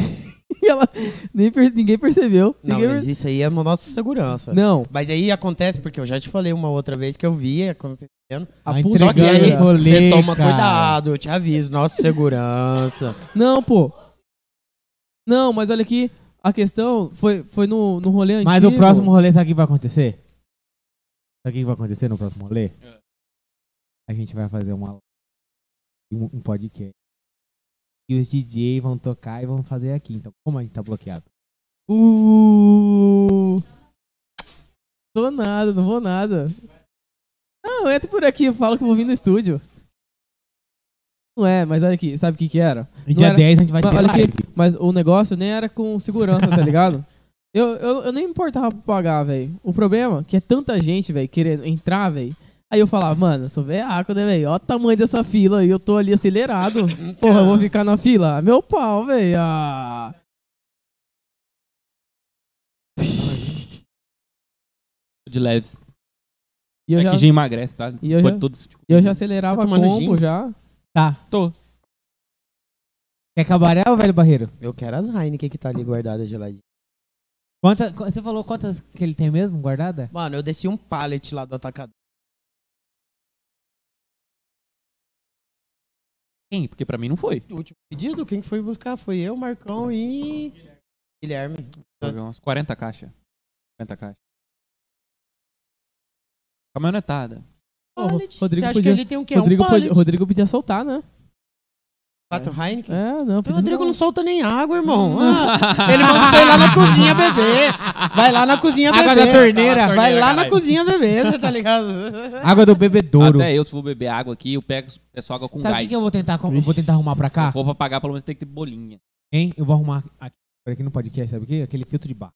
E ela. Nem per- ninguém percebeu.
Não,
ninguém
mas isso aí é no nosso segurança.
per- não,
Mas aí acontece, porque eu já te falei uma outra vez que eu vi acontecendo.
a
Tá
pulseira.
Só que aí-
entregando o rolê,
Você toma
cara.
cuidado, eu te aviso, nossa segurança.
Não, pô. Não, mas olha aqui. A questão foi, foi no, no rolê antigo.
Mas o próximo rolê, sabe o que vai acontecer? Sabe o que vai acontecer no próximo rolê? A gente vai fazer uma um, um podcast. E os DJ vão tocar e vão fazer aqui. Então, como a gente tá bloqueado?
Uh... Tô nada, não vou nada. Não, entra por aqui, eu falo que eu vou vir no estúdio. Não é, mas olha aqui, sabe o que que era?
E
Não
dia
era-
10 a gente vai
Mas
ter
olha
live.
aqui, mas o negócio nem era com segurança, tá ligado? Eu, eu, eu nem me importava pra pagar, velho. O problema é que é tanta gente, velho, querendo entrar, velho. Aí eu falava, mano, eu sou veaco, né, velho? Olha o tamanho dessa fila e eu tô ali acelerado. Porra, eu vou ficar na fila? Ah, Meu pau, velho. Ah.
De leves.
E eu
é
já-
que já emagrece, tá?
E eu
Pode
já-
todos-
E eu já acelerava
Você tá
a
tomando
combo
gin?
já.
Tá.
Tô.
Quer cabaré ou velho barreiro?
Eu quero as Heineken que tá ali guardada geladinha.
Quanta, qu- você falou quantas que ele tem mesmo guardada?
Mano, eu desci um pallet lá do atacadão.
Quem? Porque pra mim não foi.
O último pedido, quem foi buscar foi eu, Marcão e Guilherme.
Foi umas 40 caixas. 40 caixas. Caminhonetada.
Ô,
Pallet.
Rodrigo
Você acha
podia-
que ele tem o quê?
Rodrigo,
um pallet?
podia, Rodrigo podia soltar, né?
Quatro Heineken?
É, não.
O
podia
Rodrigo não
soltar.
solta nem água, irmão. Ah, ele manda você ir lá na cozinha beber. Vai lá na cozinha beber.
Água da torneira.
Vai lá na
caralho.
cozinha beber, você tá ligado?
Água do bebedouro.
Até eu, se for beber água aqui, eu pego é só água com
Sabe o
gás.
que que eu vou tentar, com- eu vou tentar arrumar pra cá?
Se for pra pagar, pelo menos tem que ter bolinha.
Hein? Eu vou arrumar aqui, aqui no podcast, sabe o quê? Aquele filtro de bar.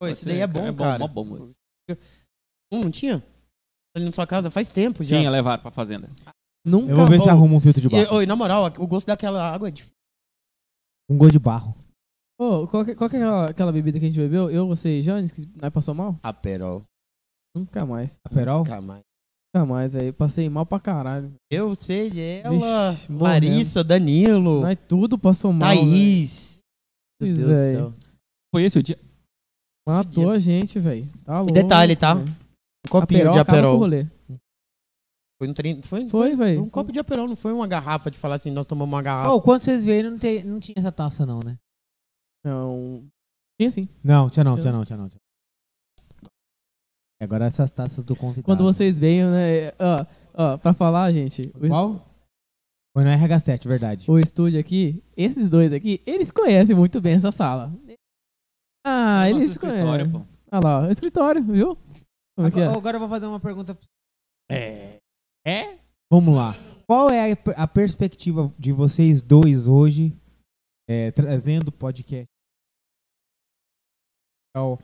Pô, isso
Vai
daí
ser,
é bom,
é bom,
cara.
mó bom, mano.
Hum, não tinha? Ali na sua casa faz tempo já.
Tinha, levaram pra fazenda.
Nunca.
Eu vou ver se
Então, Ô,
arrumo um filtro de
E,
barro.
oi, na moral, o gosto daquela água é difícil.
Um gol de barro.
Ô, qual que, qual que é aquela, aquela bebida que a gente bebeu? Eu, você e Janes, que nós passou mal?
Aperol.
Nunca mais.
Aperol?
Nunca mais.
Nunca mais, velho. Passei mal pra caralho.
Eu sei ela,
Vixe,
Larissa, Danilo,
Nós tudo passou
Tá
mal. velho.
Thaís. Meu
Isso,
Deus do
velho.
céu.
Foi esse o dia.
Matou a gente, velho. Tá louco.
detalhe, tá?
velho.
Um copinho
Aperol
de
acaba com o
Aperol.
rolê.
Foi um treino, foi, foi
Foi,
um
velho.
copo de Aperol, não foi uma garrafa de falar assim, nós tomamos uma garrafa.
Ô, quando vocês verem, não, tem- não tinha essa taça não, né?
Não. Tinha sim.
Não, tinha não,
Tinha
tinha não, tinha não. tinha não. E Então- Agora essas taças do convidado.
Quando vocês veem, né? Ó, ó, pra falar, gente. o-
Qual? é Foi no RH7, verdade.
o estúdio aqui, esses dois aqui, eles conhecem muito bem essa sala. Ah, ele
É Nosso
se conhece.
escritório, pô.
Olha lá, escritório, viu? Como é que é?
Agora, agora eu vou fazer uma pergunta. pra
É. É?
Vamos lá. Qual é a, per- a perspectiva de vocês dois hoje, é, trazendo o podcast? Então,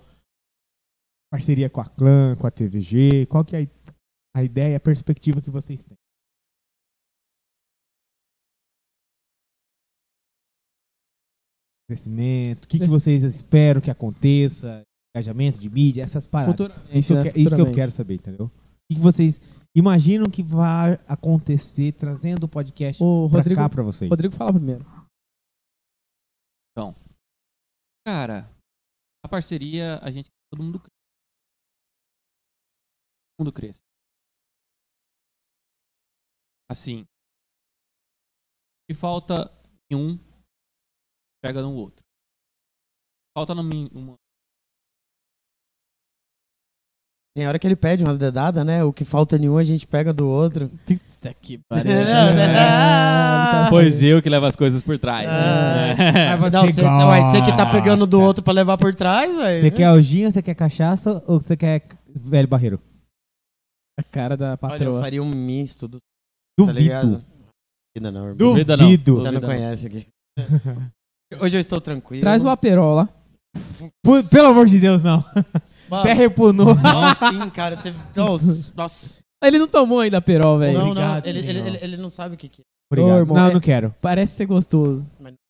parceria com a Clã, com a TVG? Qual que é a, a ideia, a perspectiva que vocês têm? Crescimento, o que, que
Cres-
vocês esperam que aconteça? Engajamento de mídia, essas paradas.
Futuramente,
Isso, eu
né?
que- isso que eu
Futuramente.
quero saber, entendeu? O que que vocês imaginam que vai acontecer trazendo o podcast
é? O
pra
Rodrigo,
cá pra vocês?
Rodrigo fala primeiro.
Cara, a parceria, a gente. Todo mundo cresce. Todo mundo cresce. Assim. O que falta em um, pega no outro. Falta no mim. Uma...
Tem hora que ele pede umas dedadas, né? O que falta nenhum a gente pega do outro.
Puta que
Ah,
Pois eu que levo as coisas por trás. É.
Ah, mas não,
Você
você, não, aí você que tá pegando do
gosta.
outro pra levar por trás, velho.
Você
é
quer alginha, você quer cachaça ou você quer velho barreiro?
A cara da
Olha, eu
patroa.
faria um misto do. Tá
Duvido.
ligado? Ainda não, irmão.
Duvida não.
Duvido.
Você não
Duvido.
conhece aqui. Hoje eu estou tranquilo.
Traz o Aperol lá.
Pu- Pelo amor de Deus, não.
Mano,
Até repunou.
Não, sim, cara. Você... Nossa, Nossa.
Ele não tomou ainda Aperol, velho.
Não, não.
Obrigado,
Ele, ele,
senhor.
ele, ele não sabe o que, que é.
Obrigado.
irmão,
não,
é-
não quero.
Parece ser gostoso.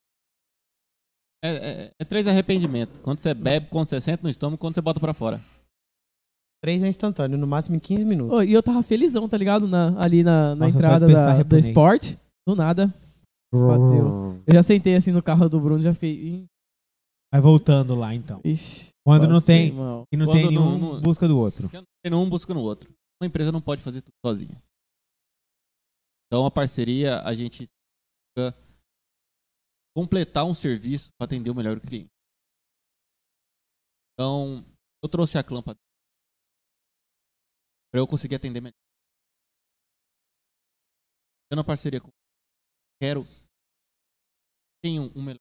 É, é- é três arrependimentos. Quando você bebe, quando você senta no estômago, quando você bota pra fora.
Três é instantâneo, no máximo em 15 minutos.
Ô, e eu tava felizão, tá ligado? Na- ali na, na
Nossa, só de
entrada
pensar,
da, do
arrepenei.
esporte. Do nada. Bateu. Eu já sentei assim no carro do Bruno, já fiquei. "Ih,
Vai voltando lá, então.
Ixi,
Quando não
passei
tem.
mal."
E não
Quando
tem
não-
nenhum
não-
busca do outro.
Tem um buscando o outro. Uma empresa não pode fazer tudo sozinha. Então a parceria a gente busca completar um serviço para atender o melhor cliente. Então eu trouxe a Clã para eu conseguir atender melhor. Eu na parceria com quero tenho um melhor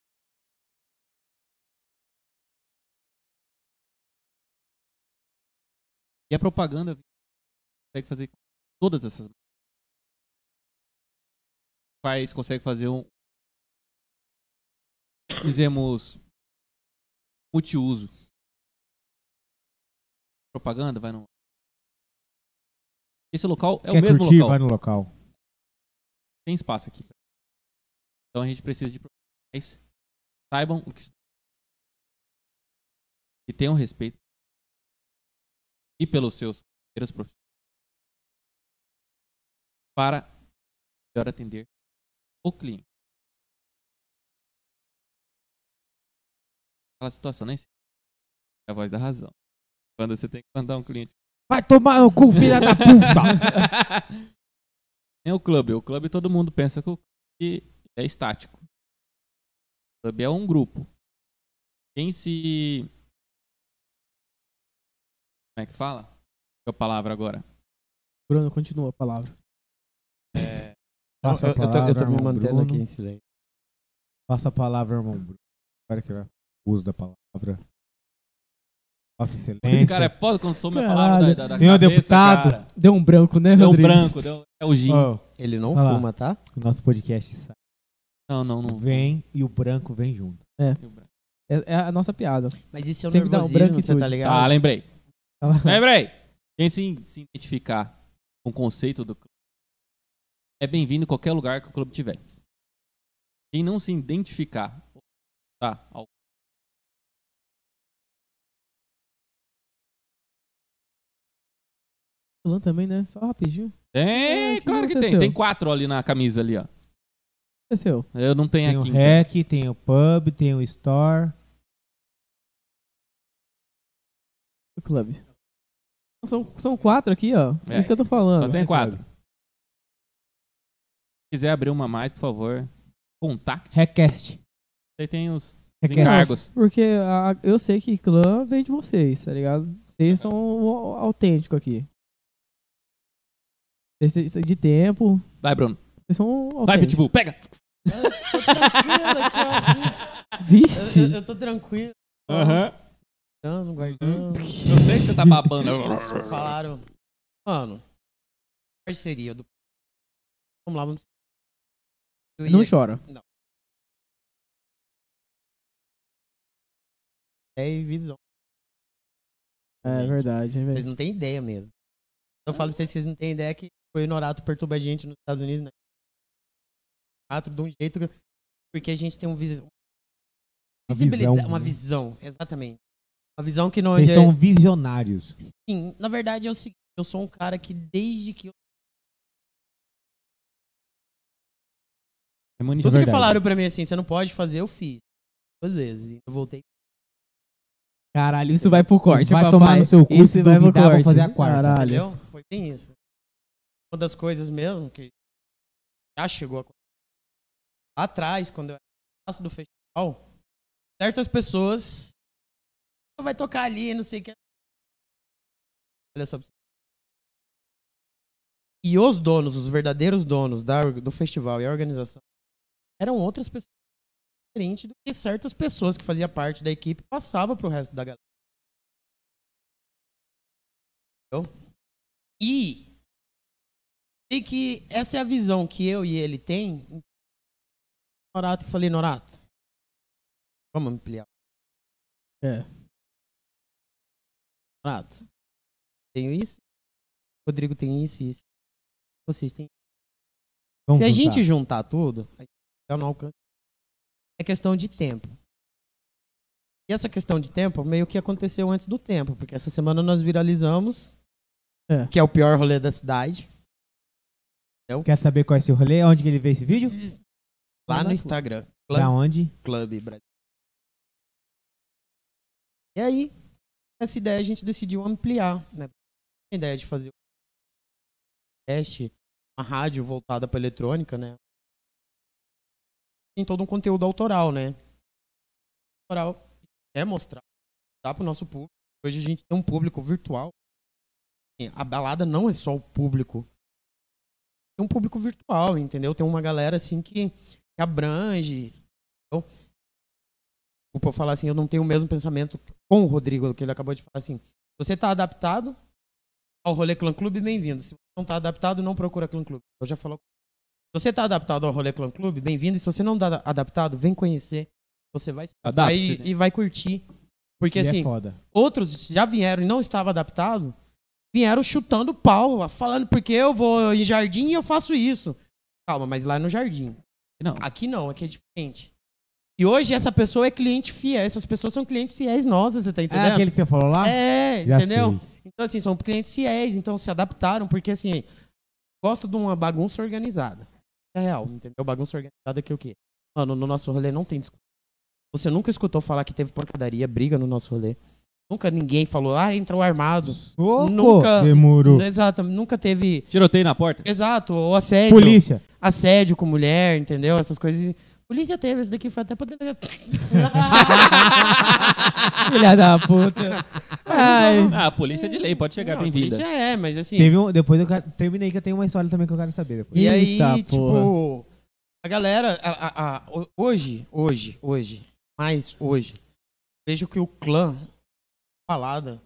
E a propaganda consegue fazer todas essas. Faz, consegue fazer um. Dizemos. Multiuso. Propaganda, vai no. Esse local é
quer
o mesmo
curtir?
local.
Vai no local.
Tem espaço aqui. Então a gente precisa de profissionais que saibam o que estão- e tenham respeito e pelos seus companheiros profissionais para melhor atender o cliente. Aquela situação, nem sei. É a voz da razão. Quando você tem que mandar um cliente.
Vai tomar no cu, filha da puta!
Nem É o clube. O clube todo mundo pensa que o clube é estático. O clube é um grupo. Quem se. Como é que fala? Qual a palavra agora?
Bruno, continua a palavra.
É,
Passa a
eu, eu tô- eu
palavra,
tô, me
irmão
mantendo
Bruno.
aqui em silêncio.
Passa a palavra, irmão Bruno. Agora que eu uso da palavra. Vossa
esse
Excelência.
cara é foda, consome a palavra
Caralho.
da, da, da
Senhor
cabeça,
deputado.
cara.
Deu um branco, né,
Deu
Rodrigo?
branco, deu, é o gin.
Ó,
Ele não
Vai lá.
fuma, tá?
o nosso podcast sai.
Não, não, não.
vem e o branco vem junto.
É, é a nossa piada.
Mas isso é um
Sempre dá um
nervosismo, você tá
branquitude.
ligado?
Ah, lembrei.
Ela-
Lembrei. Quem se, se identificar com o conceito do clube é bem-vindo em qualquer lugar que o clube tiver. Quem não se identificar tá, ao-
Falando também, né? Só rapidinho. O
Tem,
É, que
claro que tem.
aconteceu?
Tem quatro ali na camisa ali, ó.
que aconteceu?
Eu não tenho
Tem o
aqui. então.
REC, tem o pub, tem o store.
O clube. São, são quatro aqui, ó. É
É.
isso que eu tô falando.
Só tem quatro. Se quiser abrir uma mais, por favor, contacte.
Recast.
Aí tem os, os
Recast.
encargos.
Porque a- eu sei que clã vem de vocês, tá ligado? Vocês são o, o autêntico aqui. Vocês vocês- de tempo,
Vai, Bruno.
vocês são
Vai,
autênticos.
Pitbull. Pega.
Eu tô tranquilo aqui, ó.
Vixe!
Eu, eu- eu tô tranquilo.
Aham.
guardando, guardando.
Eu sei que você tá babando.
Falaram, mano, parceria do. Vamos lá, vamos. Eu
Não
ia-
chora.
É e visão.
É
Gente,
verdade,
É.
hein,
Vocês
velho?
não têm ideia mesmo. Eu falo pra vocês, vocês não têm ideia que o Inorato perturba a gente nos Estados Unidos, né? Inorato de um jeito. que- Porque a gente tem um vis...
Uma
visibilidade-
visão,
uma
né?
visão, exatamente. Uma visão que não
Vocês são visionários.
Sim, na verdade é o seguinte, eu sou um cara que desde que eu...
É
Isso
Tudo
município.
verdade.
que falaram pra mim assim, você não pode fazer, eu fiz. Duas vezes. e Eu voltei.
Caralho, isso vai pro corte,
vai
papai.
tomar no seu cu,
Isso
se
vai pro
duvidar, vou
corte.
fazer a quarta.
Caralho.
Entendeu? Foi bem isso. Uma das coisas mesmo que já chegou a acontecer. Lá atrás, quando eu era passo do festival, certas pessoas "Ah, vai tocar ali, não sei o que. Olha só. pra você. E os donos, os verdadeiros donos da, or- do festival e a organização eram outras pessoas diferentes do que certas pessoas que faziam parte da equipe passava pro resto da galera. E sei que essa é a visão que eu e ele tem. Norato, eu falei, Norato, vamos ampliar.
É.
Norato, tenho isso. Rodrigo tem isso e isso. Vocês têm.
Vamos
Se a
juntar.
gente juntar tudo, a gente dá um alcance. É questão de tempo. E essa questão de tempo meio que aconteceu antes do tempo, porque essa semana nós viralizamos,
É.
que é o pior rolê da cidade,
Quer saber qual é esse rolê? Onde que ele vê esse vídeo?
lá
Lá
no
na-
Instagram,
Da onde?
Club Brasil. E aí, essa ideia a gente decidiu ampliar, né? A ideia de fazer um podcast, uma rádio voltada para eletrônica, né? Tem todo um conteúdo autoral, né? Autoral é mostrar, dá para o nosso público. Hoje a gente tem um público virtual. Assim, A balada não é só o público. Tem um público virtual, entendeu? Tem uma galera assim que, que abrange, desculpa eu falar assim, eu não tenho o mesmo pensamento com o Rodrigo, que ele acabou de falar assim. Se Você está adaptado ao rolê Clã Clube, bem-vindo. Se você não está adaptado, não procura Clã Clube. Eu já falo. Se você está adaptado ao rolê Clã Clube, bem-vindo. E se você não está adaptado, vem conhecer. Você vai se adaptar
Adapte-se,
e,
né?
e vai curtir. Porque
Ele
assim,
é foda.
outros já vieram e não estavam adaptados, vieram chutando pau, falando porque eu vou em jardim e eu faço isso. Calma, mas lá é no jardim.
Não.
Aqui não, aqui é diferente. E hoje essa pessoa é cliente fiel, essas pessoas são clientes fiéis nossas, você tá
É
entendendo?
aquele que tá. você falou lá?
É,
Já
entendeu?
sei.
Então, assim, são clientes fiéis, então se adaptaram, porque, assim, gosto de uma bagunça organizada. É real, entendeu? Bagunça organizada que é o quê? Mano, no nosso rolê não tem discussão. Você nunca escutou falar que teve pancadaria, briga no nosso rolê. Nunca ninguém falou, ah, entrou armado.
Soco!
Nunca- Né?
Demorou.
Exato, nunca teve.
Tiroteio na porta?
Exato, ou assédio.
Polícia.
Assédio com mulher, entendeu? Essas coisas. Polícia teve, esse daqui foi até pra delegacia.
Filha da puta. Ai.
Ah, a polícia é de lei, pode chegar,
Não,
bem-vinda.
Polícia é, mas assim.
Teve um, depois eu quero- terminei que eu tenho uma história também que eu quero saber depois.
E aí,
Eita
tipo, a galera, a- a- a- ho- hoje, hoje, hoje, mais hoje, vejo que o clã falada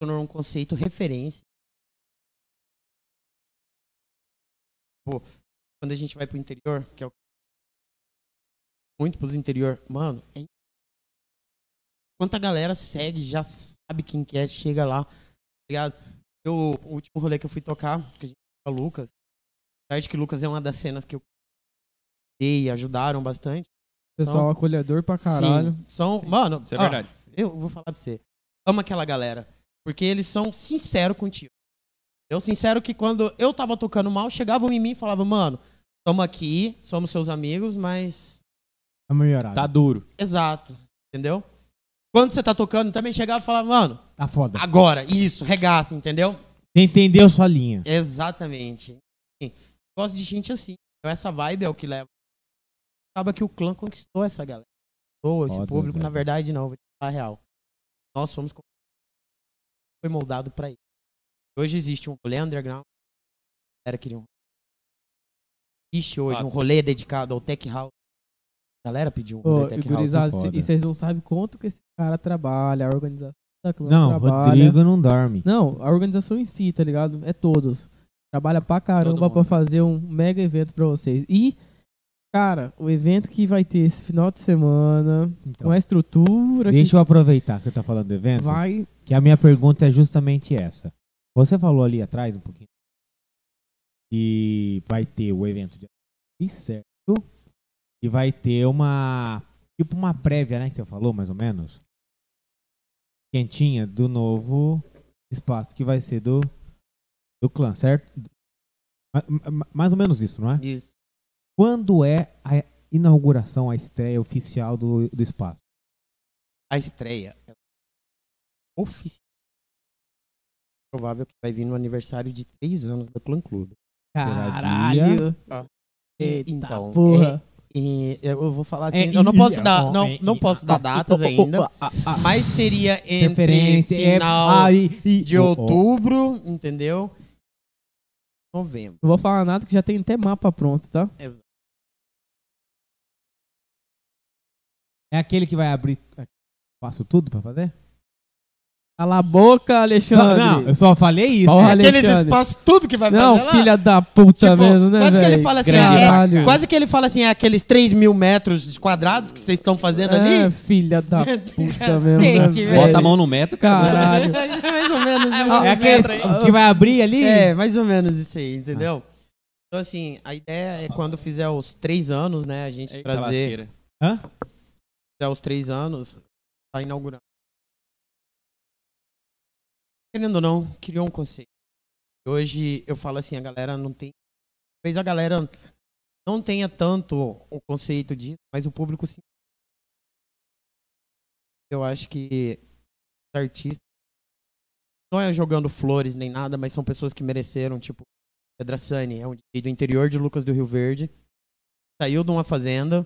tornou um conceito referência. Tipo, quando a gente vai pro interior, que é o muito pros interior, mano, é in- quanta galera segue, já sabe quem que é, chega lá, tá ligado? Eu, o último rolê que eu fui tocar, que a gente foi pra Lucas, Tarde que Lucas é uma das cenas que eu dei, ajudaram bastante.
Pessoal acolhedor pra Ah, caralho.
Sim, são,
Sim.
mano,
Isso é
ó,
verdade.
eu vou falar pra você. Amo aquela galera, porque eles são sinceros contigo. Eu sincero que quando eu tava tocando mal, chegavam em mim e falavam: "Mano, tamo aqui, somos seus amigos, mas
Tá melhorado.
Tá
Tá,
duro.
exato, entendeu?" Quando você tá tocando, também chegava e falava: "Mano,
Tá foda.
agora, isso, regaça, entendeu?"
Você entendeu sua linha.
Exatamente. Sim. Gosto de gente assim. Então essa vibe é o que leva. Acaba que o clã conquistou essa galera. Ou esse
Foda,
público,
né,
na
velho.
verdade, não. Vou te falar a real. Nós somos. co- Foi moldado pra isso. Hoje existe um rolê underground. A galera queria um. Existe hoje um
Fato.
rolê dedicado ao tech house. A galera pediu um
Ô,
rolê tech
e
house.
gurizada,
foi
cê-
foda.
e vocês não sabem quanto que esse cara trabalha, a organização da Clã
Não,
trabalha.
Rodrigo não dorme.
Não, a organização em si, tá ligado? É todos. Trabalha pra caramba
mundo.
pra fazer um mega evento pra vocês. E, cara, o evento que vai ter esse final de semana,
Então,
com a estrutura
deixa eu aproveitar que você tá falando do
que
evento,
vai.
que a minha pergunta é justamente essa. Você falou ali atrás um pouquinho que vai ter o evento de e certo e vai ter uma tipo uma prévia, né, que você falou mais ou menos. Quentinha do novo espaço que vai ser do do clã, certo? Ma- ma- Mais ou menos isso, não é?
Isso.
Quando é a inauguração, a estreia oficial do, do espaço?
A estreia é oficial. Provável que vai vir no aniversário de três anos da Clã Clube.
Será dia?
Ah, tá.
Ah.
Eita,
então,
porra.
é- é- eu vou falar assim,
É,
eu não
e-
posso
e-
dar,
ó,
não,
é,
não
e-
posso dar datas ainda, mas seria entre
Referência, é-
final
ah, e- e-
de
oh, oh,
outubro, entendeu? Novembro.
Não vou falar nada que já tem até mapa pronto, tá?
É aquele que vai abrir. Faço tudo pra fazer?
Cala a boca, Alexandre.
não, eu só falei isso. É
Olha,
Aqueles
Alexandre.
espaços, tudo que vai
Não,
fazer lá.
filha da puta
Tipo,
mesmo, né, velho?
quase que ele fala assim,
Caralho.
é, quase que ele fala assim, é aqueles 3 mil metros quadrados que vocês estão fazendo
É,
tá ali.
filha da puta mesmo. né, velho?
Cacete, velho.
Bota a mão no metro, cara.
Caralho.
É mais ou menos isso.
É aquele que vai abrir ali?
É, mais ou menos isso aí, entendeu? Então, assim, a ideia é quando fizer os três anos, né? A gente
Eita
trazer.
lasqueira.
Fizer os três anos, tá inaugurando. Querendo ou não, criou um conceito. Hoje eu falo assim, a galera não tem. Talvez a galera não tenha tanto o conceito disso, mas o público sim. Eu acho que os artistas. Não é jogando flores nem nada, mas são pessoas que mereceram, tipo, Pedra Sani é um DJ do interior de Lucas do Rio Verde. Saiu de uma fazenda,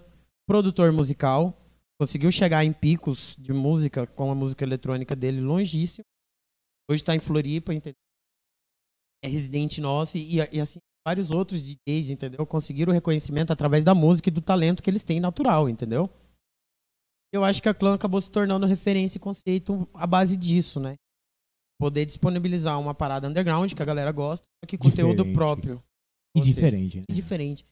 produtor musical, conseguiu chegar em picos de música com a música eletrônica dele longíssimo. Hoje está em Floripa, entendeu? É residente nosso e, e assim vários outros DJs, entendeu? Conseguiram o reconhecimento através da música e do talento que eles têm natural, entendeu? Eu acho que a Clã acabou se tornando referência e conceito à base disso, né? Poder disponibilizar uma parada underground que a galera gosta, só que conteúdo
Diferente.
próprio.
E
Ou seja,
diferente, né?
e diferente.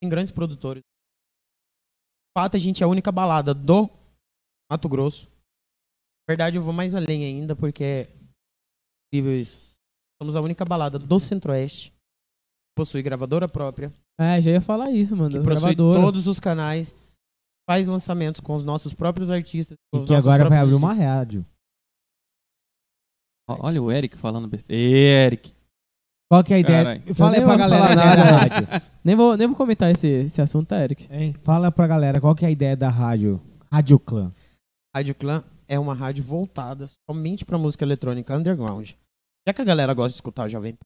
Tem grandes produtores. De fato, a gente é a única balada do Mato Grosso. Na verdade, eu vou mais além ainda, porque é incrível isso. Somos a única balada do Centro-Oeste. que Possui gravadora própria.
É, já ia falar isso, mano.
Que
Das
possui
gravadoras.
todos os canais. Faz lançamentos com os nossos próprios artistas. com
E
os
que
nossos
agora vai abrir
próprios-
uma rádio.
Ó, Olha o Eric falando besteira. Ei, Eric.
Qual que é a ideia?
Caralho.
Fala aí
Eu
pra
nem vou
galera a
falar
ideia da
nada.
rádio.
Nem vou, nem vou comentar esse, esse assunto, tá, Eric?
Hein? Fala pra galera qual que é a ideia da rádio. Rádio Clã.
Rádio Clã é uma rádio voltada somente pra música eletrônica underground. Já que a galera gosta de escutar o Jovem Pan,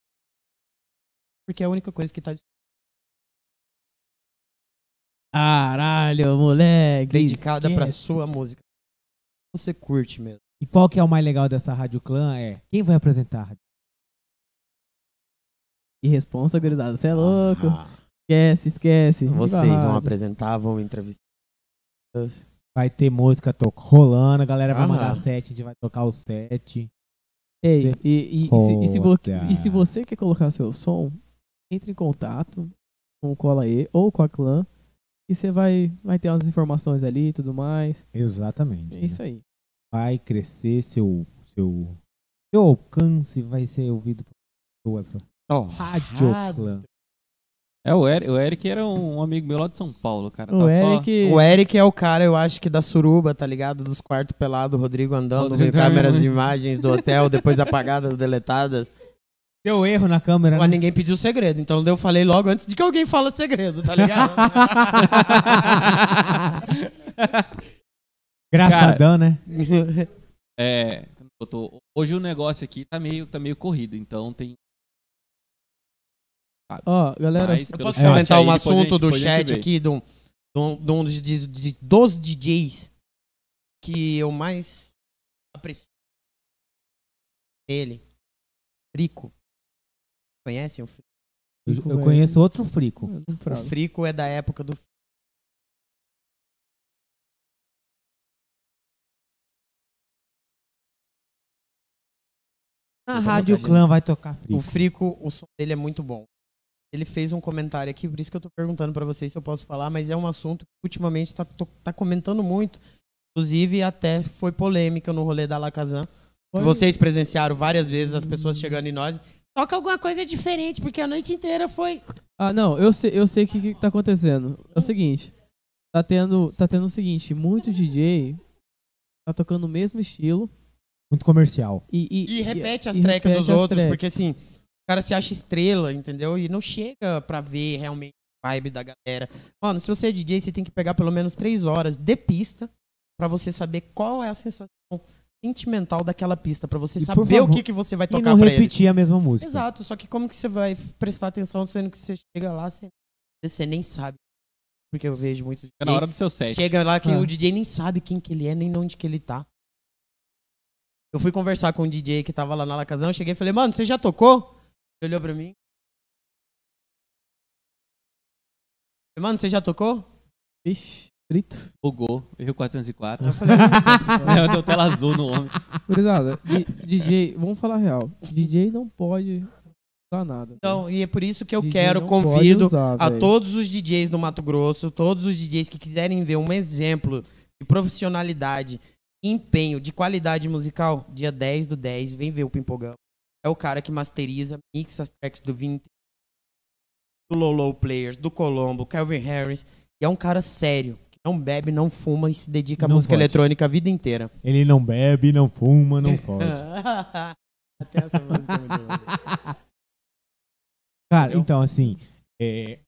porque é a única coisa que tá
Caralho, moleque.
dedicada pra
esquece.
sua música. Você curte mesmo.
E qual que é o mais legal dessa Rádio Clã é quem vai apresentar a rádio?
E responsa, gurizada. Você é louco.
Ah,
Esquece, esquece. Viva a
vocês vão
rádio.
apresentar, vão entrevistar.
Vai ter música to- rolando, a galera vai
Aham.
mandar set, a gente vai tocar o set.
Ei,
Você-
e, e- e se, e se vo-
Foda.
e se você quer colocar seu som, entre em contato com o Cola E ou com a Clã. E você vai, vai ter umas informações ali e tudo mais.
Exatamente.
É isso aí.
vai crescer seu seu seu alcance vai ser ouvido por pessoas. Rádio Clã.
É, o Eric, o Eric era um amigo meu lá de São Paulo, cara.
O
Tá só-
Eric.
O Eric é o cara, eu acho que da suruba, tá ligado? Dos quartos pelados, Rodrigo andando,
Rodrigo
vendo câmeras
andando.
de imagens do hotel, depois apagadas, deletadas.
Deu erro na câmera,
Mas
né?
ninguém pediu segredo, então eu falei logo antes de que alguém fala segredo, tá ligado?
Engraçadão, né?
É, eu tô- hoje o negócio aqui tá meio, tá meio corrido, então tem.
Ó, galera.
mais
Eu
pelo
posso
chat
comentar
aí,
um
depois a gente-
assunto do
depois a gente
chat
vê.
aqui, de um, de um- de um dos, de- de- dos DJs que eu mais aprecio ele, Frico. Conhecem o Frico?
Eu,
Frico,
eu
velho.
conheço outro frico.
Não
O
frago.
Frico é da época do.
Na
Fica à
Rádio
vontade.
Clã vai tocar frio.
O Frico, o som dele é muito bom. Ele fez um comentário aqui, por isso que eu tô perguntando pra vocês se eu posso falar, mas é um assunto que ultimamente tá, to- tá comentando muito. Inclusive, até foi polêmica no rolê da Lacazan. Vocês presenciaram várias vezes as pessoas chegando em nós. Toca alguma coisa diferente, porque a noite inteira foi.
Ah, não, eu sei, eu sei o que, que tá acontecendo. É o seguinte, tá tendo, tá tendo o seguinte, muito DJ tá tocando o mesmo estilo
Muito comercial.
e... E, é-
E
é,
repete as
e
trecas
repete
dos
as
outros,
tracks.
porque assim, o cara se acha estrela, entendeu? E não chega pra ver realmente a vibe da galera. Mano, se você é DJ, você tem que pegar pelo menos três horas de pista pra você saber qual é a sensação sentimental daquela pista, pra você
E, por
saber o
favor,
que, que você vai
E
tocar
não
pra eles.
repetir a mesma música.
Exato, só que como que você vai prestar atenção sendo que você chega lá, você, você nem sabe. Porque eu vejo muitos
Fica tá na hora do seu set.
Chega lá que
Ah.
o DJ nem sabe quem que ele é, nem onde que ele tá. Eu fui conversar com o DJ que tava lá na Lacazão, eu cheguei e falei, mano, você já tocou? Ele olhou pra mim. Mano, você já tocou?
Ixi, frito.
Bugou, errou 404.
Eu falei,
Não, deu tela azul no homem.
Gurizada, di- DJ, vamos falar a real. DJ não pode usar nada.
Então, e é por isso que eu
DJ
quero,
não pode
convido
usar,
a
véi.
todos os DJs do Mato Grosso, todos os DJs que quiserem ver um exemplo de profissionalidade, empenho, de qualidade musical, dia 10 do 10, vem ver o Pimpogão. É o cara que masteriza, mixa as tracks do Vintage, do Lolo Players, do Colombo, Calvin Harris. E é um cara sério, que não bebe, não fuma e se dedica à
Não
música
pode.
eletrônica a vida inteira.
Ele não bebe, não fuma, não pode.
Até essa música é muito boa.
Cara,
Entendeu?
então, assim, é,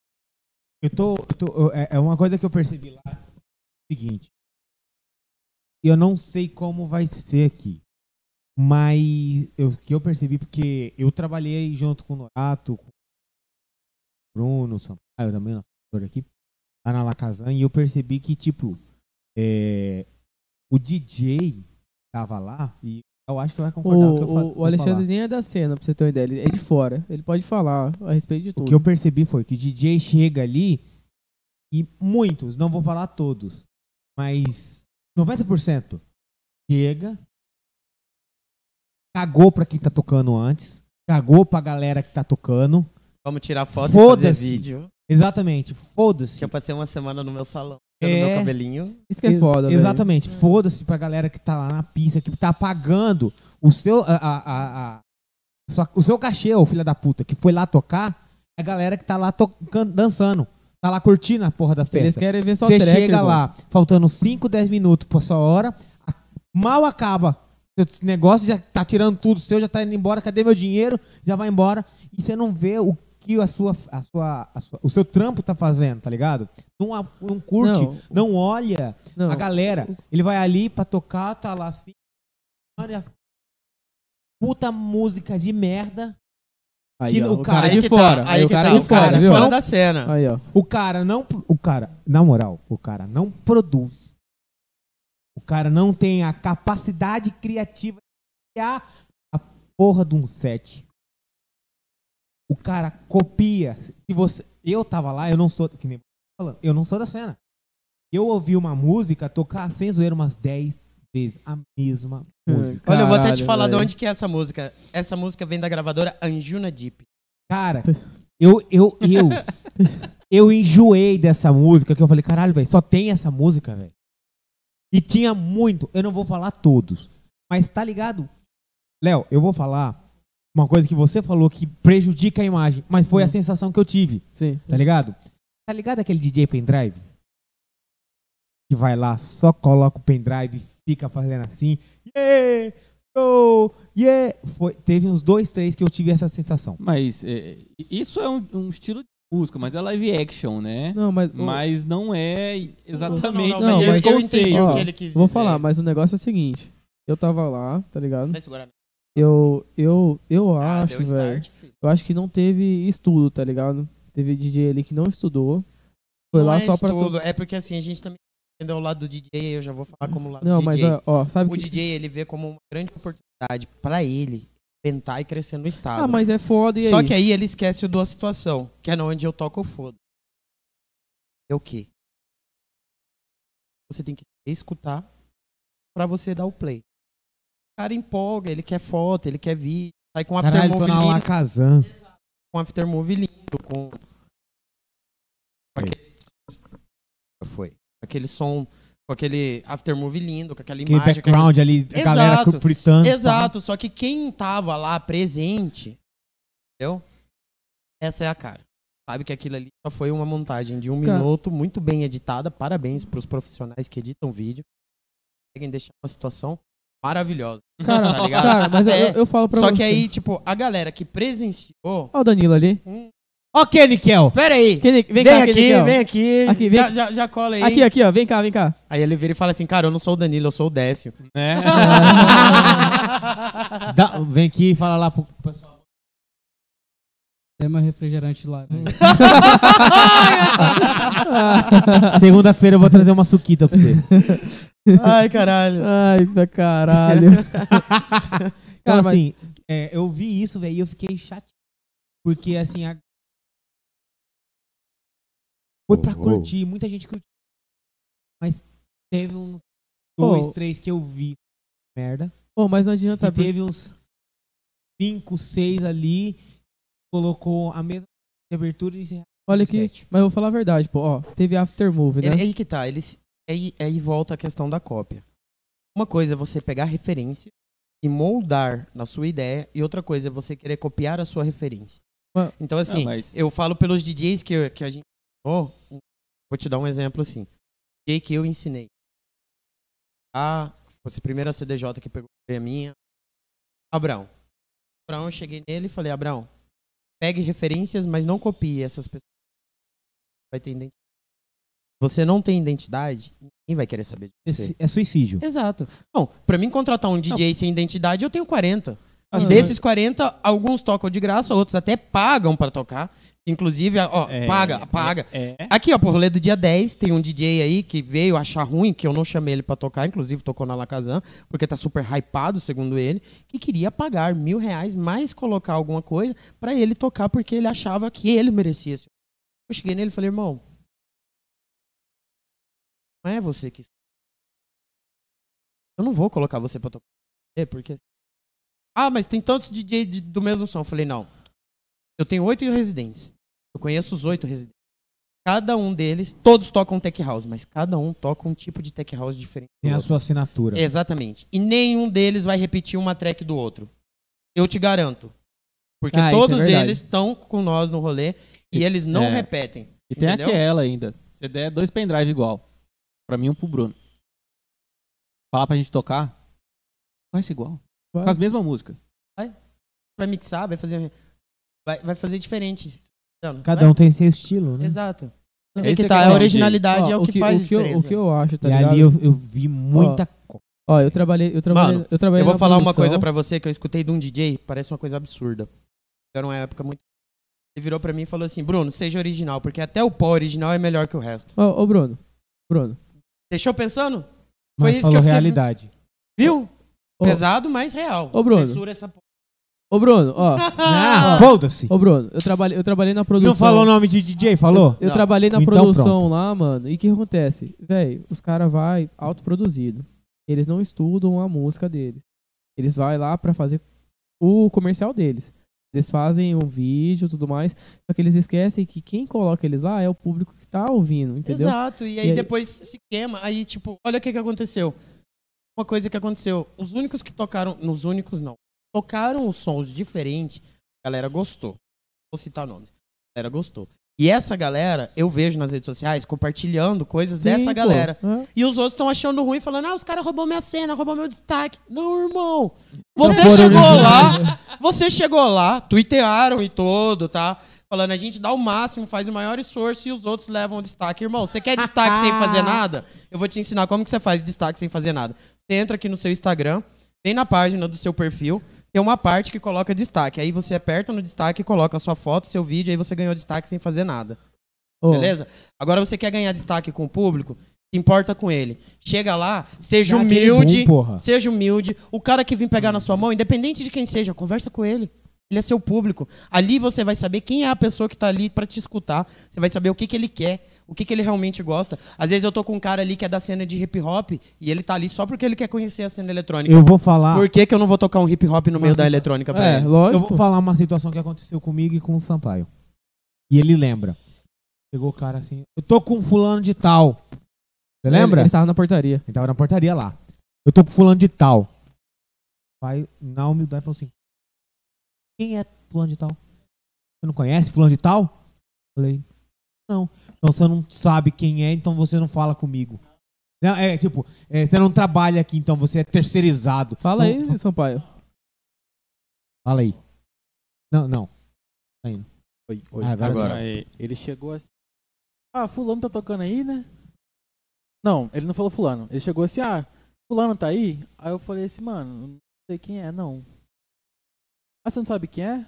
eu tô. eu tô- eu- é, é uma coisa que eu percebi lá. é o Seguinte. Eu não sei como vai ser aqui. Mas eu que eu percebi porque eu trabalhei junto com o Norato, com o Bruno, o Sampaio também, nosso produtor aqui, lá na Lacazan, e eu percebi que, tipo, é, o DJ tava lá, e eu acho que vai
O,
concordar com o que eu fa-
o- o
vou falar.
Alexandre nem é da cena, pra você ter uma ideia. Ele é de fora. Ele pode falar a respeito de
O
tudo.
que eu percebi foi que o DJ chega ali e muitos, não vou falar todos, mas 90% chega, cagou pra quem tá tocando antes, cagou pra galera que tá tocando.
Vamos tirar foto e fazer
Foda-se.
vídeo.
Exatamente, foda-se.
Que eu passei uma semana no meu salão, pelo meu
É.
cabelinho.
Isso que é
Ex-
foda, velho.
Exatamente, foda-se pra galera que tá lá na pista, que tá pagando o seu, a, a- a- a- sua- o seu cachê, ô filha da puta, que foi lá tocar, é a galera que tá lá tocando, dançando, tá lá curtindo a porra da festa.
Eles querem ver só
Você
track,
chega
irmão.
lá, faltando 5, 10 minutos pra sua hora, a- mal acaba seu negócio, já tá tirando tudo seu, já tá indo embora, cadê meu dinheiro? Já vai embora. E você não vê o que a sua, a sua, a sua- o seu trampo tá fazendo, tá ligado? Não, a- não curte, não,
Não.
olha
Não,
a galera. Ele vai ali pra tocar, tá lá assim. Olha, puta música de merda.
aí,
que
ó,
no
o cara
cara-
de
que
fora.
Tá,
Aí o
que
cara é
tá,
de fora, viu?
da cena.
Aí, ó.
O cara não. O cara, na moral, o cara não produz. O cara não tem a capacidade criativa de criar a porra de um set. O cara copia. Se você, eu tava lá, eu não sou. Que nem eu tô falando, eu não sou da cena. Eu ouvi uma música tocar sem zoeira umas 10 vezes a mesma
É,
música.
Olha, eu vou até te
Caralho,
falar de
velho.
onde que é essa música. Essa música vem da gravadora Anjuna Deep.
Cara, eu, eu, eu, eu enjoei dessa música que eu falei, caralho, velho, só tem essa música, velho. E tinha muito, eu não vou falar todos, mas tá ligado? Léo, eu vou falar uma coisa que você falou que prejudica a imagem, mas foi a
Hum.
sensação que eu tive,
Sim.
tá ligado? Tá ligado aquele DJ pendrive? Que vai lá, só coloca o pendrive, fica fazendo assim, yeah, oh, yeah. Foi, teve uns dois, três que eu tive essa sensação.
Mas é, isso é um, um estilo de música, mas é live action, né?
Não, mas... ô,
Mas não é exatamente
não, não,
esse
mas
eu entendi o
Ó,
é que ele quis dizer.
Vou falar, mas o negócio é o seguinte. Eu tava lá, tá ligado?
Vai segurar.
Eu, eu, eu
Ah,
acho,
deu
velho.
start, filho.
Eu acho que não teve estudo, tá ligado? Teve DJ ali que não estudou. Foi
Não
lá
é
só pra.
estudo,
to-
É porque assim, a gente também entendeu o lado do DJ, eu já vou falar como o lado
Não,
do
mas
DJ.
ó, ó, sabe
O é
que.
DJ, ele vê como uma grande oportunidade pra ele tentar e crescer no estado.
Ah, mas é foda e
Só
aí?
que aí ele esquece de uma situação, que é na onde eu toco, eu foda. É o quê? Você tem que escutar pra você dar o play. O cara empolga, ele quer foto, ele quer vídeo, Sai com um
Caralho, tô
aftermovie
na
lindo,
Lacazan.
com um aftermovie lindo, com... Aquele... Foi. Aquele som, com aquele aftermovie lindo, com aquela
Aquele
imagem... com
background ali, a galera
Exato.
Uhum.
fritando.
Exato, só que quem tava lá presente, entendeu? Essa é a cara. Sabe que aquilo ali só foi uma montagem de um
Cara.
minuto, muito bem editada. Parabéns pros profissionais que editam vídeo. Conseguem deixar uma situação maravilhosa.
Cara,
Tá ligado?
cara, mas eu,
É,
eu- eu falo pra
Só
você.
que aí, tipo, a galera que presenciou.
Olha o Danilo ali.
Ok, Nikel.
Pera aí!
Aquele- vem
Vem,
cá,
aqui,
aquele
vem
aqui,
aqui.
Aqui, vem
Já,
aqui.
já, já cola aí.
ó. Aqui, aqui, ó. Vem cá, vem cá.
Aí ele vira e fala assim: Cara, eu não sou o Danilo, eu sou o Décio.
Né?
Dá- vem aqui e fala lá pro pessoal.
É meu refrigerante lá.
Segunda-feira eu vou trazer uma suquita pra você.
Ai, caralho.
Ai, pra caralho.
Então,
Cara, mas-
assim, é, eu vi isso, velho, e eu fiquei chateado. Porque, assim, a... foi pra
Oh, oh.
curtir, muita gente curtiu. Mas teve uns dois,
Oh.
três que eu vi. Merda.
Pô, mas não adianta
E
saber.
teve uns cinco, seis ali. Colocou a mesma abertura e encerrou.
Olha aqui.
sete.
Mas eu vou falar a verdade, pô. Ó, teve after movie, né?
É, é aí que tá. Eles, aí, aí volta a questão da cópia. Uma coisa é você pegar referência e moldar na sua ideia, e outra coisa é você querer copiar a sua referência.
Mas-
Então, assim,
Ah, mas-
eu falo pelos DJs que, que a gente ensinou. Vou te dar um exemplo assim. DJ que eu ensinei. A essa primeira CDJ que pegou foi a minha. Abrão. Abrão, eu cheguei nele e falei, Abrão, pegue referências, mas não copie essas pessoas. Vai ter identidade. Você não tem identidade, ninguém vai querer saber de você.
Esse- É suicídio.
Exato. Bom, pra mim contratar um DJ sem identidade, eu tenho 40.
Ah,
E
sim.
desses 40, alguns tocam de graça, outros até pagam pra tocar. Inclusive, ó,
É,
paga, paga.
É.
Aqui, ó, pro rolê do dia 10, tem um DJ aí que veio achar ruim, que eu não chamei ele pra tocar, inclusive tocou na Lacazan, porque tá super hypado, segundo ele, que queria pagar mil reais, mais colocar alguma coisa pra ele tocar, porque ele achava que ele merecia. isso. Eu cheguei nele e falei, irmão, não é você que... Eu não vou colocar você pra tocar, é, porque... Ah, mas tem tantos DJ de- do mesmo som. Eu falei, não, eu tenho oito residentes, eu conheço os oito residentes. Cada um deles, todos tocam tech house, mas cada um toca um tipo de tech house diferente. do
Tem a
outro.
sua assinatura.
É. Exatamente. E nenhum deles vai repetir uma track do outro. Eu te garanto. Porque
Ah, isso é
todos
verdade.
eles estão com nós no rolê e eles não
É.
repetem.
E tem
Entendeu?
aquela ainda. Você der dois pendrive igual. Pra mim, um pro Bruno. Falar pra gente tocar. Vai ser igual.
Vai.
Com as mesmas músicas.
Vai mixar, vai fazer. um Vai, vai fazer diferente. Entendeu?
Cada
Vai-
um tem seu estilo, né?
Exato. Mas
Esse
é que
é
tá,
que é
a
o
originalidade
Ó,
é o que, faz
o que, eu, o
diferença.
que eu acho, tá
e
ligado?
ali eu, eu vi muita co-
Ó, eu trabalhei, eu trabalhei,
Mano,
eu trabalhei
Eu vou
na
falar uma
produção.
coisa pra você que eu escutei de um DJ, parece uma coisa absurda. Era uma época muito. Ele virou pra mim e falou assim: Bruno, seja original, porque até o pó original é melhor que o resto.
Ô, ô, Bruno. Bruno.
Deixou pensando? Foi
Mas
isso que
falou
eu fiquei-
realidade.
Viu?
Ô,
Pesado, mas real.
Ô, Bruno.
Censura essa porra.
ô Bruno, ó.
Ah,
ó.
foda-se.
Ô, Bruno, eu trabalhei, eu trabalhei na produção.
Não falou o nome de DJ, falou?
Eu
Não.
trabalhei na
Então
produção
pronto.
lá, mano. E o que acontece? Véi, os caras vai autoproduzido. Eles não estudam a música deles. Eles vai lá pra fazer o comercial deles. Eles fazem um vídeo e tudo mais. Só que eles esquecem que quem coloca eles lá é o público que tá ouvindo, entendeu?
Exato. E aí
E aí-
depois se queima. Aí, tipo, olha o que, que aconteceu. Uma coisa que aconteceu. Os únicos que tocaram. Nos únicos, não. Tocaram os sons diferentes. A galera gostou. Vou citar nomes. A galera gostou. E essa galera, eu vejo nas redes sociais compartilhando coisas
Sim,
dessa
pô.
galera.
É.
E os outros estão achando ruim, falando: ah, os caras roubou minha cena, roubou meu destaque. Não, irmão. Você
foram
chegou lá,
originais.
Você chegou lá, tuitearam e todo, tá? Falando, a gente dá o máximo, faz o maior esforço e os outros levam o destaque. Irmão, você quer destaque sem fazer nada? Eu vou te ensinar como que você faz destaque sem fazer nada. Você entra aqui no seu Instagram, vem na página do seu perfil, tem uma parte que coloca destaque. Aí você aperta no destaque, coloca a sua foto, seu vídeo, aí você ganhou destaque sem fazer nada.
Ô,
Beleza? Agora você quer ganhar destaque com o público? Se importa com ele. Chega lá, seja
Já aquele
humilde.
boom, porra.
Seja humilde. O cara que vir pegar na sua mão, independente de quem seja, conversa com ele. Ele é seu público. Ali você vai saber quem é a pessoa que tá ali pra te escutar. Você vai saber o que, que ele quer, O que, que ele realmente gosta. Às vezes eu tô com um cara ali que é da cena de hip hop e ele tá ali só porque ele quer conhecer a cena eletrônica.
Eu vou falar.
Por que, que eu não vou tocar um hip hop no meio
Mas
da
eu-
eletrônica pra
É,
ele?
Eu
lógico.
vou falar uma situação que aconteceu comigo e com o Sampaio. E ele lembra. Chegou o cara assim, eu tô com fulano de tal.
É,
Você lembra?
Ele estava na portaria.
Ele tava na portaria lá. Eu tô com fulano de tal. Pai, na humildade, falou assim: Quem é fulano de tal? Você não conhece fulano de tal? Falei, não. Então você não sabe quem é, então você não fala comigo. Não, é tipo, é, você não trabalha aqui, então você é terceirizado.
Fala
Então,
aí, Sampaio.
Fala aí. Não, não. Tá indo.
Oi, oi.
Ah, agora
Agora.
Aí,
Ele chegou assim. Ah, fulano tá tocando aí, né? Não, ele não falou fulano. Ele chegou assim, ah, fulano tá aí? Aí eu falei assim, mano, não sei quem é, não. Ah, você não sabe quem é?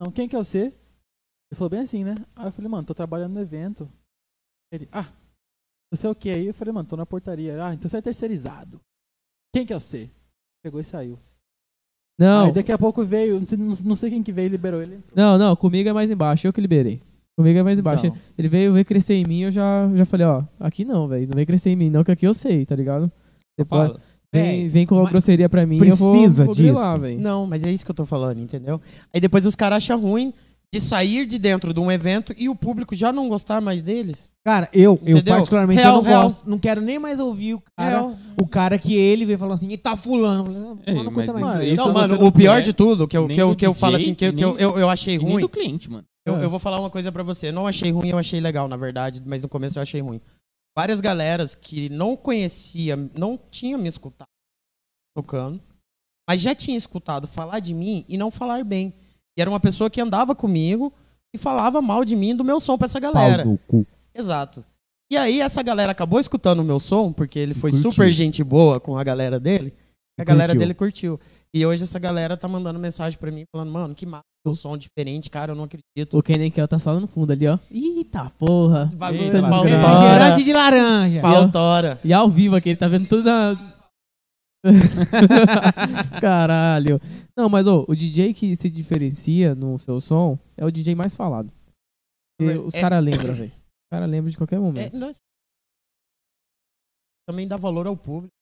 Não, quem que é você? Ele falou bem assim, né? Aí eu falei, mano, tô trabalhando no evento. Ele, ah, você é o que aí? Eu falei, mano, tô na portaria. Ele, Ah, então você é terceirizado. Quem que é você? Pegou e saiu.
Não,
Aí daqui a pouco veio, não sei- não sei quem que veio, liberou ele.
não, não. Comigo é mais embaixo. Eu que liberei. Comigo é mais embaixo.
Então,
Ele veio, veio crescer em mim, eu já, já falei, ó, aqui não, velho. Não vem crescer em mim, não, que aqui eu sei, tá ligado? Você pode-
fala.
vem,
Véi,
vem com uma
É, mas
grosseria pra mim,
precisa
eu vou, vou grilar,
disso.
velho.
Não, mas é isso que eu tô falando, entendeu? Aí depois os caras acham ruim de sair de dentro de um evento e o público já não gostar mais deles.
Cara, eu, eu
Entendeu?
particularmente eu
Real,
não
real.
gosto. Não quero nem mais ouvir o cara.
Real.
O cara que ele veio falando assim, e tá fulano. Eu falei, "Ah,
É,
tomar no cu
mas
também."
isso-
Mano,
isso
não,
você
mano,
não
o pior
quer
de tudo, que é. eu,
nem
que eu,
do
que eu falo
DJ,
assim, que, eu- que eu,
nem-
eu, eu achei
E nem
ruim.
do cliente, mano.
Eu,
É.
eu vou falar uma coisa pra você. Não achei ruim, eu achei legal, na verdade, mas no começo eu achei ruim. Várias galeras que não conhecia, não tinha me escutado tocando, mas já tinha escutado falar de mim e não falar bem. E era uma pessoa que andava comigo e falava mal de mim e do meu som pra essa galera.
pau no cu.
Exato. E aí essa galera acabou escutando o meu som, porque ele foi
curtiu.
super gente boa com a galera dele. A
E
galera
curtiu.
dele curtiu. E hoje essa galera tá mandando mensagem pra mim falando, mano, que massa, o som diferente, cara, eu não acredito.
O Kenny Kell tá só lá no fundo ali, ó. Eita porra.
Bagulho tá
Eita,
pau
desgraça.
tora.
Refrigerante de laranja.
Faltora.
E ao vivo aqui, ele tá vendo tudo na. Caralho. Não, mas ô, o DJ que se diferencia no seu som é o DJ mais falado. Porque
Mas
os
é-
caras lembram, velho. Os caras lembram de qualquer
É,
momento.
não é- Também dá valor ao público.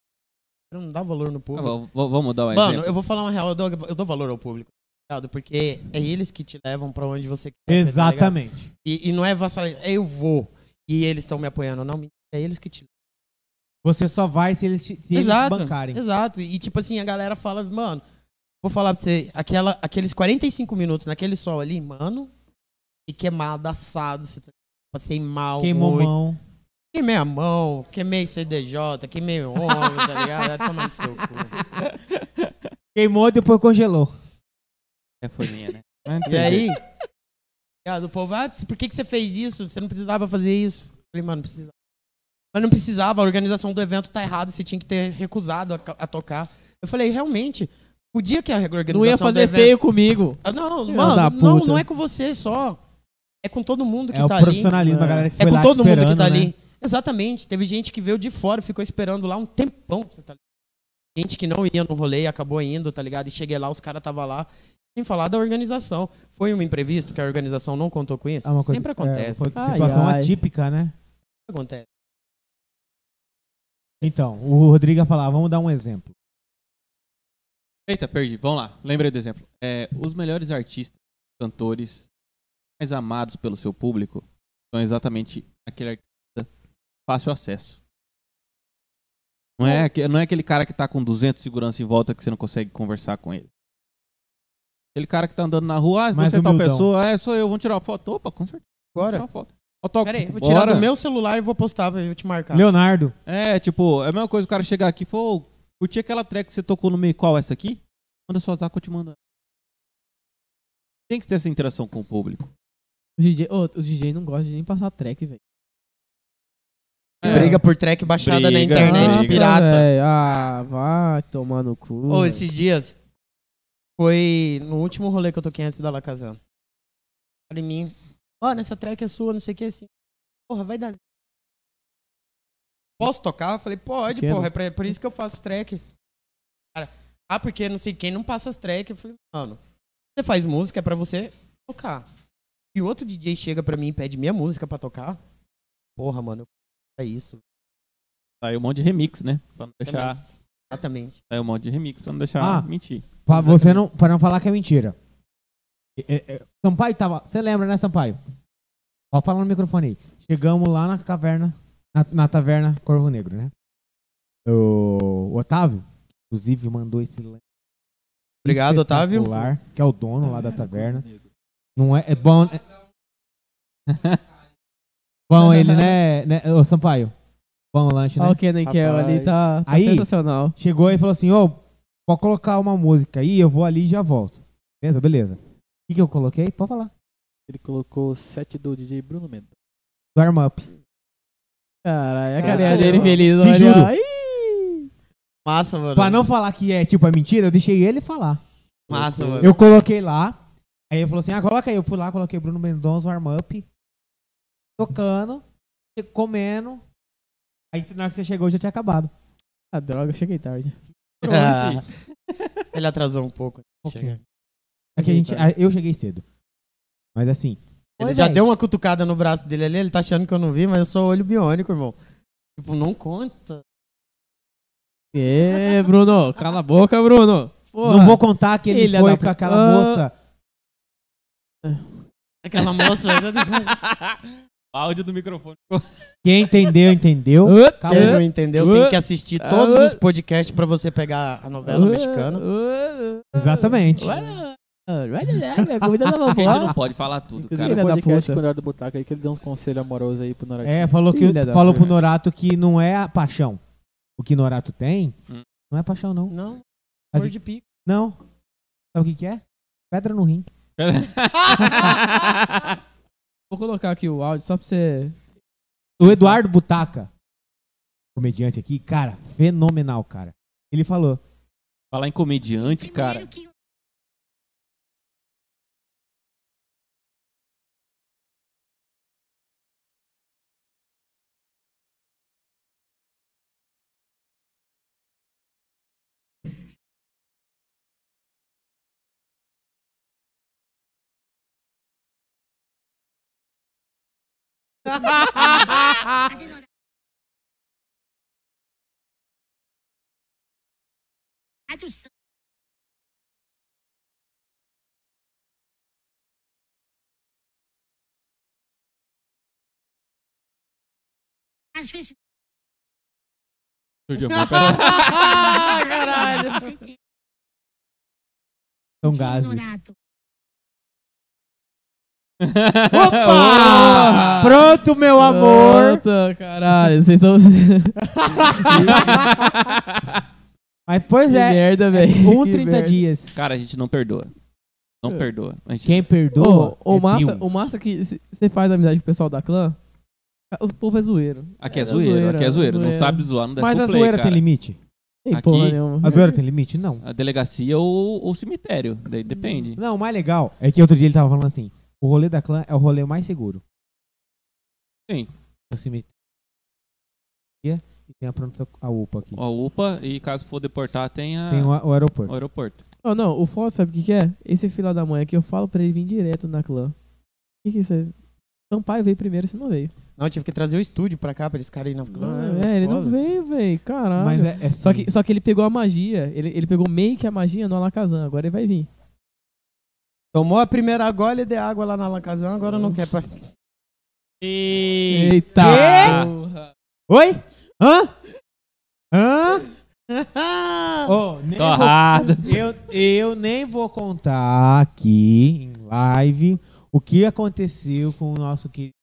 Não dá valor no
Ah,
público.
vou- vou- Vamos dar um
Mano,
exemplo.
eu vou falar uma real, eu dou, eu dou valor ao público. ligado? Porque é eles que te levam pra onde você quer. tá ligado?
Exatamente.
E, e não é vassal, é eu vou. E eles estão me apoiando. Não, mentira, é eles que te
Você só vai se eles, te, se eles
Exato,
bancarem.
Exato. E tipo assim, a galera fala, mano, vou falar pra você, aquela, aqueles 45 minutos naquele sol ali, mano, e queimado, assado, você tá- passei mal.
Queimou
muito.
mão.
Queimei a mão, queimei CDJ, queimei o homem, tá ligado? Vai tomar no seu cu.
Queimou, depois congelou.
É, foi minha, né?
E aí? ligado? O povo, ah, por que, que você fez isso? Você não precisava fazer isso. Eu falei, mano, não precisava. Mas não precisava, a organização do evento tá errada, você tinha que ter recusado a, ca- a tocar. Eu falei, realmente, podia que a organização
Não ia
do
fazer
evento...
feio comigo.
Ah, Não,
Filho da
mano, não,
puta.
não é com você só. É com todo mundo que
É o
tá ali.
profissionalismo, a galera que
É
foi
com
lá
todo
te
mundo que
esperando,
tá
né?
ali. Exatamente. Teve gente que veio de fora, ficou esperando lá um tempão. você tá ligado? Gente que não ia no rolê, acabou indo, tá ligado? E cheguei lá, os caras tava lá. Sem falar da organização. Foi um imprevisto que a organização não contou com isso?
É uma coisa-
Sempre
é,
acontece.
foi
Ai,
situação
ai.
atípica, né?
Sempre acontece.
Então, o Rodrigo ia falar, vamos dar um exemplo.
Eita, perdi. Vamos lá. Lembrei do exemplo. É, os melhores artistas, cantores, mais amados pelo seu público, são exatamente aquele artista fácil acesso. Não é, aque- não é aquele cara que tá com 200 segurança em volta que você não consegue conversar com ele. Aquele cara que tá andando na rua, ah,
Mais
você é tal
humildão.
pessoa, é, sou eu, vamos tirar uma foto. Opa, com certeza, vamos tirar
Bora.
uma foto. Autógrafo,
Pera aí, vou tirar
bora.
do meu celular e vou postar, eu vou te marcar.
Leonardo,
É, tipo, é a mesma coisa o cara chegar aqui e falar, ô, curti aquela track que você tocou no meio, qual é essa aqui? Manda só zap que eu te mando. Tem que ter essa interação com o público.
Os DJ, ô, os DJ não gostam de nem passar track, velho.
É.
Briga por track baixada na
Briga,
internet,
briga.
pirata.
véi. Ah, vai tomar no cu.
Ô,
Hum.
véi.
esses dias foi no último rolê que eu toquei antes da La Casa. Pra mim, ó, nessa track é sua, não sei o que, assim. Porra, vai dar. Posso tocar? Eu falei, pode,
Pequeno.
porra, é pra- é por isso que eu faço track. Cara, ah, porque não sei quem não passa as track. Eu falei, mano, você faz música, é pra você tocar. E outro DJ chega pra mim e pede minha música pra tocar. Porra, mano, é isso.
Saiu um monte de remix, né? Pra não deixar.
Exatamente.
Saiu um monte de remix pra não deixar
Ah.
mentir.
Pra você não, pra não falar que é mentira. É, é, é, Sampaio tava. Você lembra, né, Sampaio? Ó, fala no microfone aí. Chegamos lá na caverna, na, na taverna Corvo Negro, né? O Otávio, inclusive, mandou esse lance
Obrigado, Otávio.
espetacular, Que é o dono lá da taverna. Não é, é bom. É... bom ele, né, né? Ô, Sampaio. Bom lanche, né?
Olha o Kenan Kell ali, tá, tá
Aí-
sensacional.
Chegou e falou assim: Ô, pode colocar uma música aí, eu vou ali e já volto. Beleza, beleza. O que, que eu coloquei? Pode falar.
Ele colocou o set do DJ Bruno Mendes.
Do Arm Up.
Caralho, a
Caralho,
carinha dele
mano.
feliz.
Te
olha,
juro.
Ih!
Massa, mano.
Pra não falar que é tipo é mentira, eu deixei ele falar.
Massa, mano.
Eu coloquei lá, aí ele falou assim: ah, coloca aí. Eu fui lá, coloquei Bruno Mendonça, Arm Up, tocando, comendo. Aí na hora que você chegou já tinha acabado.
Ah, droga, cheguei tarde.
Ah. Ele atrasou um pouco. Chega.
É que a gente, ah, eu cheguei cedo. Mas assim.
Ele
Oi,
já
véi.
deu uma cutucada no braço dele ali, ele tá achando que eu não vi, mas eu sou olho biônico, irmão. Tipo, não conta.
Ê, Bruno, cala a boca, Bruno. Porra.
Não vou contar que ele
Filha
foi
da
com
pu-
aquela
Ah.
moça.
Aquela moça.
Áudio do microfone.
Quem entendeu, entendeu.
Ah,
Quem não
ah,
entendeu,
Uh,
tem que assistir todos
uh.
os podcasts pra você pegar a novela
ah,
mexicana.
ah, ah.
Exatamente.
Comida da
Porque a gente
vovó.
não pode falar tudo,
Inclusive,
cara.
no
Filha da
podcast
puta.
com o Eduardo Botaca aí, que ele deu uns conselhos amorosos aí pro Noratinho.
É, falou, que,
Filha da
falou pro
puta.
Norato que não é a paixão. O que Norato tem
Hum.
não é paixão, não.
Não,
A
cor
gente-
de pico.
Não. Sabe o que, que é? Pedra no rim. é
Vou colocar aqui o áudio só pra você.
O Eduardo Butaca, comediante aqui, cara, fenomenal, cara. Ele falou.
Falar em comediante, cara.
Às vezes.
Surgiu uma- pera-
Ah, Caralho.
São gases.
Ignorato.
Opa! Ah! Pronto, meu amor!
Puta, caralho, vocês estão.
Mas, pois
Que
é,
merda, velho.
um
Que
30
merda.
dias.
Cara, a gente não perdoa. Não
É.
perdoa. A gente
Quem perdoa.
Ô, ô,
é
massa,
Deus.
o massa que você faz amizade com o pessoal da clã, o povo é zoeiro.
Aqui é,
É
zoeiro,
zoeira,
aqui é zoeiro. Não
zoeira.
sabe zoar, não dá
Mas
full
a
play,
zoeira
cara.
tem limite?
Tem
Aqui-
porra nenhuma.
A zoeira tem limite? Não.
A delegacia ou ou o cemitério. Daí depende.
Não, o mais legal é que outro dia ele tava falando assim: o rolê da clã é o rolê mais seguro.
Sim.
O cemitério. é, E tem a pronto a UPA aqui.
A UPA e caso for deportar, tem, a...
Tem um o, a- o aeroporto.
o aeroporto.
Ô, não, o Fó sabe o que, que é? Esse filho da mãe aqui, eu falo pra ele vir direto na clã. O que, que isso é? Sampaio veio primeiro, você não veio.
Não, eu tive que trazer o estúdio pra cá, pra eles ficarem na Ah,
Não, é, ele não
foda.
veio, velho. Caralho.
Mas é, é
só,
assim,
que, só que ele pegou a magia. Ele, ele pegou meio que a magia no Alakazam. Agora ele vai vir.
Tomou a primeira gole de água lá na Lacazão, agora não quer. Pra...
Eita!
Quê?
Porra.
Oi? Hã? Hã? Ô, nem
tá
vou-
Torrado.
eu, eu nem vou contar aqui em live o que aconteceu com o nosso querido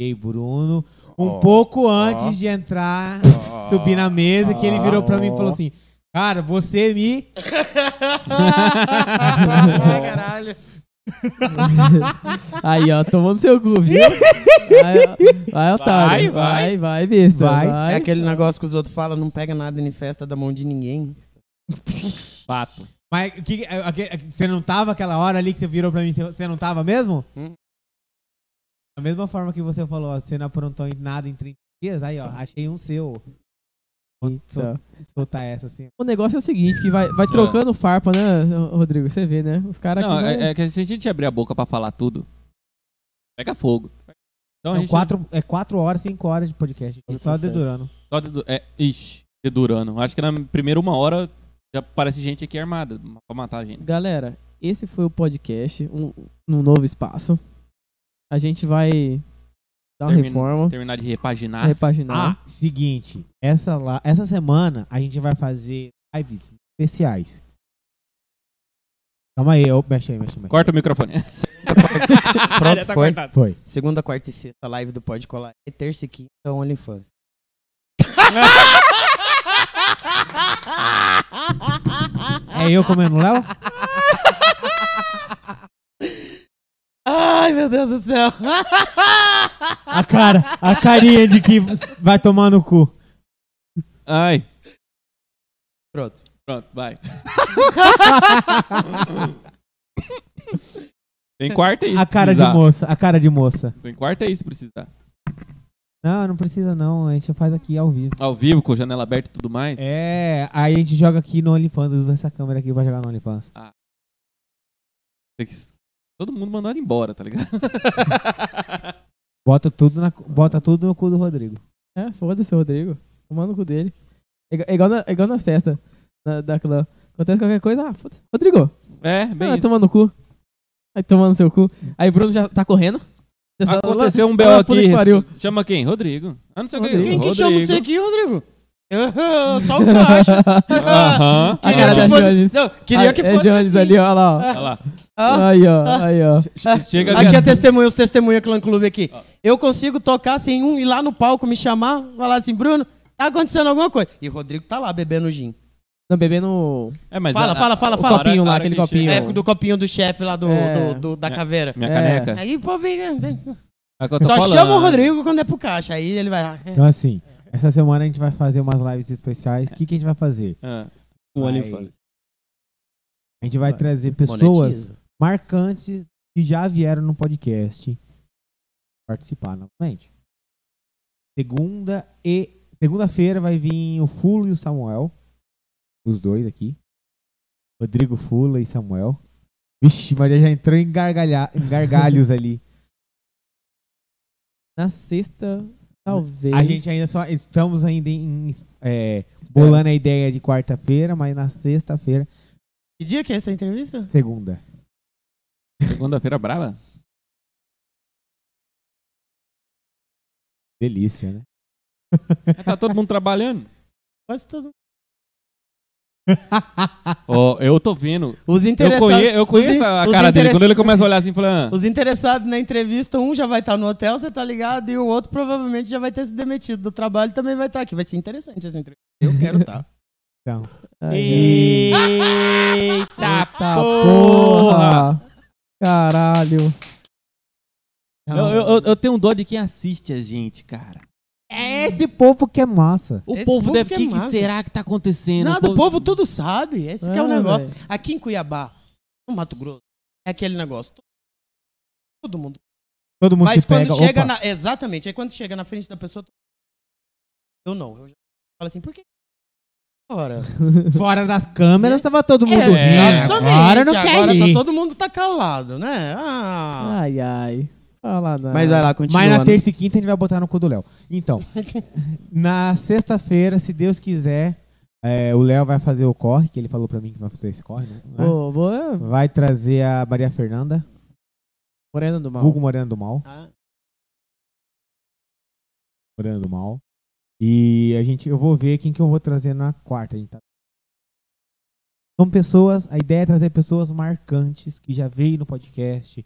DJ Bruno um
Ó,
pouco
ó.
antes de entrar, subir na mesa, que ele virou pra mim e falou assim: Cara, você me
Caralho.
Aí, ó, tomando seu cu, viu? Vai, ó, vai,
vai.
otário. Vai, vai, besta.
Vai.
Vai.
É aquele negócio que os outros falam, não pega nada em festa da mão de ninguém.
Fato.
Mas o que- é, a- aque- a- você não tava aquela hora ali que você virou pra mim, você- você não tava mesmo?
Hum.
Da mesma forma que você falou, ó, você não aprontou em nada em 30 dias, aí ó,
Tá.
achei um seu. Vou sol-
Eita.
soltar essa assim.
Tá. O negócio é o seguinte, que vai, vai trocando farpa, né, Rodrigo? Você vê, né? Os caras aqui...
Não,
vai-
é, é que se a gente abrir a boca pra falar tudo, pega fogo. Então, a
São
gente-
quatro, é quatro horas, cinco horas de podcast.
Eu
Só
pensei.
dedurando.
Só dedu... é, ixi, dedurando. Acho que na primeira uma hora já aparece gente aqui armada pra matar a gente.
Galera, esse foi o podcast, um, um novo espaço. A gente vai dar uma
Termina-
reforma,
Terminar de repaginar.
repaginar.
Ah, seguinte, essa, lá, essa semana a gente vai fazer lives especiais. Calma aí, eu mexe aí, mexe aí. mexe aí.
Corta o microfone.
Pronto, foi.
Foi.
Segunda, quarta e sexta, live do Pode Colar. E terça e quinta, OnlyFans.
É eu comendo o Léo?
Ai, meu Deus do céu.
A cara, a carinha de que vai tomar no cu.
Ai.
Pronto.
Pronto, vai. Tem quarta aí. se
A cara de
precisar.
moça, a cara de moça.
Tem quarta aí se precisar.
Não, não precisa não, a gente faz aqui ao vivo.
Ao vivo, com janela aberta e tudo mais.
É, aí a gente joga aqui no OnlyFans, usa essa câmera aqui pra jogar no OnlyFans.
Tem que- Todo mundo mandando embora, tá ligado?
Bota tudo, na, cu- bota tudo no cu do Rodrigo.
É, foda-se, Rodrigo. Tomar no cu dele. É igu- é igual, na- é igual nas festas da, da clã. Acontece qualquer coisa, ah, foda-se. Rodrigo,
É, bem
ah,
isso.
tomando no cu. Aí tomando seu cu. Aí Bruno já tá correndo. Já só-
Aconteceu um
Ah,
B.O.
puta que
aqui.
pariu.
Chama quem? Rodrigo. Ah, não sei o que.
Rodrigo.
Quem que
Rodrigo.
chama isso aqui, Rodrigo? Eu- Só o caixa.
Aham.
A
Queria
cara da
que fosse.
Jones.
Não, queria
Ah,
que
é
fosse.
Jones
assim.
ali, ó lá. ó.
Ah,
Olha lá.
ah,
Aí, ó, aí, ó.
ah.
Chega
Aqui é
dentro.
testemunha, os testemunha Clã Clube aqui.
Ó.
Eu consigo tocar sem um ir lá no palco me chamar, falar assim, Bruno, tá acontecendo alguma coisa. E o Rodrigo tá lá bebendo gin.
Não, bebendo.
É, mas
Fala,
a-
fala, fala,
a
fala.
Copinho lá,
a
aquele
que chega-
copinho.
É,
Eu-
do copinho do chefe lá do,
É.
do- do- da caveira.
Minha
É.
caneca.
Aí, pô, vem. vem.
É o que eu tô
Só
falando.
chama o Rodrigo quando é pro caixa. Aí ele vai. ah,
Então assim, essa semana a gente vai fazer umas lives especiais. O que, que a gente vai fazer?
Ah,
o
Vai.
OnlyFans.
A gente vai
Vai.
trazer pessoas
Monetiza.
marcantes que já vieram no podcast participar novamente. Segunda e segunda-feira vai vir o Fulo e o Samuel, os dois aqui. Rodrigo Fula e Samuel. Vixe, Maria já entrou em, gargalha- em gargalhos ali.
Na sexta, talvez.
A gente ainda só estamos ainda em, em, é,
Espero.
bolando a ideia de quarta-feira, mas na sexta-feira,
Que dia que é essa entrevista?
segunda.
Segunda-feira brava?
Delícia, né?
Mas Tá todo mundo trabalhando.
Quase todo
Ó, eu tô vendo.
Os
Eu,
interessados.
conhe- eu conheço a
os
cara dele.
interess-
Quando ele começa a olhar assim, falando.
Os interessados na entrevista, um já vai estar no hotel, você tá ligado, e o outro provavelmente já vai ter se demitido do trabalho e também vai estar aqui. Vai ser interessante essa entrevista. Eu quero tá. estar.
Então,
é
Aí,
Eita
Eita
porra!
porra! Caralho.
Eu, eu- eu- eu tenho dó de quem assiste a gente, cara.
é esse povo que é massa.
O
Esse
povo,
povo
deve.
que
O
é
que, que
massa.
será que tá acontecendo?
Nada, o povo tudo sabe. Esse que é o
Ah,
negócio.
velho.
Aqui em Cuiabá, no Mato Grosso, é aquele negócio. Todo mundo.
Todo mundo
Mas
se pega.
quando chega
opa.
na. Exatamente. Aí quando chega na frente da pessoa. Eu não. Eu já falo assim, por que? Ora.
Fora das câmeras tava todo mundo rindo.
É,
Agora tá não quer
Agora
ir.
tá, todo mundo tá calado, né? Ah.
Ai, ai. Fala nada.
Mas vai lá, continua.
Mas na
né?
terça e quinta a gente vai botar no cu do Léo. Então, na sexta-feira, se Deus quiser, é, o Léo vai fazer o corre, que ele falou pra mim que vai fazer esse corre, né?
Pô, vou. é,
Vai trazer a Maria Fernanda,
Morena do mal.
vulgo Morena do Mal.
Ah,
Morena do Mal. E a gente, eu vou ver quem que eu vou trazer na quarta. a gente tá- São pessoas, a ideia é trazer pessoas marcantes que já veio no podcast,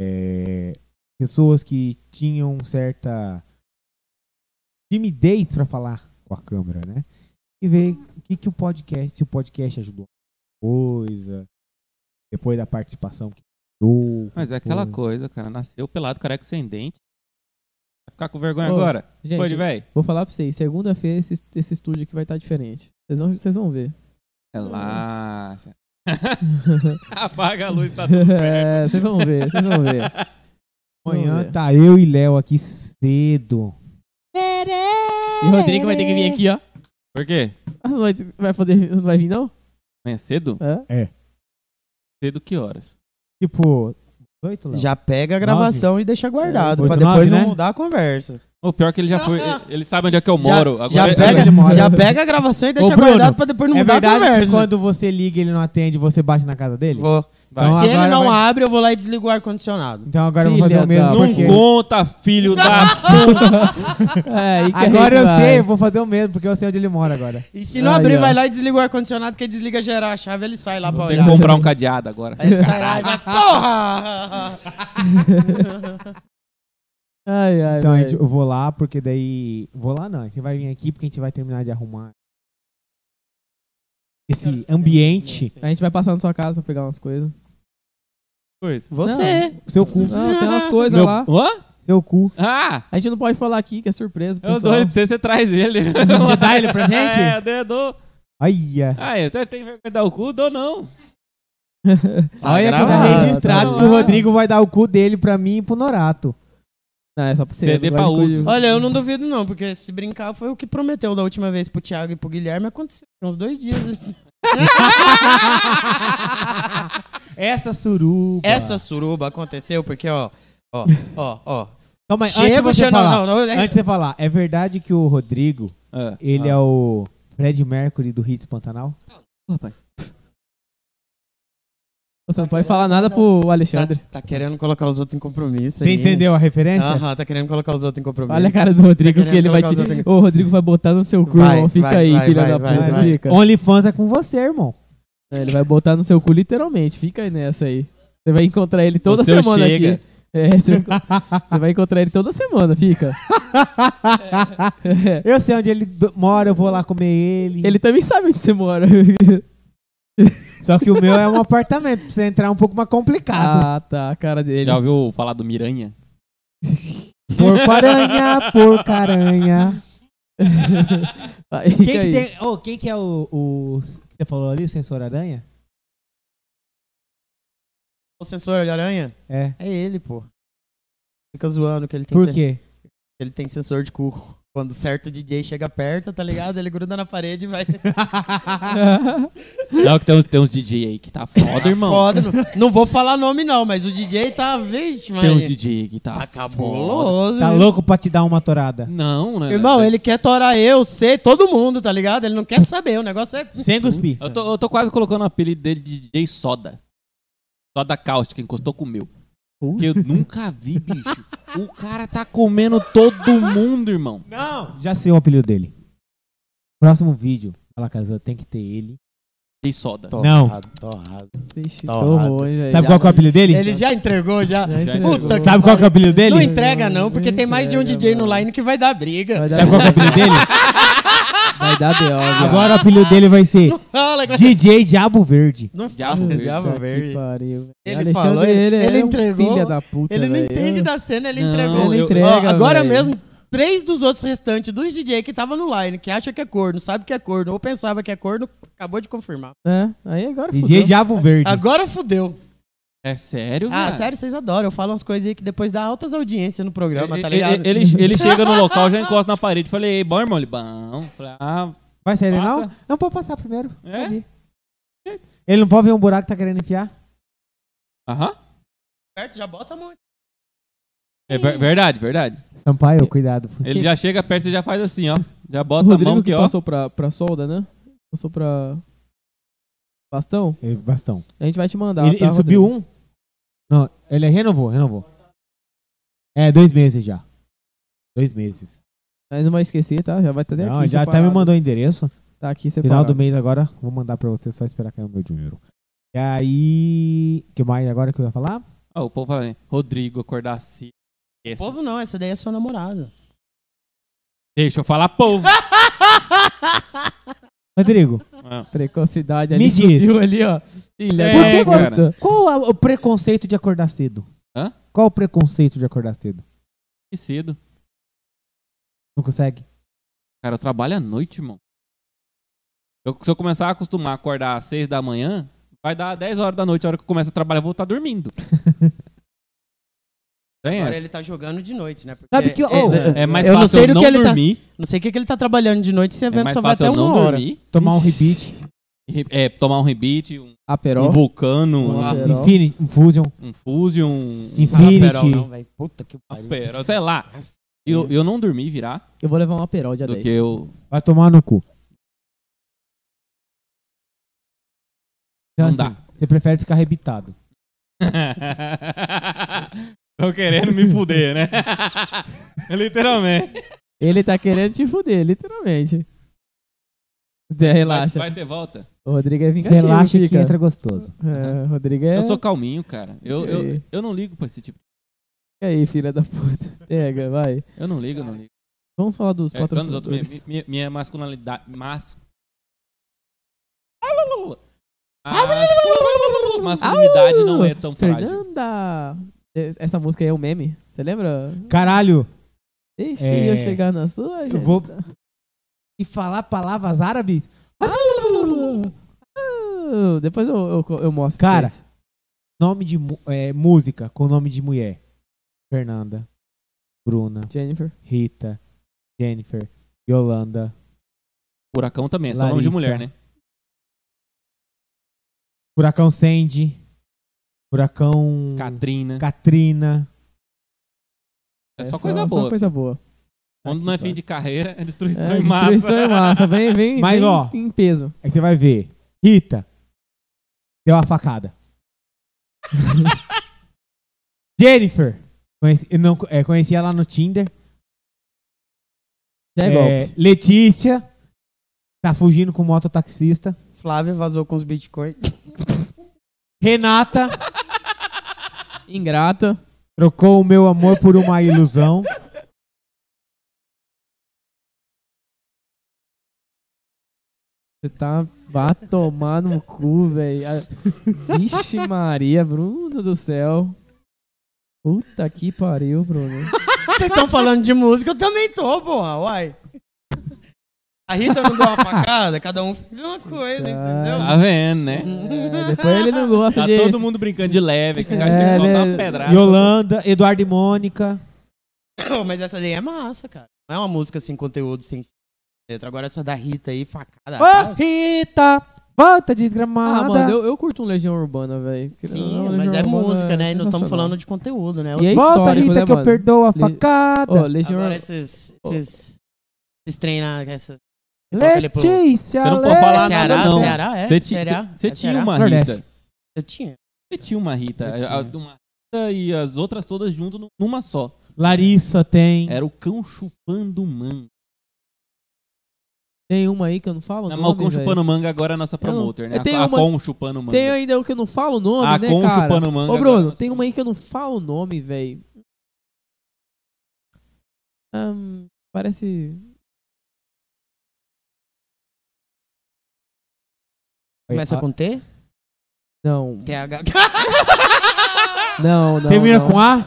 é, pessoas que tinham certa timidez pra falar com a câmera, né? E ver o que, que o podcast, se o podcast ajudou alguma coisa, depois da participação que ajudou.
Mas é aquela
Pô.
coisa, cara. Nasceu pelado, careca sem dente. Vai ficar com vergonha
Ô,
agora?
Gente,
Pode, velho.
vou falar pra vocês. Segunda-feira esse, esse estúdio aqui vai estar diferente. Vocês vão, vocês vão ver.
Relaxa. Apaga a luz, tá tudo
É, vocês vão ver, vocês vão ver. Vamos
Amanhã
ver.
tá eu e Léo aqui cedo.
E o Rodrigo vai ter que vir aqui, ó.
Por quê?
Ah, Você não vai, vai poder, você não vai vir, não?
Amanhã cedo?
É?
Cedo que horas?
Tipo,
Oito, Léo?
Já pega a gravação e deixa guardado,
Oito,
pra depois
nove,
não
né?
mudar a conversa.
O pior é que ele já foi. Ele sabe onde é que eu
Já-
moro.
já,
Agora-
pega,
ele mora.
já pega a gravação e deixa
Bruno,
guardado pra depois não
É
mudar a
verdade que
conversa.
quando você liga e ele não atende, você bate na casa dele?
Vou.
Vai.
Então
Se ele
agora
não
vai-
abre, eu vou lá e desligo o ar-condicionado.
Então agora eu vou
Filha
fazer o mesmo.
da
Não
porque-
conta, filho da.
É, e que a
Agora
gente
eu
vai. É
sei, eu vou fazer o mesmo, porque eu sei onde ele mora agora.
E se não
Aí,
abrir,
ó.
vai lá e desliga o ar-condicionado, porque desliga geral a chave, ele sai lá pra
Tem que
olhar.
comprar um cadeado agora.
Aí ele sai lá e vai, porra!
Ai, ai,
Então a
velho.
gente, eu vou lá, porque daí. Vou lá não, a gente vai vir aqui porque a gente vai terminar de arrumar esse ambiente.
A gente vai passar na sua casa pra pegar umas coisas.
Coisa.
Você.
Seu cu,
Não, tem umas coisas
Meu-
lá.
Hã?
seu cu.
Ah!
A gente não pode falar aqui, que é surpresa. pro
Eu
pessoal.
dou ele pra você, você traz ele.
Você dá ele pra gente?
É, eu dou- eu dou.
Olha,
Ah, eu até tenho vergonha de dar o cu, dou não.
olha que
gravado,
tá
tá
registrado que o
gravado.
Rodrigo vai dar o cu dele pra mim e pro Norato.
Não, é só pra você.
CD
não vai
pra
me
uso.
cuidar.
Olha, eu não duvido não, porque se brincar foi o que prometeu da última vez pro Thiago e pro Guilherme, aconteceu uns dois dias.
Essa suruba.
Essa suruba aconteceu porque, ó, ó, ó, ó.
Calma aí, antes de
Chega,
você
chega,
falar.
não, não, não.
Antes de você falar, é verdade que o Rodrigo,
Ah,
ele é o Fred Mercury do Hits Pantanal?
rapaz.
Você não pode falar nada pro Alexandre.
Tá, tá querendo colocar os outros em compromisso
Você
aí.
entendeu né, a referência?
Aham, tá querendo colocar os outros em compromisso.
Olha a cara do Rodrigo
Tá querendo
que ele vai
colocar os
te.
outros
O Rodrigo vai botar no seu cu,
Vai,
irmão. Fica
vai,
aí,
vai,
filha
vai,
da
vai,
puta.
vai.
Fica.
OnlyFans é com você, irmão.
É, Ele vai botar no seu cu literalmente. Fica aí nessa aí. Você vai encontrar ele toda
O seu
semana
chega.
aqui. É, você, você vai encontrar ele toda semana, fica. É.
Eu sei onde ele do- mora, eu vou lá comer ele.
Ele também sabe onde você mora.
Só que o meu é um apartamento, pra você entrar é um pouco mais complicado.
Ah, tá, a cara dele.
Já ouviu falar do Miranha?
Porco-aranha, porco-aranha.
Aí,
Quem
fica
que,
aí.
tem, Ô, quem que é o, o- que Você falou ali, o sensor-aranha?
O sensor de aranha
É.
é ele, pô. Fica zoando que ele tem
Por
sen-
quê?
Ele tem sensor de cu. Quando certo DJ chega perto, tá ligado? Ele gruda na parede e vai.
Não, que tem uns, tem uns DJ aí que tá foda, irmão.
Foda, não, não vou falar nome não, mas o DJ tá. Vixe,
Tem uns
mano.
DJ aí que tá.
Tá
foda.
cabuloso.
Tá
viu?
louco pra te dar uma torada?
Não, né?
Irmão,
velho?
ele quer torar eu, sei, todo mundo, tá ligado? Ele não quer saber, o negócio é.
Sem cuspir.
Eu tô, eu tô quase colocando o apelido dele de DJ Soda. Soda cáustica, encostou com o meu. Que eu nunca vi, bicho. O cara tá comendo todo mundo, irmão.
Não! Já sei o apelido dele. Próximo vídeo, Alakazam tem que ter ele.
DJ Soda.
Não.
torrado.
Vixe,
Tá
tô
honrado.
ruim, velho.
Sabe qual que é o apelido dele?
Ele já entregou, já.
Já
Já
entregou.
Puta
Sabe qual que é o apelido dele?
Não entrega, não, porque
Não
tem mais de um
entrega,
DJ no
mano.
line que vai dar briga.
Vai dar
Sabe qual que é o apelido dele?
Vai dar B.O. viado.
Agora o apelido dele vai ser
Fala, que-
DJ Diabo Verde.
Não
Diabo
fala,
verde.
Diabo
Puta que
verde.
pariu, velho.
Ele
Alexandre,
falou, ele-
é
ele
um
entregou,
Filha da puta,
Ele não
velho.
entende da cena, ele
Não,
entregou.
eu-
Ele
Ó,
entrega,
Ó, agora
velho.
mesmo, três dos outros restantes dos DJ que tava no line, que acha que é corno, sabe que é corno, ou pensava que é corno, acabou de confirmar.
É, aí agora
DJ
fudeu.
Diabo Verde.
Agora fudeu.
É sério,
Ah,
cara?
sério, vocês adoram. Eu falo umas coisas aí que depois dá altas audiências no programa,
Ele,
tá ligado?
ele, ele- ele chega no local, já encosta na parede. Falei, ei, bom, irmão? Ele, bom. Falei, ah,
Vai sair ele
Passa.
não? Não, pode passar primeiro.
É?
Pode ir. Ele não pode ver um buraco que tá querendo enfiar?
aham.
Perto, já bota a mão.
É ver- verdade, verdade.
Sampaio, cuidado.
Ele já chega perto e já faz assim, ó. Já
O
bota a
Rodrigo
mão
que
que, ó.
passou pra, pra solda, né? Passou pra bastão.
É, Bastão.
A gente vai te mandar,
ele
tá,
ele subiu
Rodrigo?
um? Não, ele renovou, renovou. É, dois meses já. Dois meses.
Mas não vai esquecer, tá? Já vai estar
Não,
aqui
já até
separado.
me mandou o endereço.
Tá aqui
Final
separado.
do mês agora, vou mandar pra você, só esperar cair o meu dinheiro. E aí. que mais agora que eu ia falar?
Ó, o povo fala, assim, Rodrigo, acordar assim.
O povo não, essa daí é sua namorada.
Deixa eu falar, povo.
Rodrigo,
Ah,
Precocidade ali
Me diz.
subiu ali, ó. Filha
É,
da
que
puta.
qual é o preconceito de acordar cedo?
Hã?
Qual o preconceito de acordar cedo?
que cedo.
Não consegue?
Cara, eu trabalho à noite, irmão. Eu- se eu começar a acostumar a acordar às 6 da manhã, vai dar 10 horas da noite, a hora que eu começo a trabalhar, eu vou estar dormindo. Tem
Agora
é essa?
ele tá jogando de noite, né? Porque
Sabe que-
é-
oh,
é-
É mais
Eu não
fácil
sei
eu
do
não
que ele tá-
dormir.
não sei o que, que ele tá trabalhando de noite, esse
É
evento
mais
só vai
fácil
até
eu
uma
não
hora.
dormir.
Tomar um rebite.
E, É, tomar um rebite, um, um
Aperol.
vulcano,
Um
um,
Aperol.
Infinity, Infusion,
um fusion, um
Fala perol
Infinity.
Ah, não, velho. Puta que pariu.
Aperol, sei lá. Eu, eu não dormi virar
Eu vou levar um aperol dia
do
10.
que eu.
Vai tomar no cu.
Não
Então, assim,
dá.
Você prefere ficar rebitado.
Tô querendo me fuder, né? Literalmente.
Ele tá querendo te fuder, literalmente. Zé, relaxa.
Vai, vai ter volta?
O Rodrigo é vingativo,
Relaxa que
fica.
entra gostoso.
É, o Rodrigo é...
Eu sou calminho, cara. Eu, eu,
É.
Ok.
eu não ligo pra esse tipo.
E aí, filha da puta? Pega, vai.
Eu não ligo, eu não ligo.
Vamos falar dos
É, anos, outro, minha,
patrocinadores.
minha, minha masculinidade. Mas...
Ah,
A Ah, masculinidade não é tão frágil.
Fernanda! Es- Essa música aí é um meme. Você lembra?
Caralho,
Deixa
É.
eu chegar na sua.
eu
gente.
vou. E falar palavras árabes?
Ah, Depois eu, eu, eu mostro. pra
Cara.
vocês.
Nome de mu- é, música com nome de mulher: Fernanda, Bruna,
Jennifer.
Rita, Jennifer, Yolanda,
Furacão também, é só nome de
Larissa.
mulher, né?
Furacão Sandy,
Hum.
Furacão
Catrina.
Katrina.
É só coisa
Só
boa.
coisa boa.
Quando não é fim de carreira, é destruição
É,
em massa.
destruição em massa. Vem, vem,
Mas,
vem
ó.
em peso.
Aí você vai ver. Rita, deu uma facada. Jennifer, conheci, eu não, é, conheci ela no Tinder.
Já é,
É,
golpe.
Letícia, tá fugindo com mototaxista.
Flávia vazou com os bitcoins.
Renata,
Ingrata.
trocou o meu amor por uma ilusão.
Você tá vá tomar no cu, velho. A- Vixe Maria, Bruno do céu. Puta que pariu, Bruno.
Vocês estão falando de música, eu também tô, porra, uai. A Rita não deu uma facada, cada um fez uma coisa,
Tá vendo, né?
entendeu?
É, depois ele não gosta
Tá
de.
todo mundo brincando de leve aqui, que acho que Tá,
É,
só dá
né?
uma pedrada.
Yolanda, Eduardo e Mônica.
Não, Mas essa daí é massa, cara. Não é uma música sem conteúdo, sem letra. Agora essa da Rita aí, facada.
Ô,
Ah,
Rita, volta desgramada.
Ah, mano, eu, eu curto um Legião Urbana, velho. Que-
Sim,
não, Legião
mas é
Urbana
música, né? E nós estamos
sensacional.
falando de conteúdo, né?
E é
Volta,
histórico,
Rita,
né,
que eu
mano?
perdoo a
Le-
facada.
Ô, Legião
Agora é
Urbana.
esses, esses, esses treinar, é essa...
então,
pro-
Letícia,
Você Ah, não pode falar
é
Letícia.
nada,
Ceará,
não.
Ceará, é?
Você ti-
Ceará?
você- você
É
tinha
Ceará?
uma
Nordeste.
Rita.
Eu tinha.
Você tinha uma Rita.
Eu
a- a-
tinha.
Uma Rita e as outras todas junto nu- numa só.
Larissa tem.
Era o cão chupando manga.
Tem uma aí que eu não falo? o
Na
nome,
Malcão
velho.
chupando manga agora é a nossa promoter, né?
eu tenho
a
uma-
Con chupando manga.
Tem ainda o que eu não falo o nome,
a
né,
Con
cara?
chupando manga.
Ô,
agora é
Bruno,
nossa
tem uma aí que eu não falo o nome, velho. Ahn, parece.
Começa com T?
Não.
TH.
Não, não.
Termina
não.
com A,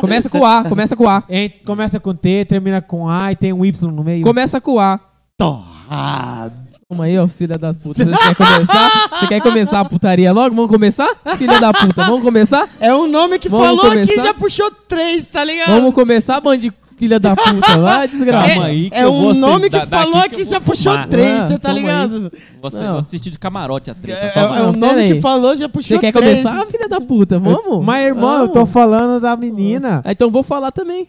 Começa com A, começa com A.
en- começa com T, termina com A e tem um Y no meio.
Começa com A.
Torrado.
Toma aí, ó, filha das putas. Você quer começar? Você quer começar a putaria logo? Vamos começar? Filha da puta, vamos começar?
É um nome que
Vamos
falou aqui
começar?
já puxou três, tá ligado?
Vamos começar, bande filha da puta. Vai, desgraça.
Calma aí, que
É
eu vou
um nome
aceitar
que falou
daqui
aqui já
eu vou
puxou
fumar.
três,
Ah,
você tá
toma aí.
ligado?
Você
Não.
vai assistir de camarote a treta.
É,
só
é
vai.
Não,
um nome
peraí.
que falou já puxou
Você quer
três.
começar, Ah, filha da puta? Vamos?
Mas, irmão, eu tô
Vamos.
falando da menina.
Ah, então vou falar também.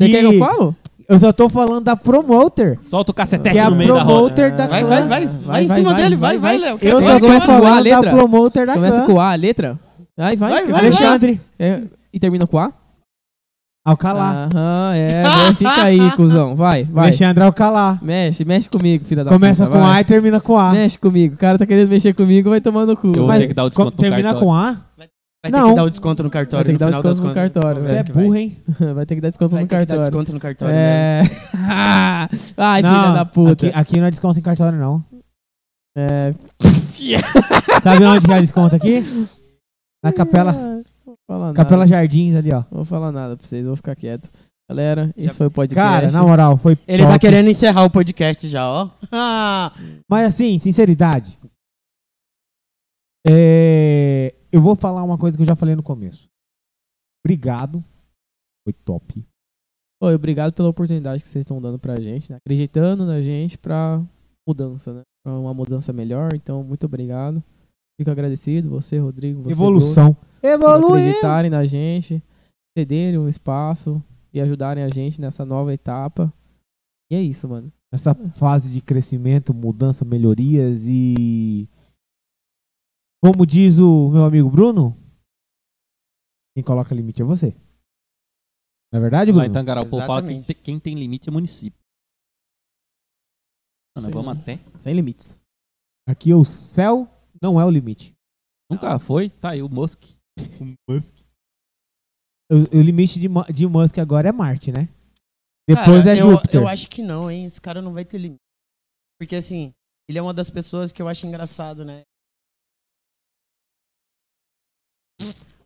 Você quer que eu
E-
falo?
Eu só tô falando da promoter.
Solta o cacetete
Que é a
no meio da roda.
promoter da
Vai,
clã.
vai, vai, vai, em cima dele, vai, vai, Léo.
Eu
Agora
só tô
começa com A
falando da
letra.
promoter da
Começa
clã.
com A, a letra. Vai, vai.
Vai,
termina
vai,
com A.
Alexandre,
É, e termina com A?
Alcalá.
Aham, é. vai, Fica aí, cuzão. Vai, vai.
Alexandre Alcalá.
Mexe, mexe comigo, filha da
Começa
puta.
com
vai.
A e termina com A.
Mexe comigo. O cara tá querendo mexer comigo, vai tomar no cu.
Eu vou
Vai.
ter que dar o desconto
Co-
no
termina
cartório.
com A.
Vai ter
Não.
que dar o desconto no
Vai
cartório
ter que
no
dar
final das
desconto no
contas.
cartório,
Você é
que vai.
burro, hein?
Vai ter que dar desconto
Vai
no
ter que dar
cartório.
desconto no cartório. né?
É. Ai, filha
Não,
da puta.
Aqui, aqui não é desconto em cartório, não.
É.
Sabe onde que é desconto aqui? Na Capela,
Não vou falar nada.
Capela Jardins ali, ó.
Não vou falar nada pra vocês, vou ficar quieto. Galera,
Já-
isso foi o podcast.
Cara, na moral, foi
Ele
top.
tá querendo encerrar o podcast já, ó. Ah,
Mas assim, sinceridade. É, Eu vou falar uma coisa que eu já falei no começo. Obrigado. Foi top.
Pô, e obrigado pela oportunidade que vocês estão dando pra gente, né? Acreditando na gente pra mudança, né? pra uma mudança melhor. Então, muito obrigado. Fico agradecido, você, Rodrigo, você,
Evolução.
Bruno, por
Evoluiu!
acreditarem na gente, cederem um espaço e ajudarem a gente nessa nova etapa. E é isso, mano.
Essa fase de crescimento, mudança, melhorias e. Como diz o meu amigo Bruno, quem coloca limite é você. Não é verdade,
Lá
Bruno?
em Tangarapó fala quem,
Exatamente.
te- quem tem limite é município. Mano,
Tem
vamos
não.
até.
Sem limites.
tá-
Aqui o céu não é o limite.
Nunca foi? Tá aí o Musk. O Musk.
O, o limite de, Mu- de Musk agora é Marte, né? Depois
Cara,
é
eu,
Júpiter.
Eu acho que não, hein? Esse cara não vai ter limite. Porque, assim, ele é uma das pessoas que eu acho engraçado, né?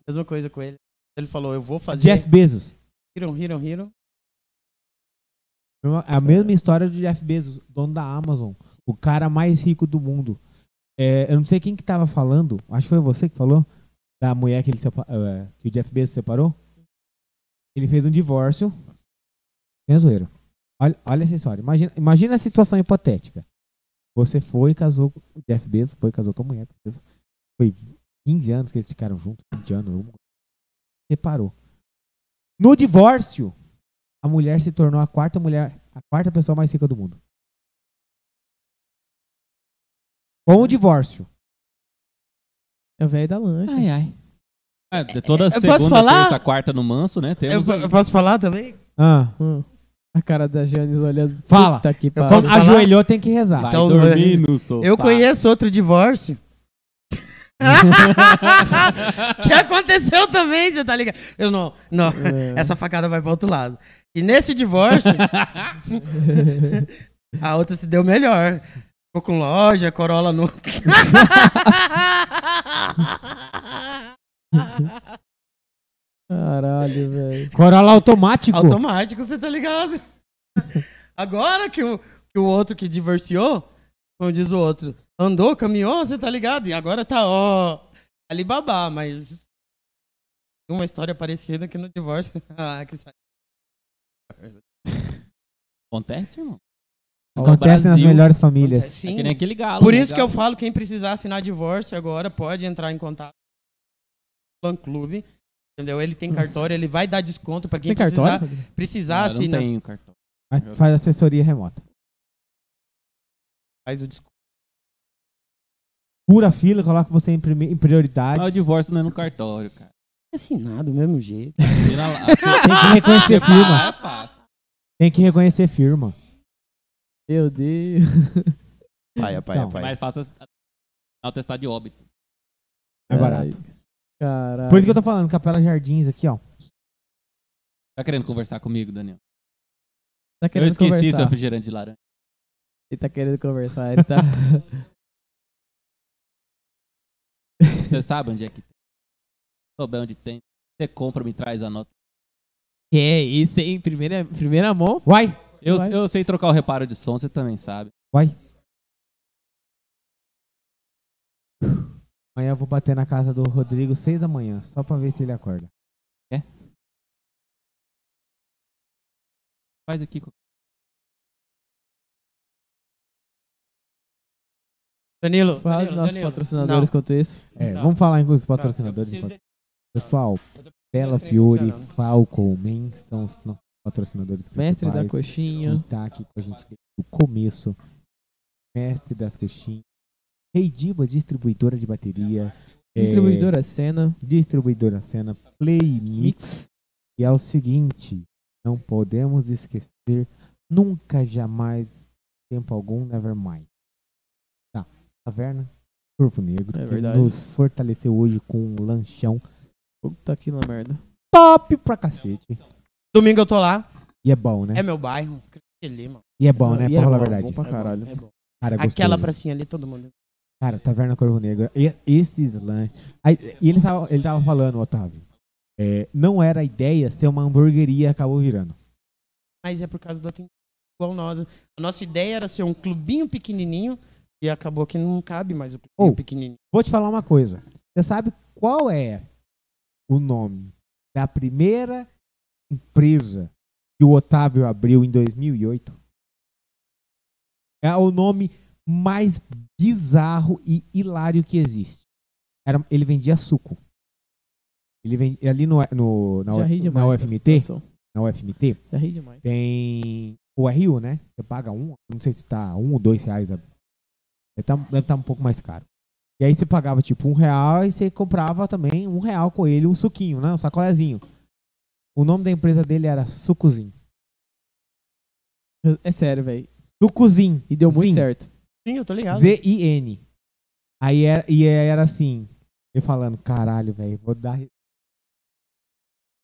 Mesma coisa com ele. Ele falou, eu vou fazer...
Jeff Bezos.
Riram, riram, riram.
É A mesma história do Jeff Bezos, dono da Amazon. O cara mais rico do mundo. É, eu não sei quem que tava falando, acho que foi você que falou, da mulher que, ele sepa- eh, que o Jeff Bezos separou. Ele fez um divórcio. É zoeiro. Olha, olha essa história. Imagina, imagina a situação hipotética. Você foi e casou com o Jeff Bezos, foi e casou com a mulher. beleza? Foi 15 anos que eles ficaram juntos, 20 anos. alguma coisa. Separou. No divórcio, a mulher se tornou a quarta mulher, a quarta pessoa mais rica do mundo. Com o divórcio.
É o velho da lancha.
ai. É, de toda
posso
segunda,
falar?
terça, quarta no manso, né?
Eu,
Temos
po-
aí.
eu posso falar também?
Ah,
Hum. A cara da Janis olhando.
Fala.
Puta que
posso-
pariu.
Posso falar?
ajoelhou, tem que rezar.
Vai
Então,
dormir no sofá.
Eu conheço outro divórcio. que aconteceu também, você tá ligado? Eu não, não.
É.
Essa facada vai pro outro lado. E nesse divórcio, a outra se deu melhor. Ficou com loja, Corolla no.
Caralho, velho.
Corolla automático.
Tipo,
Automático, você tá ligado? Agora que o, que o outro que divorciou, como diz o outro, andou, caminhou, você tá ligado? E agora tá, ó, Alibaba, mas. Uma história parecida que no divórcio. ah, que sa-
Acontece, irmão.
Acontece nas
Brasil.
melhores famílias.
É
Sim.
que nem aquele galo.
Por
né?
isso que eu
Galo.
falo, quem precisar assinar divórcio agora pode entrar em contato com o Plan Clube. Entendeu? Ele tem cartório, ele vai dar desconto pra quem
Tem cartório?
precisar, precisar
Cara, não
assinar.
tenho cartão.
Mas Faz assessoria remota.
Faz o desconto.
Cura a fila, coloca você em, prime- em prioridade.
Ah, o divórcio não é no cartório, cara.
É Assinado do mesmo jeito.
Vira lá.
Tem que reconhecer
Ah,
firma.
é fácil.
Tem que reconhecer firma.
Meu Deus.
Pai, pai,
Então,
pai.
Mas faça atestado de óbito.
É barato.
Caralho.
Por isso que eu tô falando, Capela Jardins aqui, ó.
Tá querendo conversar comigo, Daniel?
Tá
Eu
querendo
esqueci seu
conversar.
refrigerante de laranja.
Ele tá querendo conversar. Ele tá.
Você sabe onde é que tem? Souber onde tem. Você compra, me traz a nota.
que é isso, hein? Primeira, primeira mão.
Uai!
Eu,
Vai.
eu sei trocar o reparo de som, você também sabe.
Amanhã eu vou bater na casa do Rodrigo seis da manhã, só pra ver se ele acorda.
Faz aqui. com-
Danilo,
Fala dos
Danilo,
nossos
Danilo.
patrocinadores quanto isso.
É,
Tá.
vamos falar com os
Não,
patrocinadores.
eu preciso de-
Pessoal,
tô-
Bela
mestre
Fiore,
Luciano.
Falcon, Men são os nossos patrocinadores
Mestre da
principais.
coxinha.
Quem tá aqui com a gente desde o começo. Mestre das coxinhas. Rei Diva, distribuidora de bateria. é,
Distribuidora Cena.
distribuidora Cena Play Mix. E é o seguinte, não podemos esquecer nunca, jamais, em tempo algum, Nevermind. Tá, Taverna Corvo Negro,
É
que
verdade.
nos fortaleceu hoje com um lanchão
Puta que na merda.
top pra cacete.
Domingo eu tô lá.
E é bom, né?
É meu bairro. Cresci Lima.
E é bom,
Não,
né?
e
Pra
é
falar a
bom,
verdade.
bom pra
É bom,
caralho.
é bom.
Cara, é
Aquela
gostoso.
pracinha ali, todo mundo.
Cara, Taverna Corvo Negro, e- esses lanches. Aí, E ele tava, ele tava falando, Otávio. é, não era a ideia ser uma hamburgueria, acabou virando.
Mas é por causa do atendimento igual nós. A nossa ideia era ser um clubinho pequenininho e acabou que não cabe mais o clubinho
Oh.
pequenininho.
Vou te falar uma coisa. Você sabe qual é o nome da primeira empresa que o Otávio abriu em 2008? É o nome mais bizarro e hilário que existe. Era, ele vendia suco. Ele vendia, ali no, no- na,
Já ri
U-
demais.
na
dessa
UFMT,
situação.
na UFMT,
Já ri demais.
tem o RU, né? Você paga um, não sei se tá um ou dois reais. a- Deve tá, deve tá um pouco mais caro. E aí você pagava tipo um real e você comprava também um real com ele, um suquinho, né? Um sacolezinho. O nome da empresa dele era Sucozinho.
É sério, velho.
Sucozinho.
E deu muito
Sim.
certo.
Sim, eu tô ligado.
Z-I-N. Aí era, e aí era assim, eu falando, caralho, velho, vou dar. ri-".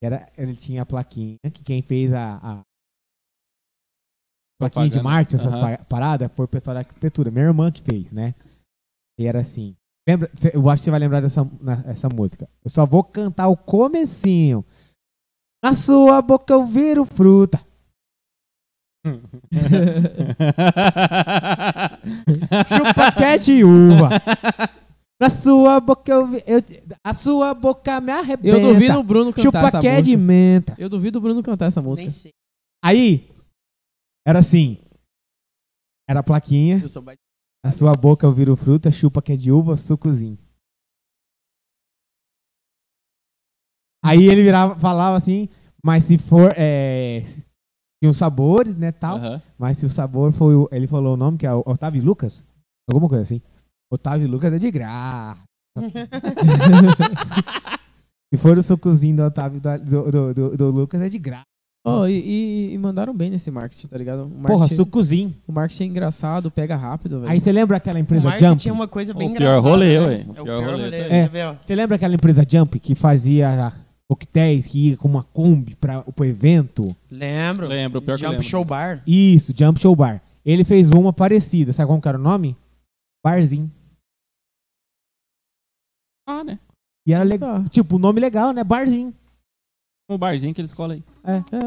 Era, ele tinha a plaquinha, que quem fez a. a plaquinha de
Propaganda.
Marte, essas
Aham.
pa- paradas, foi o pessoal da arquitetura. Minha irmã que fez, né? E era assim. Lembra, cê- eu acho que você vai lembrar dessa na- essa música. Eu só vou cantar o comecinho. Na sua boca eu viro fruta. Chupa quete e uva. Na sua boca eu, vi- eu a sua boca me arrebenta.
Eu duvido o Bruno cantar essa
Chupa que é de
música.
menta.
Eu duvido o Bruno cantar essa música.
Nem sei.
Aí era assim. Era a plaquinha.
Eu sou ba-
Na sua boca eu viro fruta, chupa que é de uva, sucozinho. Aí ele virava, falava assim, mas se for é, tinha os sabores, né, tal.
Aham.
Mas se o sabor foi o. Ele falou o nome, que é o Otávio Lucas? Alguma coisa assim. Otávio Lucas é de graça. se for o sucozinho do Otávio da- do, do, do- do Lucas, é de graça.
Oh, e, e- e mandaram bem nesse marketing, tá ligado? O marketing,
Porra, sucozinho.
o marketing é engraçado, pega rápido, Tá. velho.
Aí você lembra aquela
O
empresa
marketing
Jump?
tinha uma coisa bem
O pior
engraçada.
rolê, tá
né?
ué.
É o pior rolê.
É.
Você vê, ó.
Você lembra aquela empresa Jump que fazia coquetéis, que ia com uma Kombi pra, pro evento?
Lembro.
Lembro, pior que eu
Jump
lembro.
Show Bar.
Isso, Jump Show Bar. Ele fez uma parecida. Sabe como que era o nome? Barzinho.
Ah, né?
E era legal.
Tá.
Tipo, nome legal, né? Barzinho.
O um barzinho que eles colam aí.
É.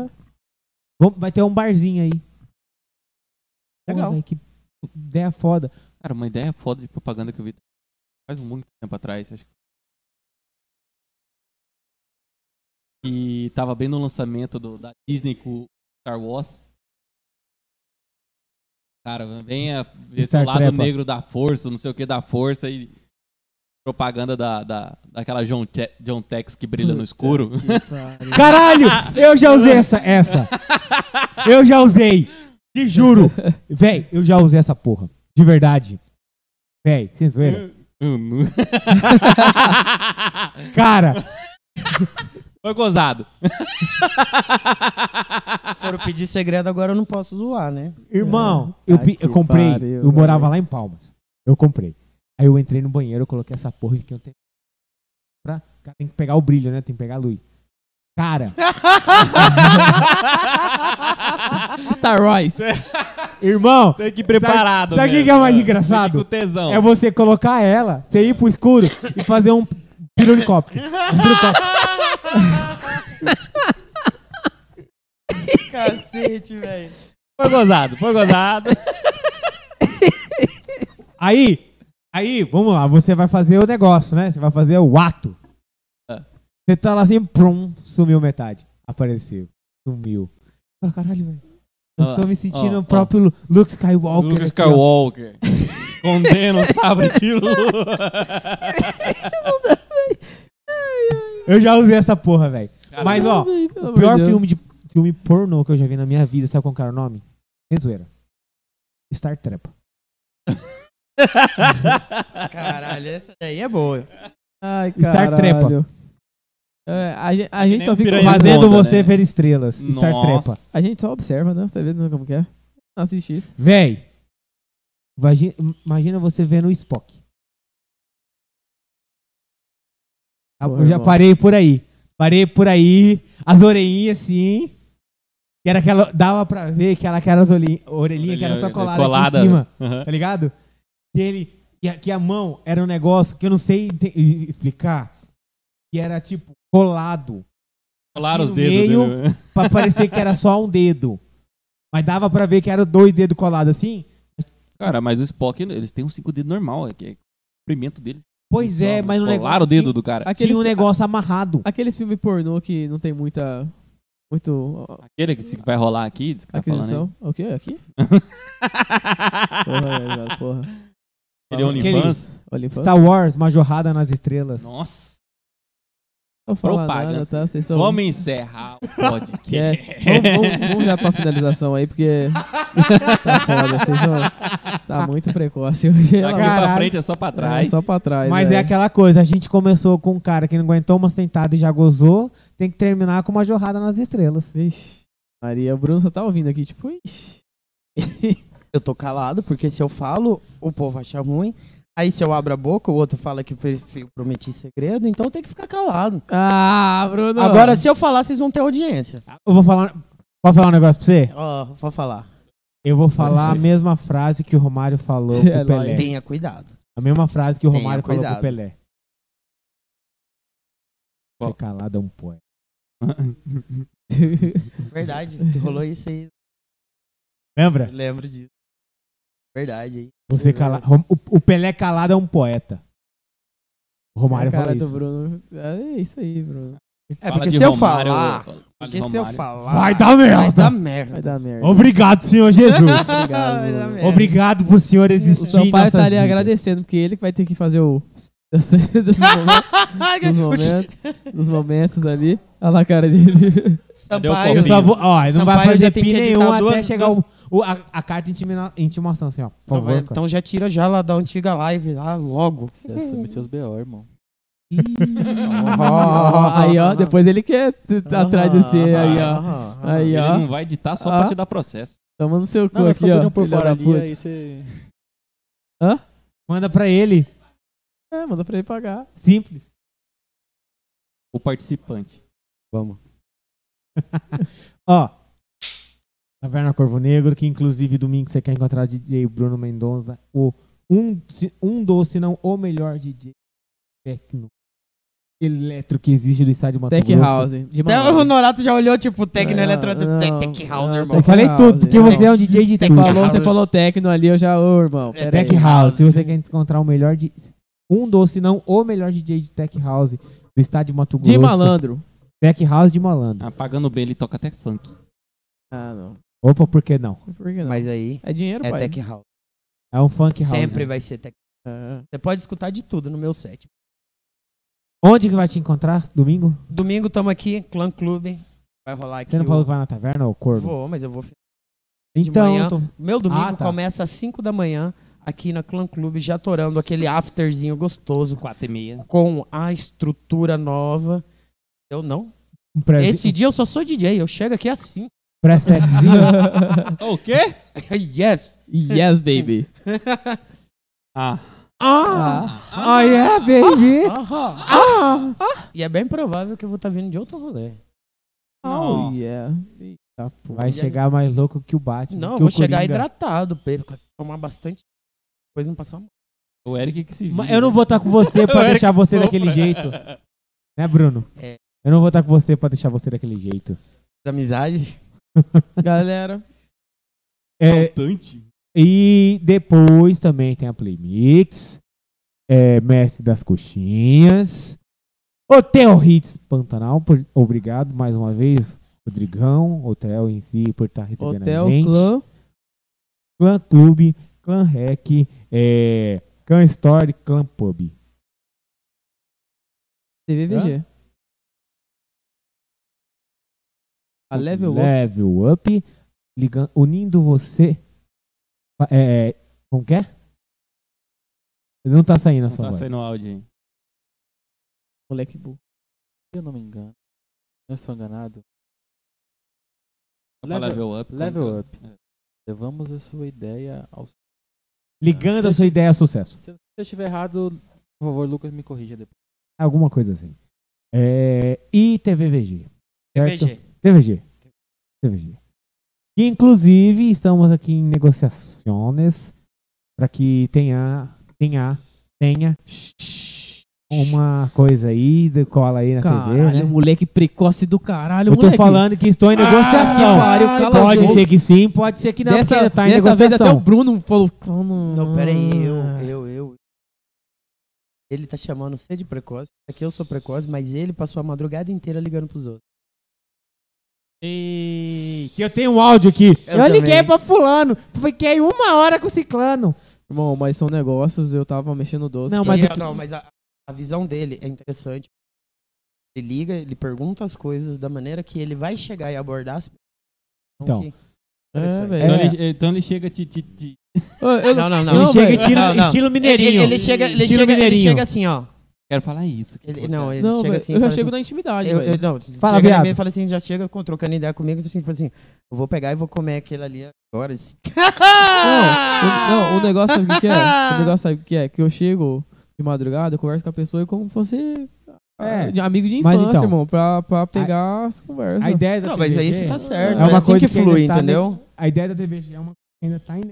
Vamos- Vai ter um barzinho aí. Porra,
Legal.
véi, que ideia foda.
Cara, uma ideia foda de propaganda que eu vi faz muito tempo atrás, acho que. E tava bem no lançamento do, da Disney com o Star Wars. Cara, venha ver esse
Star
lado
Trepa.
negro da força, não sei o que da força e propaganda da, da, daquela John, Te- John Tex que brilha no escuro.
Caralho! Eu já usei essa. essa. Eu já usei. Te juro. Véi, eu já usei essa porra. De verdade. Véi, sem zoeira.
Eu nu-
Cara,
Foi gozado.
Foram pedir segredo, agora eu não posso zoar, né?
irmão, eu,
Ai,
pi-
que
eu comprei.
pariu,
eu morava
véi.
lá em Palmas. Eu comprei. Aí eu entrei no banheiro, eu coloquei essa porra e fiquei um tempo. Pra... Tem que pegar o brilho, né? Tem que pegar a luz. Cara,
Star Royce.
irmão,
Tem que ir preparado.
Sabe o que
mesmo,
que é mais
cara.
engraçado?
Tem que ir com tesão.
É você colocar ela, você ir pro escuro e fazer um pirulicóptero. Um pirulicóptero.
Cacete, velho.
Foi gozado, foi gozado.
Aí, aí, vamos lá, você vai fazer o negócio, né? Você vai fazer o ato.
Ah.
Você tá lá assim, prum, sumiu metade. Apareceu, sumiu. Fala, caralho, velho.
Ah,
Eu tô me sentindo
ó,
o próprio Lu- Luke Skywalker.
Luke
aqui, ó.
Skywalker. Escondendo o sabre de luz.
Eu já usei essa porra, velho.
Cara,
Mas, ó,
Ai, pelo
o
amor
pior
de Deus.
filme, de, filme pornô que eu já vi na minha vida, sabe qual que era o nome? Sem zoeira. Star Trek.
Caralho, essa daí é boa.
Ai,
Star Trepa.
caralho. É, a gente, a gente
nem
só
o
fica.
Piranha
Mas-
Fazendo
Onda,
você
né?
ver estrelas. Star
Nossa.
Trepa.
A gente só observa, né? Você tá vendo como que é? Não assiste isso.
Véi, vagi- imagina você vendo o Spock. Ah,
Porra,
eu já
irmão.
parei por aí. Parei por aí, as orelhinhas assim. Que era aquela, dava pra ver que era aquelas orelhinhas que era só colada, aqui em cima,
Aham.
tá ligado? Que ele, que a, que a mão era um negócio que eu não sei ente- explicar, que era tipo colado,
Colaram os
No
dedos.
meio.
né?
pra parecer que era só um dedo. Mas dava pra ver que era dois dedos colados assim.
Cara, mas o Spock, eles têm um cinco dedos normal. É que é o comprimento deles.
Pois é, mas no
Colaram o
negócio-
dedo do cara.
Aqueles,
Tinha um negócio amarrado.
a- aqueles filmes pornô que não tem muita Muito. ó,
Aquele que se- vai rolar aqui, diz que tá
Aquisição.
falando.
O quê? Aqui? Porra,
Aí.
aí, velho, porra.
Ele é
Aquele-
OnlyFans.
Olha,
Star Wars, Majorrada nas Estrelas.
Nossa.
Não vou falar
propaganda.
nada, tá? Vocês são.
Vamos encerrar o podcast.
Vamos, vamos, vamos já pra finalização aí, porque. tá foda, vocês são. Tá muito precoce hoje.
Daqui pra
Caralho.
frente é só pra trás.
É, só pra trás.
Mas é
velho.
aquela coisa, a gente começou com um cara que não aguentou uma sentada e já gozou, tem que terminar com uma jorrada nas estrelas.
Vixe. Maria, o Bruno só tá ouvindo aqui, tipo, ixi.
Eu tô calado, porque se eu falo, o povo acha ruim. Aí se eu abro a boca, o outro fala que eu eu prometi segredo, então tem que ficar calado.
Ah, Bruno!
Agora, se eu falar, vocês vão ter audiência.
Ah, Eu vou falar. Posso falar um negócio pra você?
Ó, vou falar.
Eu vou falar a mesma frase que o Romário falou
É,
pro
lá,
Pelé.
Tenha cuidado.
A mesma frase que o
Tenha
Romário falou pro
cuidado.
Pelé.
Qual?
Ser calado é um poeta.
Verdade, rolou isso aí.
Lembra?
Lembro disso. Verdade, hein?
Você cala... Rom- o, o Pelé calado é um poeta. O Romário
É a cara
falou
do
isso.
Bruno. É isso aí, Bruno.
É
Fala
porque
de
se eu
Romário,
falar.
fala de
Porque se eu
Romário.
falar.
Vai dar merda.
Vai dar merda.
Vai dar merda.
Obrigado, Senhor Jesus.
Obrigado,
Vai dar
Bruno.
merda.
Obrigado por o Senhor
O
existir em
Sampaio
nossas
tá ali
vidas.
agradecendo, porque ele que vai ter que fazer o. desse- desse momento- dos, momentos, dos momentos ali. Olha lá a cara dele.
Sampaio.
Eu só vou, ó, não vai
Sampaio
fazer
já tem
pi
que editar
nenhum até
duas-
chegar
duas-
o- o- a, a carta de intima- intimação, assim, ó. Por favor,
Então,
cara.
então já tira já lá da antiga live lá logo.
Você submeteu os B.O., irmão.
aí, ó, depois ele quer t-
Ah,
Ah,
t- atrás de você. Aí, ó. Aí,
Ele
ó.
não vai editar só
Ah.
pra te dar processo.
Tomando seu cu
Não, vai
aqui,
ficar
ó.
um por
filho
fora
da
ali,
puta.
aí você...
Manda pra ele.
É, manda pra ele pagar.
Simples.
O participante.
Vamos.
Ó. Taverna Corvo Negro, que inclusive domingo você quer encontrar o DJ Bruno Mendonça, o um, se- um doce, se não o melhor DJ tecno eletro que existe do estado de Mato
Tech
Tá Grosso.
House. De
Até o
Manaus.
Honorato já olhou, tipo, Tecno
Não,
Eletro
É, não,
Tech House,
não,
Eu
irmão.
Tech
falei
House,
tudo, porque
é.
você é um DJ de
Você
tudo.
Falou,
House.
você falou tecno ali, eu já, ô irmão.
É
Pera
Tech
aí.
House. Se você quer encontrar o melhor de um doce, se não o melhor DJ de Tech House do estado de Mato Grosso.
De malandro.
Tech House de malandro.
Ah, pagando bem, ele toca até funk.
Ah, não.
Opa, por que não?
Por que não?
Mas aí
é dinheiro,
é
pai.
Tech House.
É um funk house.
Sempre vai ser Tech
Ah.
Você pode escutar de tudo no meu set.
Onde que vai te encontrar? Domingo?
Domingo tamo aqui, Clã Clube. Vai rolar aqui.
Você não
o-
falou que vai na taverna ou corvo?
Vou, mas eu vou. de
Então,
manhã.
eu tô-
Meu domingo
Ah, tá.
começa às 5 da manhã aqui na Clã Clube, já torando aquele afterzinho gostoso
Quatro e meia.
com a estrutura nova. Eu não.
um pré-
Esse dia eu só sou DJ, eu chego aqui assim.
pré-setzinho.
O quê?
yes!
yes, baby.
Ah.
ah! Oh yeah, baby!
Aham.
Ah!
E é bem provável que eu vou estar vindo de outro rolê.
Oh,
Nossa.
yeah. Eita, porra.
Vai chegar mais louco que o Batman.
Ah. Não, eu
que
vou
o
chegar
Coringa.
hidratado, Pedro. Tomar bastante coisa e não passar mal.
O Eric que se
Mas
vira.
Eu não vou estar com você pra
Eric
deixar você
sopra.
daquele jeito. Né, Bruno?
É.
Eu não vou estar com você pra deixar você daquele jeito.
Amizade.
Galera,
É,
Saltante.
e depois também tem a Playmix, é, Mestre das Coxinhas, Hotel Hits Pantanal, por- obrigado mais uma vez, Rodrigão, Hotel em si, por estar recebendo
hotel,
a gente.
clã.
Clã Clube, Clã Rec, é, Clã Story, Clã Pub.
TVVG. A Level Up.
Level Up, ligando, unindo você. É, como que é? Não tá saindo a
Não
sua
tá
voz.
saindo áudio, hein?
Moleque burro.
Se eu não me engano, se eu sou enganado,
Level,
Level-
level up.
level up.
é?
Levamos a sua ideia ao...
Ligando
Ah,
a sua
se-
ideia ao sucesso.
Se eu se eu estiver errado, por favor, Lucas, me corrija depois.
Alguma coisa assim. É, e TVVG. certo?
PG.
TVG. TVG. Que, inclusive, estamos aqui em negociações para que tenha, tenha, tenha uma coisa aí, de cola aí na TV, né?
Caralho, moleque precoce do caralho,
Eu tô
moleque. Ah,
falando que estou em negociação.
pariu, cala a
pode
boca.
ser que sim, pode ser que não, porque
dessa
ainda tá em
dessa vez até o
negociação.
Bruno falou.
Não, peraí, eu,
Ah.
eu, eu. Ele tá chamando você de precoce. Aqui eu sou precoce, mas ele passou a madrugada inteira ligando pros outros.
E que eu tenho um áudio aqui. Eu,
Eu
liguei
também.
pra fulano, fiquei uma hora com o ciclano.
Irmão, mas são negócios, eu tava mexendo o doce.
Não,
cara.
mas
E,
é que-
não, mas a, a visão dele é interessante. Ele liga, ele pergunta as coisas da maneira que ele vai chegar e abordar as
Então.
que-
É,
Interessante.
velho.
É.
Então, ele, então ele chega te. te, te-
Eu- eu-
Não, não, não.
ele
Não,
chega
velho.
e tira
Não, não.
estilo
Ele,
mineirinho.
ele- ele chega, ele,
Estilo
chega, ele
mineirinho.
chega assim, ó.
Quero falar isso. que
Ele-
você
não,
é
acha?
ele
Não,
chega
velho,
assim. e
eu já
fala
chego
assim,
na intimidade,
eu,
velho.
eu,
Fala,
não, chega na
viado.
minha e fala assim, já chega com- trocando ideia comigo, assim, tipo assim, eu vou pegar e vou comer aquele ali agora. Assim.
Não, o- não, o negócio sabe o que que é? O negócio sabe o que que é? Que eu chego de madrugada, eu converso com a pessoa e como fosse
É.
ah, amigo de
Mas
infância,
então,
irmão, pra, pra pegar as conversas.
A ideia da
Não, mas aí
TVG
você tá certo.
É uma
assim
coisa
que,
que ainda
flui,
está
entendeu?
A ideia da TVG é uma coisa que ainda tá em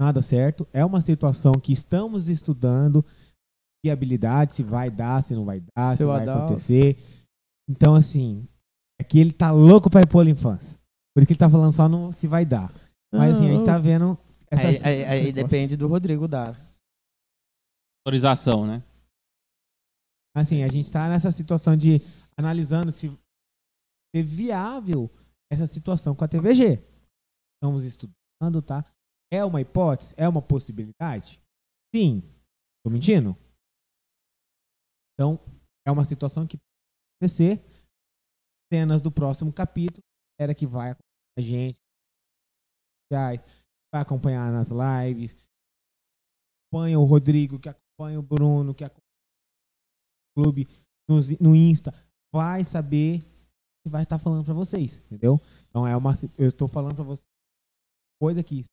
nada certo. É uma situação que estamos estudando viabilidade, se vai dar, se não vai dar, se,
Se vai
vai
dar.
acontecer. Então, assim, aqui ele tá louco pra ir pro infância. Por isso que ele tá falando só no se vai dar. Mas assim, a gente tá vendo. Essa...
Ah, Aí, aí- aí depende do Rodrigo dar.
Autorização, né?
Assim, a gente tá nessa situação de analisando se é viável essa situação com a TVG. Estamos estudando, tá? É uma hipótese? É uma possibilidade? Sim. Tô mentindo? Então, é uma situação que pode acontecer. Cenas do próximo capítulo. Era que vai acompanhar a gente. Vai vai acompanhar nas lives. Acompanha o Rodrigo, que acompanha o Bruno, que acompanha clube nos- no Insta vai saber e vai estar falando pra vocês, entendeu? Então é uma eu estou falando pra vocês coisa que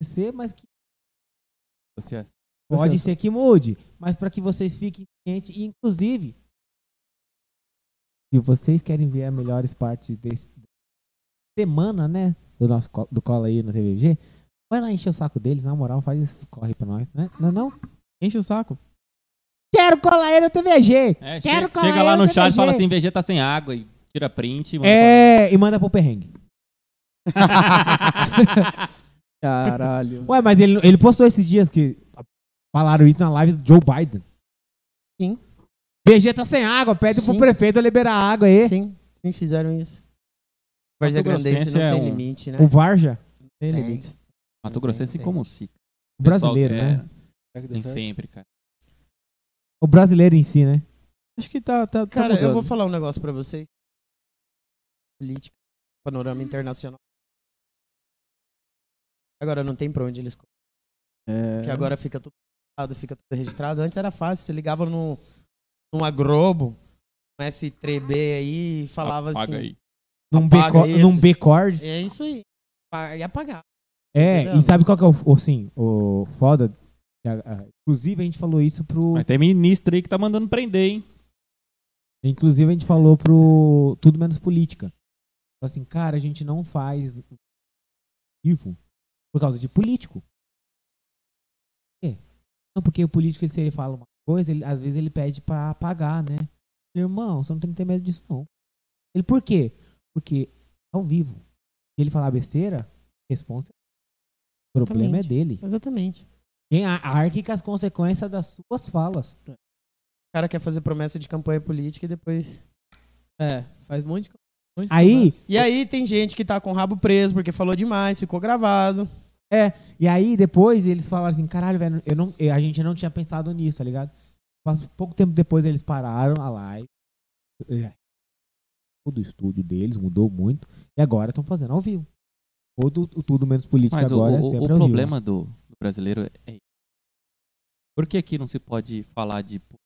ser, mas que
é
Você
assim.
acha?
pode ser que mude, mas para que vocês fiquem cientes e inclusive se vocês querem ver as melhores partes desse semana, né, do nosso co- do cola aí no TVG, vai lá encher o saco deles, na moral, faz esse corre pra nós, né? Não, não.
Enche o saco.
Quero colar ele no TVG.
É, che-
Quero colar
chega lá
eu
no
no
chat e
VG.
fala assim: VG tá sem água e tira print. e manda
É, e manda pro perrengue.
Caralho.
Ué, mas ele, ele postou esses dias que falaram isso na live do Joe Biden.
Sim.
BG tá sem água, pede pro
Sim.
prefeito liberar a água aí.
Sim, sim, fizeram isso. Mas a
Mato
grandeza
Grossense
não
é
tem
um-
limite, né?
O Varja, É.
Tem
Tem.
limite.
pra- Mato Grossense
Tem, tem.
como si.
o brasileiro, né?
Tem é, sempre, cara.
O brasileiro em si, né?
Acho que tá, tá, tá
Cara, eu
mudando.
vou falar um negócio pra vocês. Política, panorama internacional. Agora não tem pra onde eles correrem,
É.
porque agora fica tudo registrado, fica tudo registrado. Antes era fácil, você ligava no, numa Globo, um S3B aí e falava
Apaga
assim.
aí.
Num
Apaga
B-cor-
esse.
Num B-Cord.
É isso aí. Pa- E apagar.
É,
Entendendo?
e sabe qual que é o, o- assim, o foda? Ah, ah, Inclusive a gente falou isso pro...
Mas tem ministro aí que tá mandando prender, hein?
Inclusive a gente falou pro Tudo Menos Política. Falou assim, cara, a gente não faz vivo por causa de político. Por quê? Não, porque o político, se ele fala uma coisa, ele- às vezes ele pede pra apagar, né? Irmão, você não tem que ter medo disso, não. Ele, por quê? Porque ao vivo. Se ele falar besteira, a responsa o problema é
Exatamente.
dele.
Exatamente.
Quem a- arque com as consequências das suas falas.
O cara quer fazer promessa de campanha política e depois.
É, faz um monte de, um monte de
Aí,
conversa.
E aí tem gente que tá com o rabo preso porque falou demais, ficou gravado.
E aí, depois, eles falaram assim, caralho, velho, eu não, eu- a gente não tinha pensado nisso, tá ligado? Mas pouco tempo depois eles pararam a live. é, Todo o estúdio deles mudou muito. E agora estão fazendo ao vivo. Todo o tudo menos político
Mas o,
agora é
o- o
sempre ao vivo.
problema do, do brasileiro é. é- Por que aqui não se pode falar de po-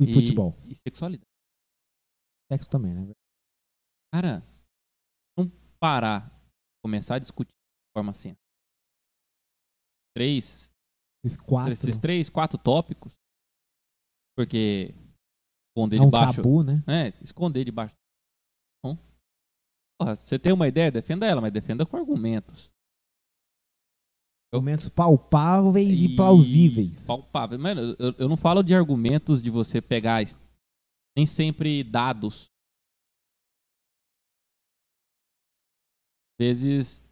E
e-
futebol.
e sexualidade?
Sexo também, né?
Cara, não parar, começar a discutir de forma assim. Três,
Esses quatro.
esses três, quatro tópicos. Porque esconder
é um
debaixo.
tabu, né?
né? Esconder debaixo. Não. Porra, você tem uma ideia, defenda ela, mas defenda com argumentos.
Argumentos palpáveis e, plausíveis.
Palpáveis. Mano, eu, eu não falo de argumentos de você pegar es- nem sempre dados. Às vezes,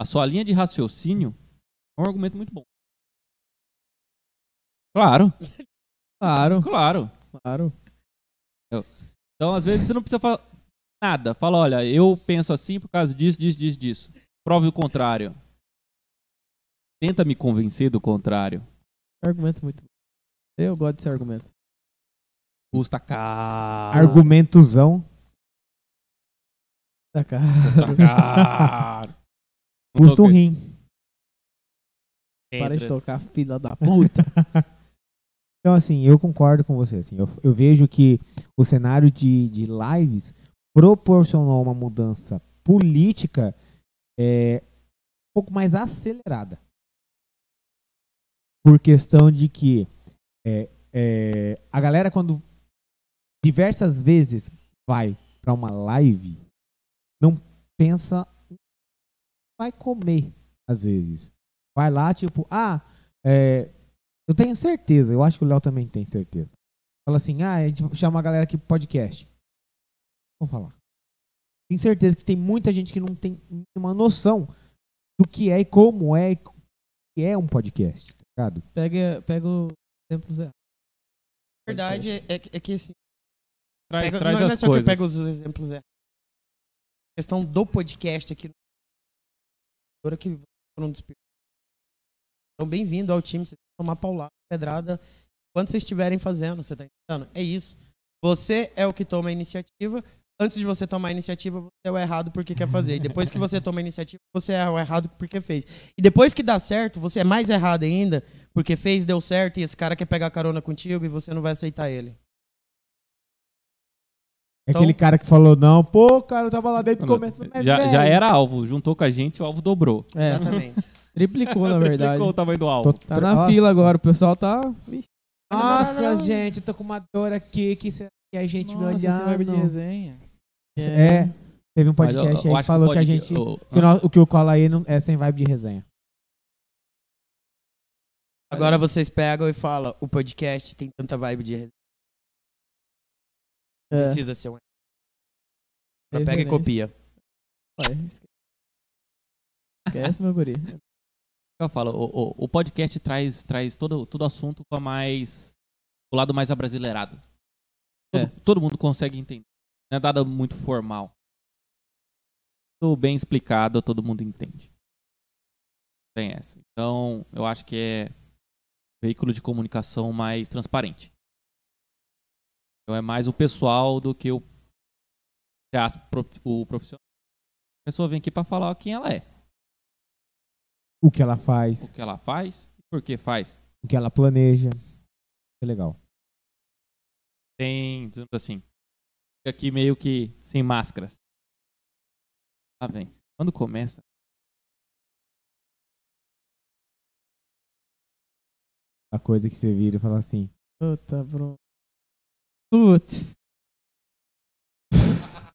a sua linha de raciocínio é um argumento muito bom. Claro,
Claro,
claro.
claro.
Então, às vezes, você não precisa falar nada. Fala, olha, eu penso assim por causa disso, disso, disso, disso. Prove o contrário. Tenta me convencer do contrário.
Argumento é muito bom. Eu gosto desse argumento.
Custa caro.
Argumentozão.
Tá cara.
Custa caro. Não
Custa um
toca
rim.
Para de
pedras.
tocar, filha da puta.
Então, assim, eu concordo com você. Assim, eu, eu vejo que o cenário de, de lives proporcionou uma mudança política é, um pouco mais acelerada. Por questão de que é, é, a galera, quando diversas vezes vai para uma live, não pensa, vai comer, às vezes. Vai lá, tipo, ah, é, eu tenho certeza, eu acho que o Léo também tem certeza. Fala assim, ah, a gente chama a galera aqui pro podcast. Vamos falar. Tenho certeza que tem muita gente que não tem uma noção do que é e como é e co- que é um podcast, tá ligado?
Pega, pega o exemplo zero.
Na verdade, é, que- é que assim,
Traz,
pega-
traz
não, não é
as
só
coisas.
que eu pego os exemplos, é. A questão do podcast aqui. Agora que foram dos primeiros. Então, bem-vindo ao time. Você tem que tomar paulada, pedrada, quando vocês estiverem fazendo, você tá entendendo? É isso. Você é o que toma a iniciativa. Antes de você tomar a iniciativa, você é o errado porque quer fazer. E depois que você toma a iniciativa, você é o errado porque fez. E depois que dá certo, você é mais errado ainda, porque fez, deu certo, e esse cara quer pegar carona contigo e você não vai aceitar ele.
É
Então-
aquele cara que falou, não, pô, cara, eu tava lá desde o
Não,
começo. mas,
já, já é
velho,
era alvo. Juntou com a gente, o alvo dobrou.
É,
Exatamente.
triplicou, na verdade.
Triplicou o tamanho do
tô-
alvo.
Tá na
Nossa.
fila agora, o pessoal tá. Vixe,
Nossa,
Não, não, não.
gente, eu tô com uma dor aqui, que será que a gente me
Nossa, esse vibe de
olhando?
resenha.
É,
né?
teve um
Mas eu-
podcast
eu
aí
acho
que falou que a
pode-
gente...
eu-
que o no- o que o cola aí não, é sem vibe de resenha.
Agora vocês pegam e falam, o podcast tem tanta vibe de resenha,
é,
precisa ser um.
é
Pega e
referência.
copia.
Vai, esque- Esquece, meu guri.
Eu falo, o, o- o podcast traz, traz todo, todo assunto para mais. o lado mais abrasileirado. Todo,
É.
todo mundo consegue entender. Não é nada muito formal. Tudo bem explicado, todo mundo entende. Tem essa. Então, eu acho que é veículo de comunicação mais transparente. Então, é mais o pessoal do que o, entre aspas, prof- o profissional. A pessoa vem aqui para falar quem ela é,
O que ela faz,
o que ela faz e por que faz.
o que ela planeja. É legal.
tem, dizendo assim, fica aqui meio que sem máscaras. Lá vem. Quando começa.
A coisa que você vira e fala assim.
Puta, Bruno. Putz.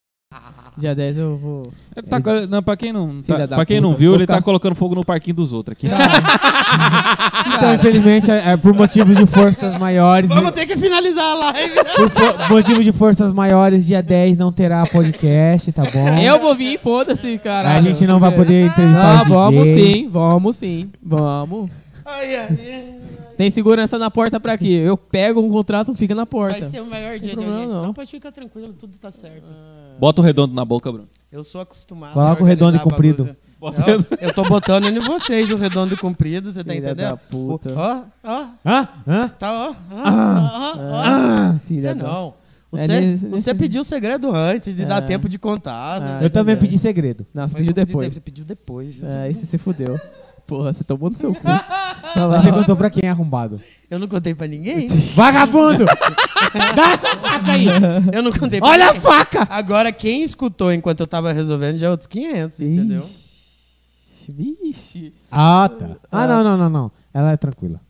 Dia 10 eu vou.
Ele tá, co- não, pra quem não,
Filha
tá,
da
pra quem não
puta,
viu,
vou
ele tá
ficar-
colocando fogo no parquinho dos outros aqui.
Então, infelizmente, é, é por motivo de forças maiores.
Vamos ter que finalizar a live.
Por fo- motivo de forças maiores, dia 10 não terá podcast, tá bom?
É. Eu vou vir, foda-se, cara.
A gente não vai poder entrevistar
Ah,
os DJ.
vamos sim, vamos sim, vamos.
Ai, ai, ai.
Tem segurança na porta pra aqui. Eu pego um contrato, fica na porta.
Vai ser o melhor dia de
problema,
audiência.
não.
Não, pode ficar tranquilo, tudo tá certo.
Bota o redondo na boca, Bruno.
Eu sou acostumado.
Coloca
a
o redondo
organizar
e comprido.
a bagunça.
Bota o redondo.
Não, eu tô botando em vocês o redondo e comprido, você tá
Filha da
entendendo? Ó,
puta.
ó,
Hã? Hã?
tá, ó. ó, ó, ó, ó.
Ah,
Você
Filha da-
não.
É
Você,
nesse-
você pediu o segredo antes de dar
É.
tempo de contar. né?
Ah,
eu também
é.
pedi segredo.
Não,
Mas
você pediu
eu pedi
depois.
tempo, Você pediu depois.
É, aí você se fudeu. Porra, você tomou no seu cu. Olha Ah, lá.
Mas perguntou pra quem é arrombado.
Eu não contei pra ninguém.
Vagabundo!
Eu não contei pra
Olha a
ninguém.
faca!
Agora, quem escutou enquanto eu tava resolvendo já é outros 500, entendeu?
Ixi, Vixe.
Ah, tá. Ah, não, não, não, não. Ela é tranquila.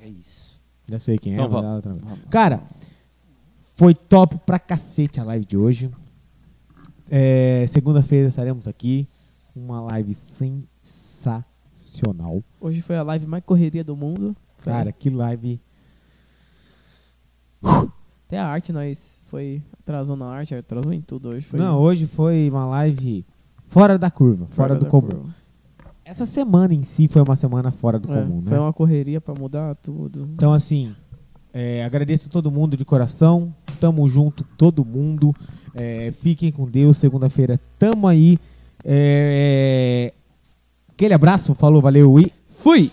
É isso.
Já sei quem é,
Então
mas
vamos.
ela é tranquila. Cara, foi top pra cacete a live de hoje. É, Segunda-feira estaremos aqui. Uma live sensacional.
Hoje foi a live mais correria do mundo. Foi
Cara, que live.
Até a arte nós foi atrasou na arte, atrasou em tudo hoje. Foi
Não, hoje foi uma live fora da curva, fora, do
da
comum.
curva.
Essa semana em si foi uma semana fora do
É,
comum, né?
Foi uma correria pra mudar tudo.
Então, assim, é, agradeço a todo mundo de coração. Tamo junto, todo mundo. É, fiquem com Deus. Segunda-feira tamo aí. É, aquele abraço, falou, valeu e fui!